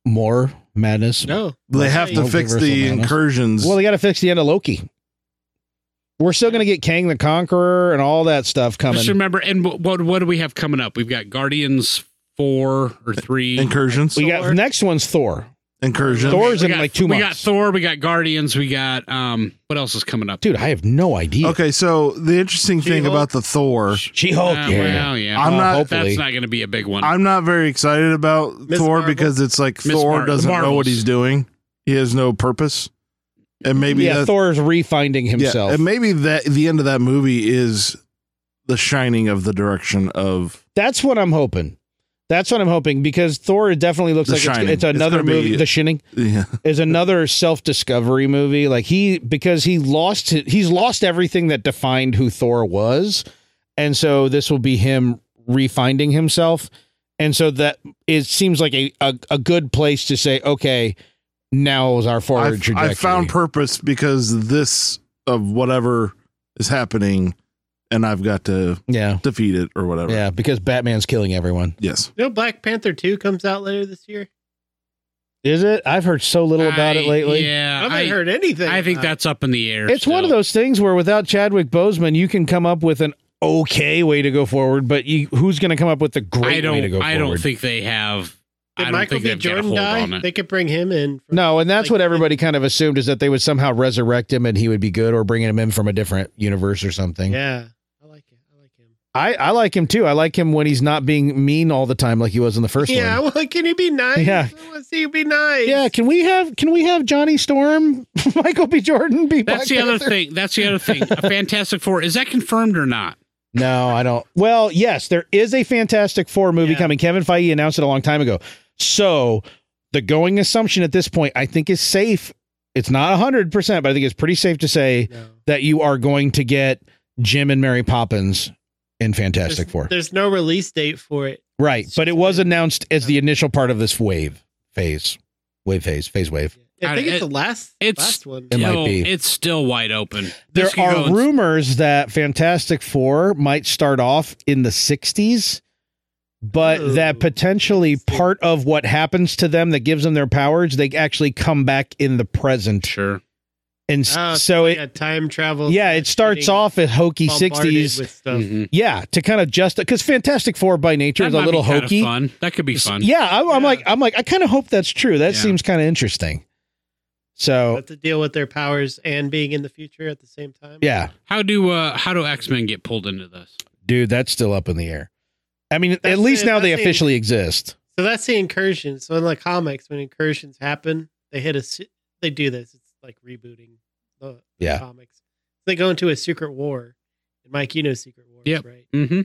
[SPEAKER 1] More madness.
[SPEAKER 4] No,
[SPEAKER 3] They have to
[SPEAKER 1] Multiversal
[SPEAKER 3] fix the
[SPEAKER 1] madness.
[SPEAKER 3] incursions.
[SPEAKER 1] Well, they got to fix the end of Loki. We're still going to get Kang the Conqueror and all that stuff coming.
[SPEAKER 5] Just remember, and wh- what what do we have coming up? We've got Guardians four or three.
[SPEAKER 3] incursions.
[SPEAKER 1] we got
[SPEAKER 4] Thor.
[SPEAKER 1] next one's Thor.
[SPEAKER 3] Incursion.
[SPEAKER 1] Thor's
[SPEAKER 5] We
[SPEAKER 1] in
[SPEAKER 5] got-
[SPEAKER 1] like two
[SPEAKER 5] we got
[SPEAKER 1] months.
[SPEAKER 5] Thor. We got Guardians. We got um. What else is coming up?
[SPEAKER 1] Dude, I have no idea.
[SPEAKER 3] Okay, so the interesting thing
[SPEAKER 4] She-Hulk?
[SPEAKER 3] about the Thor,
[SPEAKER 1] She Hulk.
[SPEAKER 5] Uh,
[SPEAKER 1] Oh, yeah.
[SPEAKER 5] well, yeah.
[SPEAKER 3] I'm
[SPEAKER 1] Uh,
[SPEAKER 3] not-
[SPEAKER 1] Hopefully,
[SPEAKER 5] That's not going to be a big one.
[SPEAKER 3] I'm not very excited about
[SPEAKER 4] Miss
[SPEAKER 3] Thor
[SPEAKER 4] Marvel?
[SPEAKER 3] because it's like
[SPEAKER 5] Miss
[SPEAKER 3] Thor
[SPEAKER 5] Mar- the
[SPEAKER 3] doesn't know
[SPEAKER 5] Marvels.
[SPEAKER 3] what he's doing. He has no purpose, and maybe
[SPEAKER 1] yeah.
[SPEAKER 3] that,
[SPEAKER 1] Thor's refinding himself.
[SPEAKER 3] Yeah, and maybe that the end of that movie is the shining of the direction of
[SPEAKER 1] That's what I'm hoping. That's what I'm hoping because Thor definitely looks
[SPEAKER 3] The
[SPEAKER 1] like it's,
[SPEAKER 3] Shining.
[SPEAKER 1] it's
[SPEAKER 3] It's
[SPEAKER 1] another
[SPEAKER 3] gonna be-
[SPEAKER 1] movie. The Shining
[SPEAKER 3] yeah,
[SPEAKER 1] is another self-discovery movie. Like he because he lost he's lost everything that defined who Thor was, and so this will be him refinding himself. And so that it seems like a a, a good place to say, okay, now is our forward
[SPEAKER 3] I've,
[SPEAKER 1] trajectory.
[SPEAKER 3] I found purpose because this of whatever is happening, and I've got to
[SPEAKER 1] yeah,
[SPEAKER 3] defeat it or whatever.
[SPEAKER 1] yeah, because Batman's killing everyone.
[SPEAKER 3] Yes.
[SPEAKER 4] you know Black Panther two comes out later this year.
[SPEAKER 1] Is it? I've heard so little about
[SPEAKER 5] I-
[SPEAKER 1] it lately.
[SPEAKER 5] Yeah,
[SPEAKER 4] I haven't heard Uh, anything.
[SPEAKER 5] Uh, I think
[SPEAKER 4] about
[SPEAKER 5] that's up in the air.
[SPEAKER 1] It's one of
[SPEAKER 5] still.
[SPEAKER 1] those things where without Chadwick Boseman, you can come up with an okay way to go forward, but you, who's going to come up with the great
[SPEAKER 5] I don't.
[SPEAKER 1] way to go
[SPEAKER 5] I
[SPEAKER 1] forward?
[SPEAKER 5] don't think they have.
[SPEAKER 4] it.
[SPEAKER 5] I
[SPEAKER 4] Did
[SPEAKER 5] don't
[SPEAKER 4] Michael
[SPEAKER 5] think
[SPEAKER 4] B.
[SPEAKER 5] they've got a
[SPEAKER 4] Jordan
[SPEAKER 5] hold on
[SPEAKER 4] die?
[SPEAKER 5] it.
[SPEAKER 4] They could bring him in. from-
[SPEAKER 1] No, and that's
[SPEAKER 4] like-
[SPEAKER 1] what everybody kind of assumed is that they would somehow resurrect him and he would be good, or bringing him in from a different universe or something.
[SPEAKER 4] Yeah, I like it. I like him.
[SPEAKER 1] I, I like him too. I like him when he's not being mean all the time, like he was in the first
[SPEAKER 4] yeah,
[SPEAKER 1] one.
[SPEAKER 4] well, can you be nice?
[SPEAKER 1] Yeah.
[SPEAKER 4] I want to see you be nice.
[SPEAKER 1] Yeah, can we have can we have Johnny Storm, Michael B. Jordan be? Black
[SPEAKER 5] That's the other
[SPEAKER 1] Panther?
[SPEAKER 5] thing. That's the other thing. A Fantastic Four is that confirmed or not?
[SPEAKER 1] No, I don't. Well, yes, there is a Fantastic Four movie
[SPEAKER 4] Yeah.
[SPEAKER 1] coming. Kevin Feige announced it a long time ago. So the going assumption at this point, I think, is safe. It's not hundred percent, but I think it's pretty safe to say
[SPEAKER 4] No.
[SPEAKER 1] that you are going to get Jim and Mary Poppins in
[SPEAKER 4] There's,
[SPEAKER 1] Fantastic Four.
[SPEAKER 4] there's no release date for it.
[SPEAKER 1] Right. But it was announced as the initial part of this wave phase, wave phase, phase wave.
[SPEAKER 4] I think
[SPEAKER 5] I-
[SPEAKER 4] it's
[SPEAKER 5] it-
[SPEAKER 4] the last.
[SPEAKER 5] it's-
[SPEAKER 4] last one.
[SPEAKER 1] It might
[SPEAKER 5] Still-
[SPEAKER 1] be.
[SPEAKER 5] It's still wide open.
[SPEAKER 1] There
[SPEAKER 5] This could go
[SPEAKER 1] are
[SPEAKER 5] in-
[SPEAKER 1] rumors that Fantastic Four might start off in the 60s, but
[SPEAKER 5] Oh,
[SPEAKER 4] Ooh.
[SPEAKER 1] that potentially part of what happens to them that gives them their powers, they actually come back in the present.
[SPEAKER 5] Sure.
[SPEAKER 1] And s-
[SPEAKER 4] Oh,
[SPEAKER 1] so it,
[SPEAKER 4] yeah, time travel.
[SPEAKER 1] yeah, it starts
[SPEAKER 4] getting
[SPEAKER 1] off at hokey
[SPEAKER 4] bombarded
[SPEAKER 1] 60s.
[SPEAKER 4] with stuff.
[SPEAKER 1] yeah, to kind of just because Fantastic Four by nature
[SPEAKER 5] That
[SPEAKER 1] is Mm-hmm. a
[SPEAKER 5] might
[SPEAKER 1] little
[SPEAKER 5] be kinda
[SPEAKER 1] hokey.
[SPEAKER 5] Fun. That could be fun.
[SPEAKER 1] Yeah, I'm, I'm
[SPEAKER 4] Yeah.
[SPEAKER 1] like, I'm like, I kind of hope that's true. That
[SPEAKER 5] Yeah.
[SPEAKER 1] seems kind of interesting. So
[SPEAKER 4] Have to deal with their powers and being in the future at the same time.
[SPEAKER 1] yeah,
[SPEAKER 5] How do uh how do X Men get pulled into this?
[SPEAKER 1] dude, that's still up in the air. I mean, at
[SPEAKER 4] That's
[SPEAKER 1] least
[SPEAKER 4] the-
[SPEAKER 1] now they
[SPEAKER 4] that's the-
[SPEAKER 1] officially exist.
[SPEAKER 4] So that's the incursion. So in like comics, when incursions happen, they hit a. se- They do this. It's like rebooting the
[SPEAKER 1] Yeah.
[SPEAKER 4] comics. They go into a secret war. And Mike, you know secret wars,
[SPEAKER 5] Yep.
[SPEAKER 4] right?
[SPEAKER 5] Mm-hmm.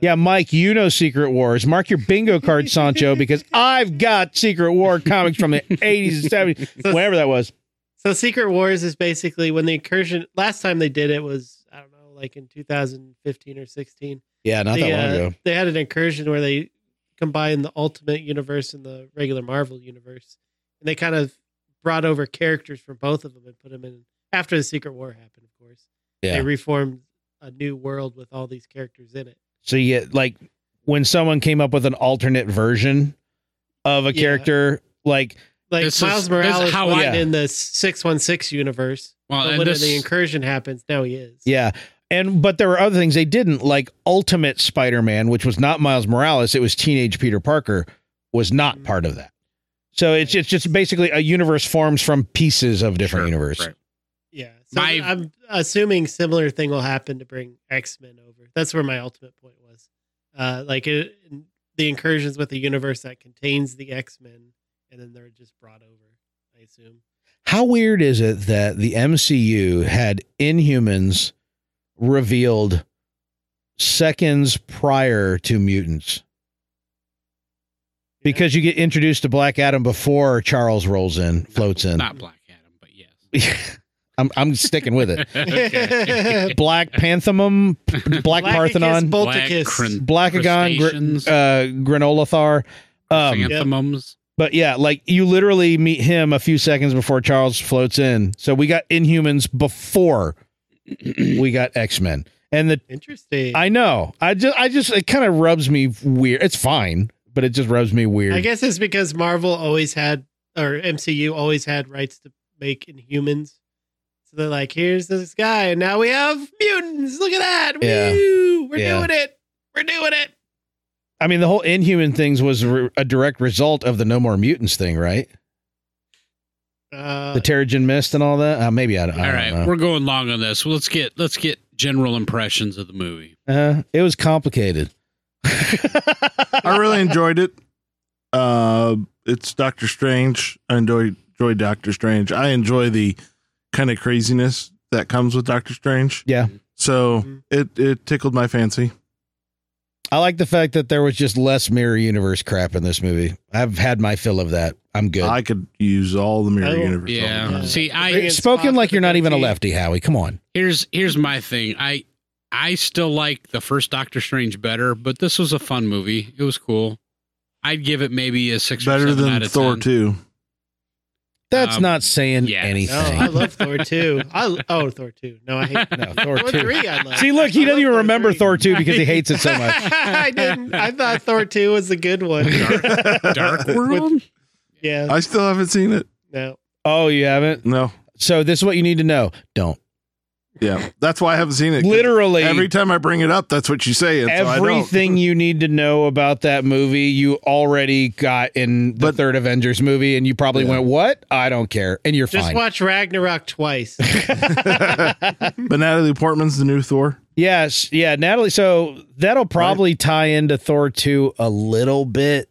[SPEAKER 1] Yeah, Mike, you know Secret Wars. Mark your bingo card, Sancho, because I've got Secret War comics from the 80s and 70s,
[SPEAKER 4] So-
[SPEAKER 1] whatever that was.
[SPEAKER 4] So Secret Wars is basically when the incursion last time they did it was I don't know like in 2015 or 16.
[SPEAKER 1] Yeah, not
[SPEAKER 4] they,
[SPEAKER 1] that long
[SPEAKER 4] uh,
[SPEAKER 1] ago.
[SPEAKER 4] They had an incursion where they combined the Ultimate Universe and the regular Marvel Universe, and they kind of brought over characters from both of them and put them in after the Secret War happened. Of course,
[SPEAKER 1] Yeah.
[SPEAKER 4] they reformed a new world with all these characters in it.
[SPEAKER 1] So you get like when someone came up with an alternate version of a
[SPEAKER 4] Yeah.
[SPEAKER 1] character, like
[SPEAKER 4] Like
[SPEAKER 5] This is-
[SPEAKER 4] Miles
[SPEAKER 5] this is
[SPEAKER 4] Morales
[SPEAKER 5] how
[SPEAKER 4] wasn't
[SPEAKER 1] I-
[SPEAKER 4] in the 616 universe,
[SPEAKER 5] Well,
[SPEAKER 4] but
[SPEAKER 5] and
[SPEAKER 4] when
[SPEAKER 5] this
[SPEAKER 4] the incursion happens, now he is.
[SPEAKER 1] Yeah. And but there were other things they didn't like. Ultimate Spider-Man, which was not Miles Morales, it was teenage Peter Parker, was
[SPEAKER 5] Mm-hmm.
[SPEAKER 1] not part of that. So it's it's just basically a universe forms from pieces of different
[SPEAKER 5] Sure,
[SPEAKER 1] universe.
[SPEAKER 5] right.
[SPEAKER 4] Yeah. So
[SPEAKER 5] My-
[SPEAKER 4] I'm assuming similar thing will happen to bring X Men over. That's where my ultimate point was. Uh, like it, the incursions with the universe that contains the X Men, and then they're just brought over. I assume.
[SPEAKER 1] How weird is it that the MCU had Inhumans revealed seconds prior to mutants? Because you get introduced to Black Adam before Charles rolls in, floats in.
[SPEAKER 5] Not Black Adam, but yes.
[SPEAKER 1] I'm I'm sticking with it.
[SPEAKER 5] Okay.
[SPEAKER 1] Black Panthemum, Black Parthenon,
[SPEAKER 5] Black
[SPEAKER 4] Bolticus.
[SPEAKER 5] Crin-
[SPEAKER 1] Blackagon, gr-
[SPEAKER 5] crustaceans.
[SPEAKER 1] uh, Granolathar. Um,
[SPEAKER 5] Chrysanthemums.
[SPEAKER 1] but yeah, like you literally meet him a few seconds before Charles floats in. So we got Inhumans before we got X Men, and the
[SPEAKER 4] Interesting. I,
[SPEAKER 1] I know I just I just it kind of rubs me weird. It's fine, but it just rubs me weird.
[SPEAKER 4] guess it's because Marvel always had, or MCU always had rights to make Inhumans. So they're like, here's this guy, and now we have mutants. Look at that.
[SPEAKER 1] Yeah.
[SPEAKER 4] Woo! We're
[SPEAKER 1] Yeah.
[SPEAKER 4] doing it. We're doing it.
[SPEAKER 1] I mean, the whole Inhuman things was re- a direct result of the No More Mutants thing, right?
[SPEAKER 4] Uh,
[SPEAKER 1] the Terrigen Mist and all that. Uh, maybe I, don't- I
[SPEAKER 5] All
[SPEAKER 1] don't
[SPEAKER 5] right,
[SPEAKER 1] know.
[SPEAKER 5] we're going long on this. Well, let's get let's get general impressions of the movie.
[SPEAKER 1] Uh, it was complicated.
[SPEAKER 3] I really enjoyed it. Uh, it's Doctor Strange. I enjoy enjoy Doctor Strange. I enjoy the kind of craziness that comes with Doctor Strange.
[SPEAKER 1] Yeah.
[SPEAKER 3] So
[SPEAKER 4] Mhm.
[SPEAKER 3] it it tickled my fancy.
[SPEAKER 1] I like the fact that there was just less mirror universe crap in this movie. I've had my fill of that. I'm good.
[SPEAKER 3] I could use all the mirror
[SPEAKER 4] Oh,
[SPEAKER 3] universe. all the
[SPEAKER 5] Yeah.
[SPEAKER 3] time.
[SPEAKER 5] See, I
[SPEAKER 4] Bring it-
[SPEAKER 1] Um, Spoken
[SPEAKER 4] Spock
[SPEAKER 1] like you're not even a
[SPEAKER 4] with the
[SPEAKER 1] lefty, Howie. Come on.
[SPEAKER 5] here's here's my thing. I I still like the first Doctor Strange better, but this was a fun movie. It was cool. I'd give it maybe a six or
[SPEAKER 3] better
[SPEAKER 5] seven out
[SPEAKER 3] than
[SPEAKER 5] of
[SPEAKER 3] Thor
[SPEAKER 5] 10.
[SPEAKER 3] two.
[SPEAKER 1] That's
[SPEAKER 5] Um,
[SPEAKER 1] not saying
[SPEAKER 5] yes.
[SPEAKER 1] anything.
[SPEAKER 4] No, I love Thor two. I oh Thor two. No, I hate
[SPEAKER 1] No, Thor
[SPEAKER 4] Thor
[SPEAKER 1] 2.
[SPEAKER 4] three. I love.
[SPEAKER 1] See, look,
[SPEAKER 4] I
[SPEAKER 1] he
[SPEAKER 4] love
[SPEAKER 1] doesn't even remember
[SPEAKER 4] 3.
[SPEAKER 1] Thor 2 because he hates it so much.
[SPEAKER 4] I didn't. I thought Thor two was a good one.
[SPEAKER 5] Dark World.
[SPEAKER 4] yeah.
[SPEAKER 3] I still haven't seen it.
[SPEAKER 4] No.
[SPEAKER 1] Oh, you haven't?
[SPEAKER 3] No.
[SPEAKER 1] So this is what you need to know. Don't.
[SPEAKER 3] Yeah. That's why I haven't seen it. 'Cause
[SPEAKER 1] Literally
[SPEAKER 3] Every time I bring it up, that's what you say. And so I don't.
[SPEAKER 1] everything you need to know about that movie you already got in the
[SPEAKER 3] But-
[SPEAKER 1] third Avengers movie and you probably
[SPEAKER 3] Yeah.
[SPEAKER 1] went, "What? I don't care." And you're
[SPEAKER 4] Just
[SPEAKER 1] fine.
[SPEAKER 4] watch Ragnarok twice.
[SPEAKER 3] but Natalie Portman's the new Thor.
[SPEAKER 1] Yes, yeah, Natalie. So that'll probably tie into Thor two a little bit,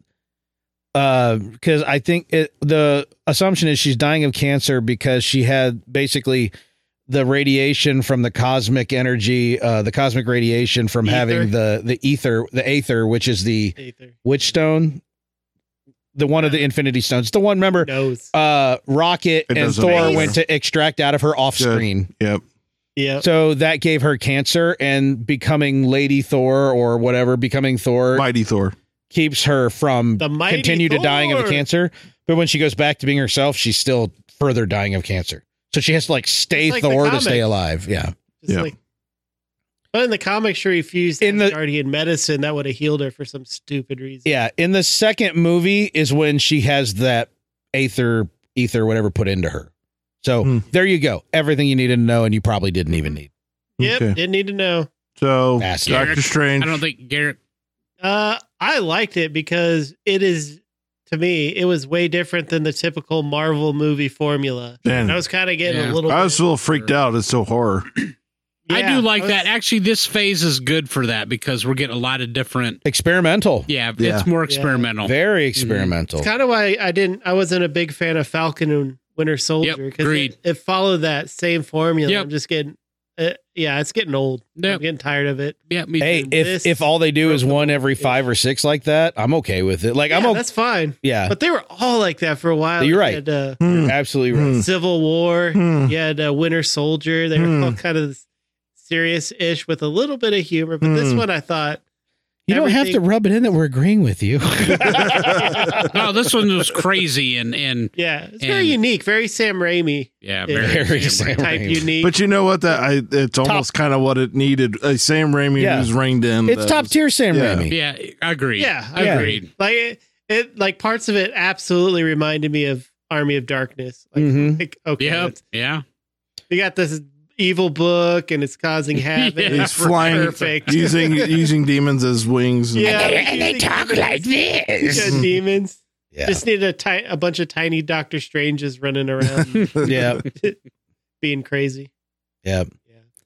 [SPEAKER 1] because I think it, the assumption is she's dying of cancer because she had basically the radiation from the cosmic energy, uh, the cosmic radiation from having the the ether, the aether, which is the
[SPEAKER 4] Ether.
[SPEAKER 1] witch stone, the one of the Infinity Stones, the one. Remember,
[SPEAKER 4] Knows.
[SPEAKER 1] uh, Rocket and
[SPEAKER 3] It doesn't
[SPEAKER 1] Thor
[SPEAKER 3] matter.
[SPEAKER 1] went to extract out of her off screen.
[SPEAKER 3] Yep.
[SPEAKER 4] Yeah.
[SPEAKER 1] So that gave her cancer, and becoming Lady Thor or whatever, becoming Thor
[SPEAKER 3] Mighty Thor.
[SPEAKER 1] keeps her from
[SPEAKER 4] The mighty
[SPEAKER 1] continue to dying of a
[SPEAKER 4] Thor.
[SPEAKER 1] cancer. But when she goes back to being herself, she's still further dying of cancer. So she has to like stay
[SPEAKER 4] It's like the
[SPEAKER 1] Thor to
[SPEAKER 4] comics.
[SPEAKER 1] stay alive. Yeah.
[SPEAKER 4] Just
[SPEAKER 3] Yeah.
[SPEAKER 4] like- but in the comics, she refused
[SPEAKER 1] In
[SPEAKER 4] in the
[SPEAKER 1] the-
[SPEAKER 4] guardian medicine that would have healed her for some stupid reason.
[SPEAKER 1] Yeah. In the second movie is when she has that aether, ether, whatever put into her. So
[SPEAKER 3] Hmm.
[SPEAKER 1] there you go. Everything you needed to know, and you probably didn't even need.
[SPEAKER 4] Yep.
[SPEAKER 3] Okay.
[SPEAKER 4] Didn't need to know. Oh,
[SPEAKER 3] So
[SPEAKER 1] Fascinating.
[SPEAKER 3] Doctor Strange.
[SPEAKER 5] I don't think Garrett.
[SPEAKER 4] Uh, I liked it because it is to me it was way different than the typical Marvel movie formula.
[SPEAKER 3] Man,
[SPEAKER 4] And I was kind of getting
[SPEAKER 5] Yeah.
[SPEAKER 4] a little.
[SPEAKER 3] I was
[SPEAKER 4] bit-
[SPEAKER 3] a little freaked out. It's so horror.
[SPEAKER 5] I
[SPEAKER 4] Yeah,
[SPEAKER 5] do like
[SPEAKER 4] was-
[SPEAKER 5] that. Actually, this phase is good for that because we're getting a lot of different.
[SPEAKER 1] Experimental.
[SPEAKER 5] Yeah,
[SPEAKER 3] Yeah.
[SPEAKER 5] it's more
[SPEAKER 4] Yeah. Mm-hmm.
[SPEAKER 5] experimental.
[SPEAKER 1] Very experimental.
[SPEAKER 4] It's kind of why I didn't. I wasn't a big fan of Falcon and Winter Soldier
[SPEAKER 5] agreed.
[SPEAKER 4] it, it followed that same formula.
[SPEAKER 5] Yep.
[SPEAKER 4] I'm just getting. Uh, yeah, it's getting old. I'm
[SPEAKER 5] Yep.
[SPEAKER 4] getting tired of it.
[SPEAKER 5] Yeah, me
[SPEAKER 1] Hey,
[SPEAKER 5] too.
[SPEAKER 1] if
[SPEAKER 4] This
[SPEAKER 1] if all they do is one every five or six like that, I'm okay with it. Like I'm
[SPEAKER 4] Yeah,
[SPEAKER 1] okay.
[SPEAKER 4] that's fine.
[SPEAKER 1] Yeah,
[SPEAKER 4] But they were all like that for a while.
[SPEAKER 1] You're
[SPEAKER 4] You
[SPEAKER 1] right.
[SPEAKER 4] had, uh,
[SPEAKER 3] Hmm.
[SPEAKER 1] absolutely right.
[SPEAKER 3] Hmm.
[SPEAKER 4] Civil War.
[SPEAKER 3] Hmm.
[SPEAKER 4] You had uh, Winter Soldier. They were
[SPEAKER 3] Hmm.
[SPEAKER 4] all kind of serious ish with a little bit of humor. But this
[SPEAKER 3] Hmm.
[SPEAKER 4] one, I thought,
[SPEAKER 1] You don't have to
[SPEAKER 4] Everything-
[SPEAKER 1] rub it in that we're agreeing with you.
[SPEAKER 5] no, Oh, this one was crazy and and
[SPEAKER 4] yeah, it's very
[SPEAKER 5] And-
[SPEAKER 4] unique, very Sam Raimi
[SPEAKER 5] yeah,
[SPEAKER 4] Yeah.
[SPEAKER 5] very,
[SPEAKER 1] Very
[SPEAKER 5] Sam Raimi.
[SPEAKER 4] type
[SPEAKER 1] Raimi.
[SPEAKER 4] unique.
[SPEAKER 3] But you know what? That I, it's almost kind of what it needed. A Sam Raimi
[SPEAKER 1] Yeah.
[SPEAKER 3] who's ringed in.
[SPEAKER 1] it's
[SPEAKER 3] that
[SPEAKER 1] top
[SPEAKER 3] was-
[SPEAKER 1] tier, Sam
[SPEAKER 3] Yeah.
[SPEAKER 1] Raimi.
[SPEAKER 5] Yeah, agreed.
[SPEAKER 4] yeah, I
[SPEAKER 1] Yeah.
[SPEAKER 4] agree.
[SPEAKER 5] agreed.
[SPEAKER 4] Like it, it, like parts of it absolutely
[SPEAKER 3] Hmm.
[SPEAKER 4] reminded me of Army of Darkness. Like,
[SPEAKER 1] Mhm.
[SPEAKER 4] like, okay,
[SPEAKER 5] Yep.
[SPEAKER 4] that's-
[SPEAKER 5] Yeah.
[SPEAKER 4] we got this evil book and it's causing havoc.
[SPEAKER 5] Yeah,
[SPEAKER 3] He's flying
[SPEAKER 4] Perfect.
[SPEAKER 3] using using demons as wings. and-
[SPEAKER 4] Yeah.
[SPEAKER 6] and they talk like this.
[SPEAKER 4] Yeah, demons.
[SPEAKER 1] Yeah.
[SPEAKER 4] Just need a, ti- a bunch of tiny Doctor Stranges running around
[SPEAKER 1] yeah.
[SPEAKER 4] being crazy.
[SPEAKER 1] Yeah.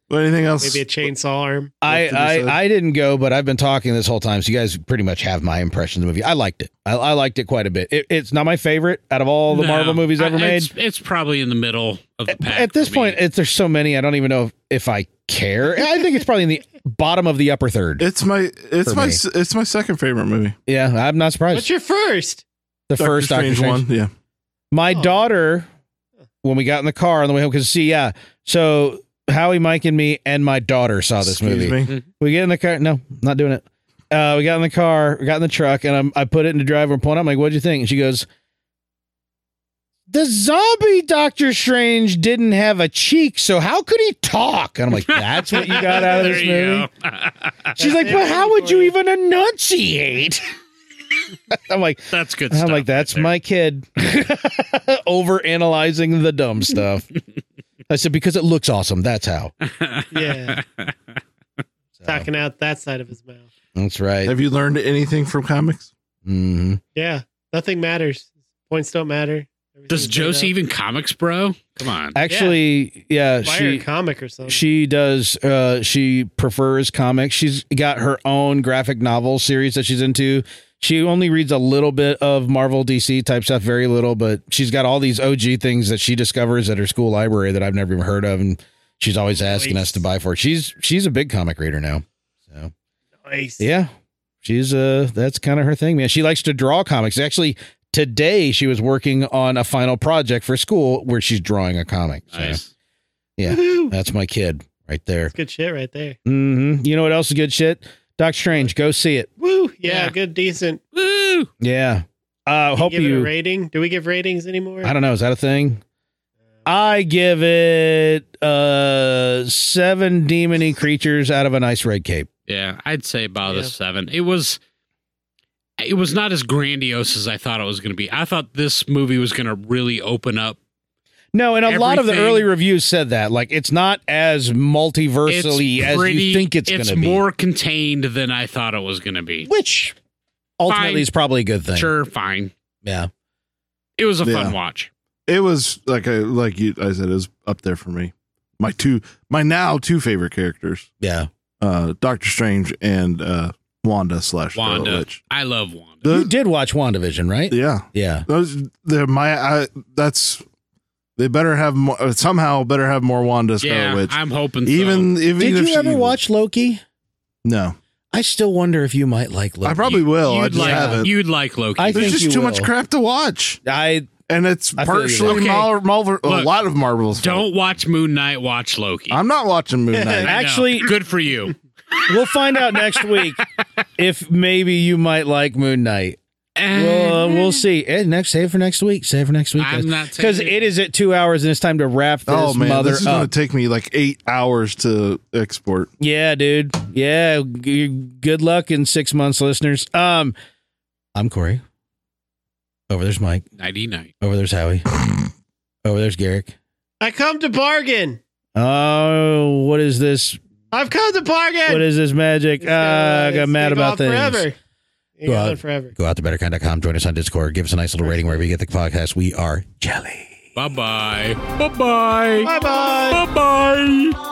[SPEAKER 3] Well, anything else?
[SPEAKER 4] Maybe a chainsaw arm.
[SPEAKER 1] I,
[SPEAKER 3] Left to the side.
[SPEAKER 1] I, I didn't go, but I've been talking this whole time. So you guys pretty much have my impression of the movie. I liked it. I, I liked it quite a bit. It, it's not my favorite out of all the
[SPEAKER 5] No,
[SPEAKER 1] Marvel movies
[SPEAKER 5] I-
[SPEAKER 1] ever made.
[SPEAKER 5] It's, it's probably in the middle of the pack.
[SPEAKER 1] At this
[SPEAKER 5] for me.
[SPEAKER 1] point, it, there's so many. I don't even know if, if I care. I think it's probably in the bottom of the upper third.
[SPEAKER 3] It's my it's
[SPEAKER 1] For
[SPEAKER 3] my
[SPEAKER 1] me.
[SPEAKER 3] s it's my second favorite movie.
[SPEAKER 1] Yeah, I'm not surprised.
[SPEAKER 4] What's your first?
[SPEAKER 1] The first Doctor Strange
[SPEAKER 3] one. Yeah.
[SPEAKER 1] My
[SPEAKER 4] Oh.
[SPEAKER 1] daughter, when we got in the car on the way home, because see, yeah, so Howie, Mike, and me, and my daughter saw Oh, this
[SPEAKER 3] Excuse
[SPEAKER 1] movie.
[SPEAKER 3] me.
[SPEAKER 1] We get in the car. No, not doing it. Uh, we got in the car, we got in the truck, and I'm, I put it in the driver and point out. I'm like, what'd you think? And she goes, The zombie Doctor Strange didn't have a cheek, so how could he talk? And I'm like, That's what you got out of
[SPEAKER 5] There
[SPEAKER 1] this
[SPEAKER 5] you
[SPEAKER 1] movie?
[SPEAKER 5] go.
[SPEAKER 1] She's like, But how would you even enunciate? I'm like,
[SPEAKER 5] That's good.
[SPEAKER 1] I'm
[SPEAKER 5] stuff
[SPEAKER 1] like,
[SPEAKER 5] right
[SPEAKER 1] that's
[SPEAKER 5] there.
[SPEAKER 1] my kid over analyzing the dumb stuff. I said, because it looks awesome. That's how.
[SPEAKER 4] Yeah.
[SPEAKER 1] So,
[SPEAKER 4] Talking out that side of his mouth.
[SPEAKER 1] that's right.
[SPEAKER 3] Have you learned anything from comics?
[SPEAKER 1] hmm
[SPEAKER 4] Yeah. Nothing matters. Points don't matter.
[SPEAKER 5] Does
[SPEAKER 4] Everything's made
[SPEAKER 5] Josie
[SPEAKER 4] up.
[SPEAKER 5] even comics, bro? Come on.
[SPEAKER 1] Actually, yeah,
[SPEAKER 4] buy her a
[SPEAKER 1] she
[SPEAKER 4] comic or something?
[SPEAKER 1] she does. Uh, she prefers comics. She's got her own graphic novel series that she's into. She only reads a little bit of Marvel DC type stuff, very little, but she's got all these OG things that she discovers at her school library that I've never even heard of, and she's always asking us to buy for. Her. She's she's a big comic reader now. So
[SPEAKER 4] Nice.
[SPEAKER 1] Yeah. She's uh that's kind of her thing, man. She likes to draw comics. Actually, today she was working on a final project for school where she's drawing a comic. So
[SPEAKER 5] nice.
[SPEAKER 1] yeah.
[SPEAKER 4] Woohoo.
[SPEAKER 1] that's my kid right there.
[SPEAKER 4] That's good shit right there.
[SPEAKER 1] hmm You know what else is good shit? Doc Strange, go see it.
[SPEAKER 4] Woo. Yeah,
[SPEAKER 5] Yeah.
[SPEAKER 4] good, decent.
[SPEAKER 5] Woo!
[SPEAKER 1] Yeah. I hope
[SPEAKER 4] give it a
[SPEAKER 1] you
[SPEAKER 4] rating. Do we give ratings anymore?
[SPEAKER 1] I don't know, is that a thing? I give it uh seven demony creatures out of an ice red cape.
[SPEAKER 5] Yeah, I'd say about
[SPEAKER 4] Yeah.
[SPEAKER 5] a seven. It was it was not as grandiose as I thought it was gonna be. I thought this movie was gonna really open up.
[SPEAKER 1] No, and a lot of the
[SPEAKER 5] Everything-
[SPEAKER 1] early reviews said that. Like it's not as multiversally as you think it's,
[SPEAKER 5] it's
[SPEAKER 1] gonna be.
[SPEAKER 5] more contained than I thought it was gonna be.
[SPEAKER 1] which ultimately
[SPEAKER 5] Fine.
[SPEAKER 1] is probably a good thing.
[SPEAKER 5] Sure, fine.
[SPEAKER 1] Yeah.
[SPEAKER 5] It was a
[SPEAKER 3] Yeah.
[SPEAKER 5] fun watch.
[SPEAKER 3] It was like I like you I said it was up there for me. My two my now two favorite characters,
[SPEAKER 1] Yeah.
[SPEAKER 3] uh Doctor Strange and uh Wanda slash Scarlet
[SPEAKER 5] Wanda.
[SPEAKER 3] Witch.
[SPEAKER 5] I love Wanda.
[SPEAKER 1] You
[SPEAKER 3] Those-
[SPEAKER 1] did watch WandaVision, right?
[SPEAKER 3] Uh, yeah.
[SPEAKER 1] Yeah.
[SPEAKER 3] Those they're my I, that's they better have more somehow better have more Wanda Scarlet
[SPEAKER 5] yeah,
[SPEAKER 3] Witch.
[SPEAKER 5] I'm hoping so.
[SPEAKER 3] even even
[SPEAKER 1] Did
[SPEAKER 3] if
[SPEAKER 1] you
[SPEAKER 3] she
[SPEAKER 1] ever
[SPEAKER 3] evil.
[SPEAKER 1] watch Loki?
[SPEAKER 3] No.
[SPEAKER 1] I still wonder if you might like Loki.
[SPEAKER 3] I probably will. I
[SPEAKER 5] You'd
[SPEAKER 3] just
[SPEAKER 5] like
[SPEAKER 3] haven't.
[SPEAKER 5] you'd like Loki.
[SPEAKER 1] I
[SPEAKER 3] There's
[SPEAKER 1] think
[SPEAKER 3] just
[SPEAKER 1] you
[SPEAKER 3] too
[SPEAKER 1] will.
[SPEAKER 3] much crap to watch.
[SPEAKER 1] I
[SPEAKER 3] And it's
[SPEAKER 1] I feel you
[SPEAKER 3] partially
[SPEAKER 5] there.
[SPEAKER 3] Mar- Marvel, a
[SPEAKER 5] Look,
[SPEAKER 3] lot of Marvel's. fault.
[SPEAKER 5] Don't watch Moon Knight, watch Loki.
[SPEAKER 3] I'm not watching Moon
[SPEAKER 5] I know.
[SPEAKER 3] Knight.
[SPEAKER 1] Actually-
[SPEAKER 5] good for you.
[SPEAKER 1] we'll find out next week if maybe you might like Moon Knight. We'll, uh, we'll see. And next save for next week. Save for next week.
[SPEAKER 5] I'm not
[SPEAKER 1] Because
[SPEAKER 5] saying-
[SPEAKER 1] it is at two hours and it's time to wrap this
[SPEAKER 3] oh man,
[SPEAKER 1] mother
[SPEAKER 3] this is
[SPEAKER 1] up.
[SPEAKER 3] going to take me like eight hours to export.
[SPEAKER 1] Yeah, dude. Yeah. G- good luck in six months, listeners. Um, I'm Corey. Over there's Mike.
[SPEAKER 5] Nighty night.
[SPEAKER 1] Over there's Howie. Over there's Garrick.
[SPEAKER 4] I come to bargain.
[SPEAKER 1] Oh, what is this?
[SPEAKER 4] I've come to bargain.
[SPEAKER 1] What is this magic?
[SPEAKER 4] It's
[SPEAKER 1] Ah, I
[SPEAKER 4] gonna
[SPEAKER 1] got mad
[SPEAKER 4] stick
[SPEAKER 1] about
[SPEAKER 4] on
[SPEAKER 1] things.
[SPEAKER 4] Forever. You
[SPEAKER 1] Go
[SPEAKER 4] got
[SPEAKER 1] out.
[SPEAKER 4] it forever.
[SPEAKER 1] Go out to betterkind.com. Join us on Discord. Give us a nice little rating wherever you get the podcast. We are jelly.
[SPEAKER 5] Bye bye. Bye bye.
[SPEAKER 4] Bye bye.
[SPEAKER 5] Bye bye.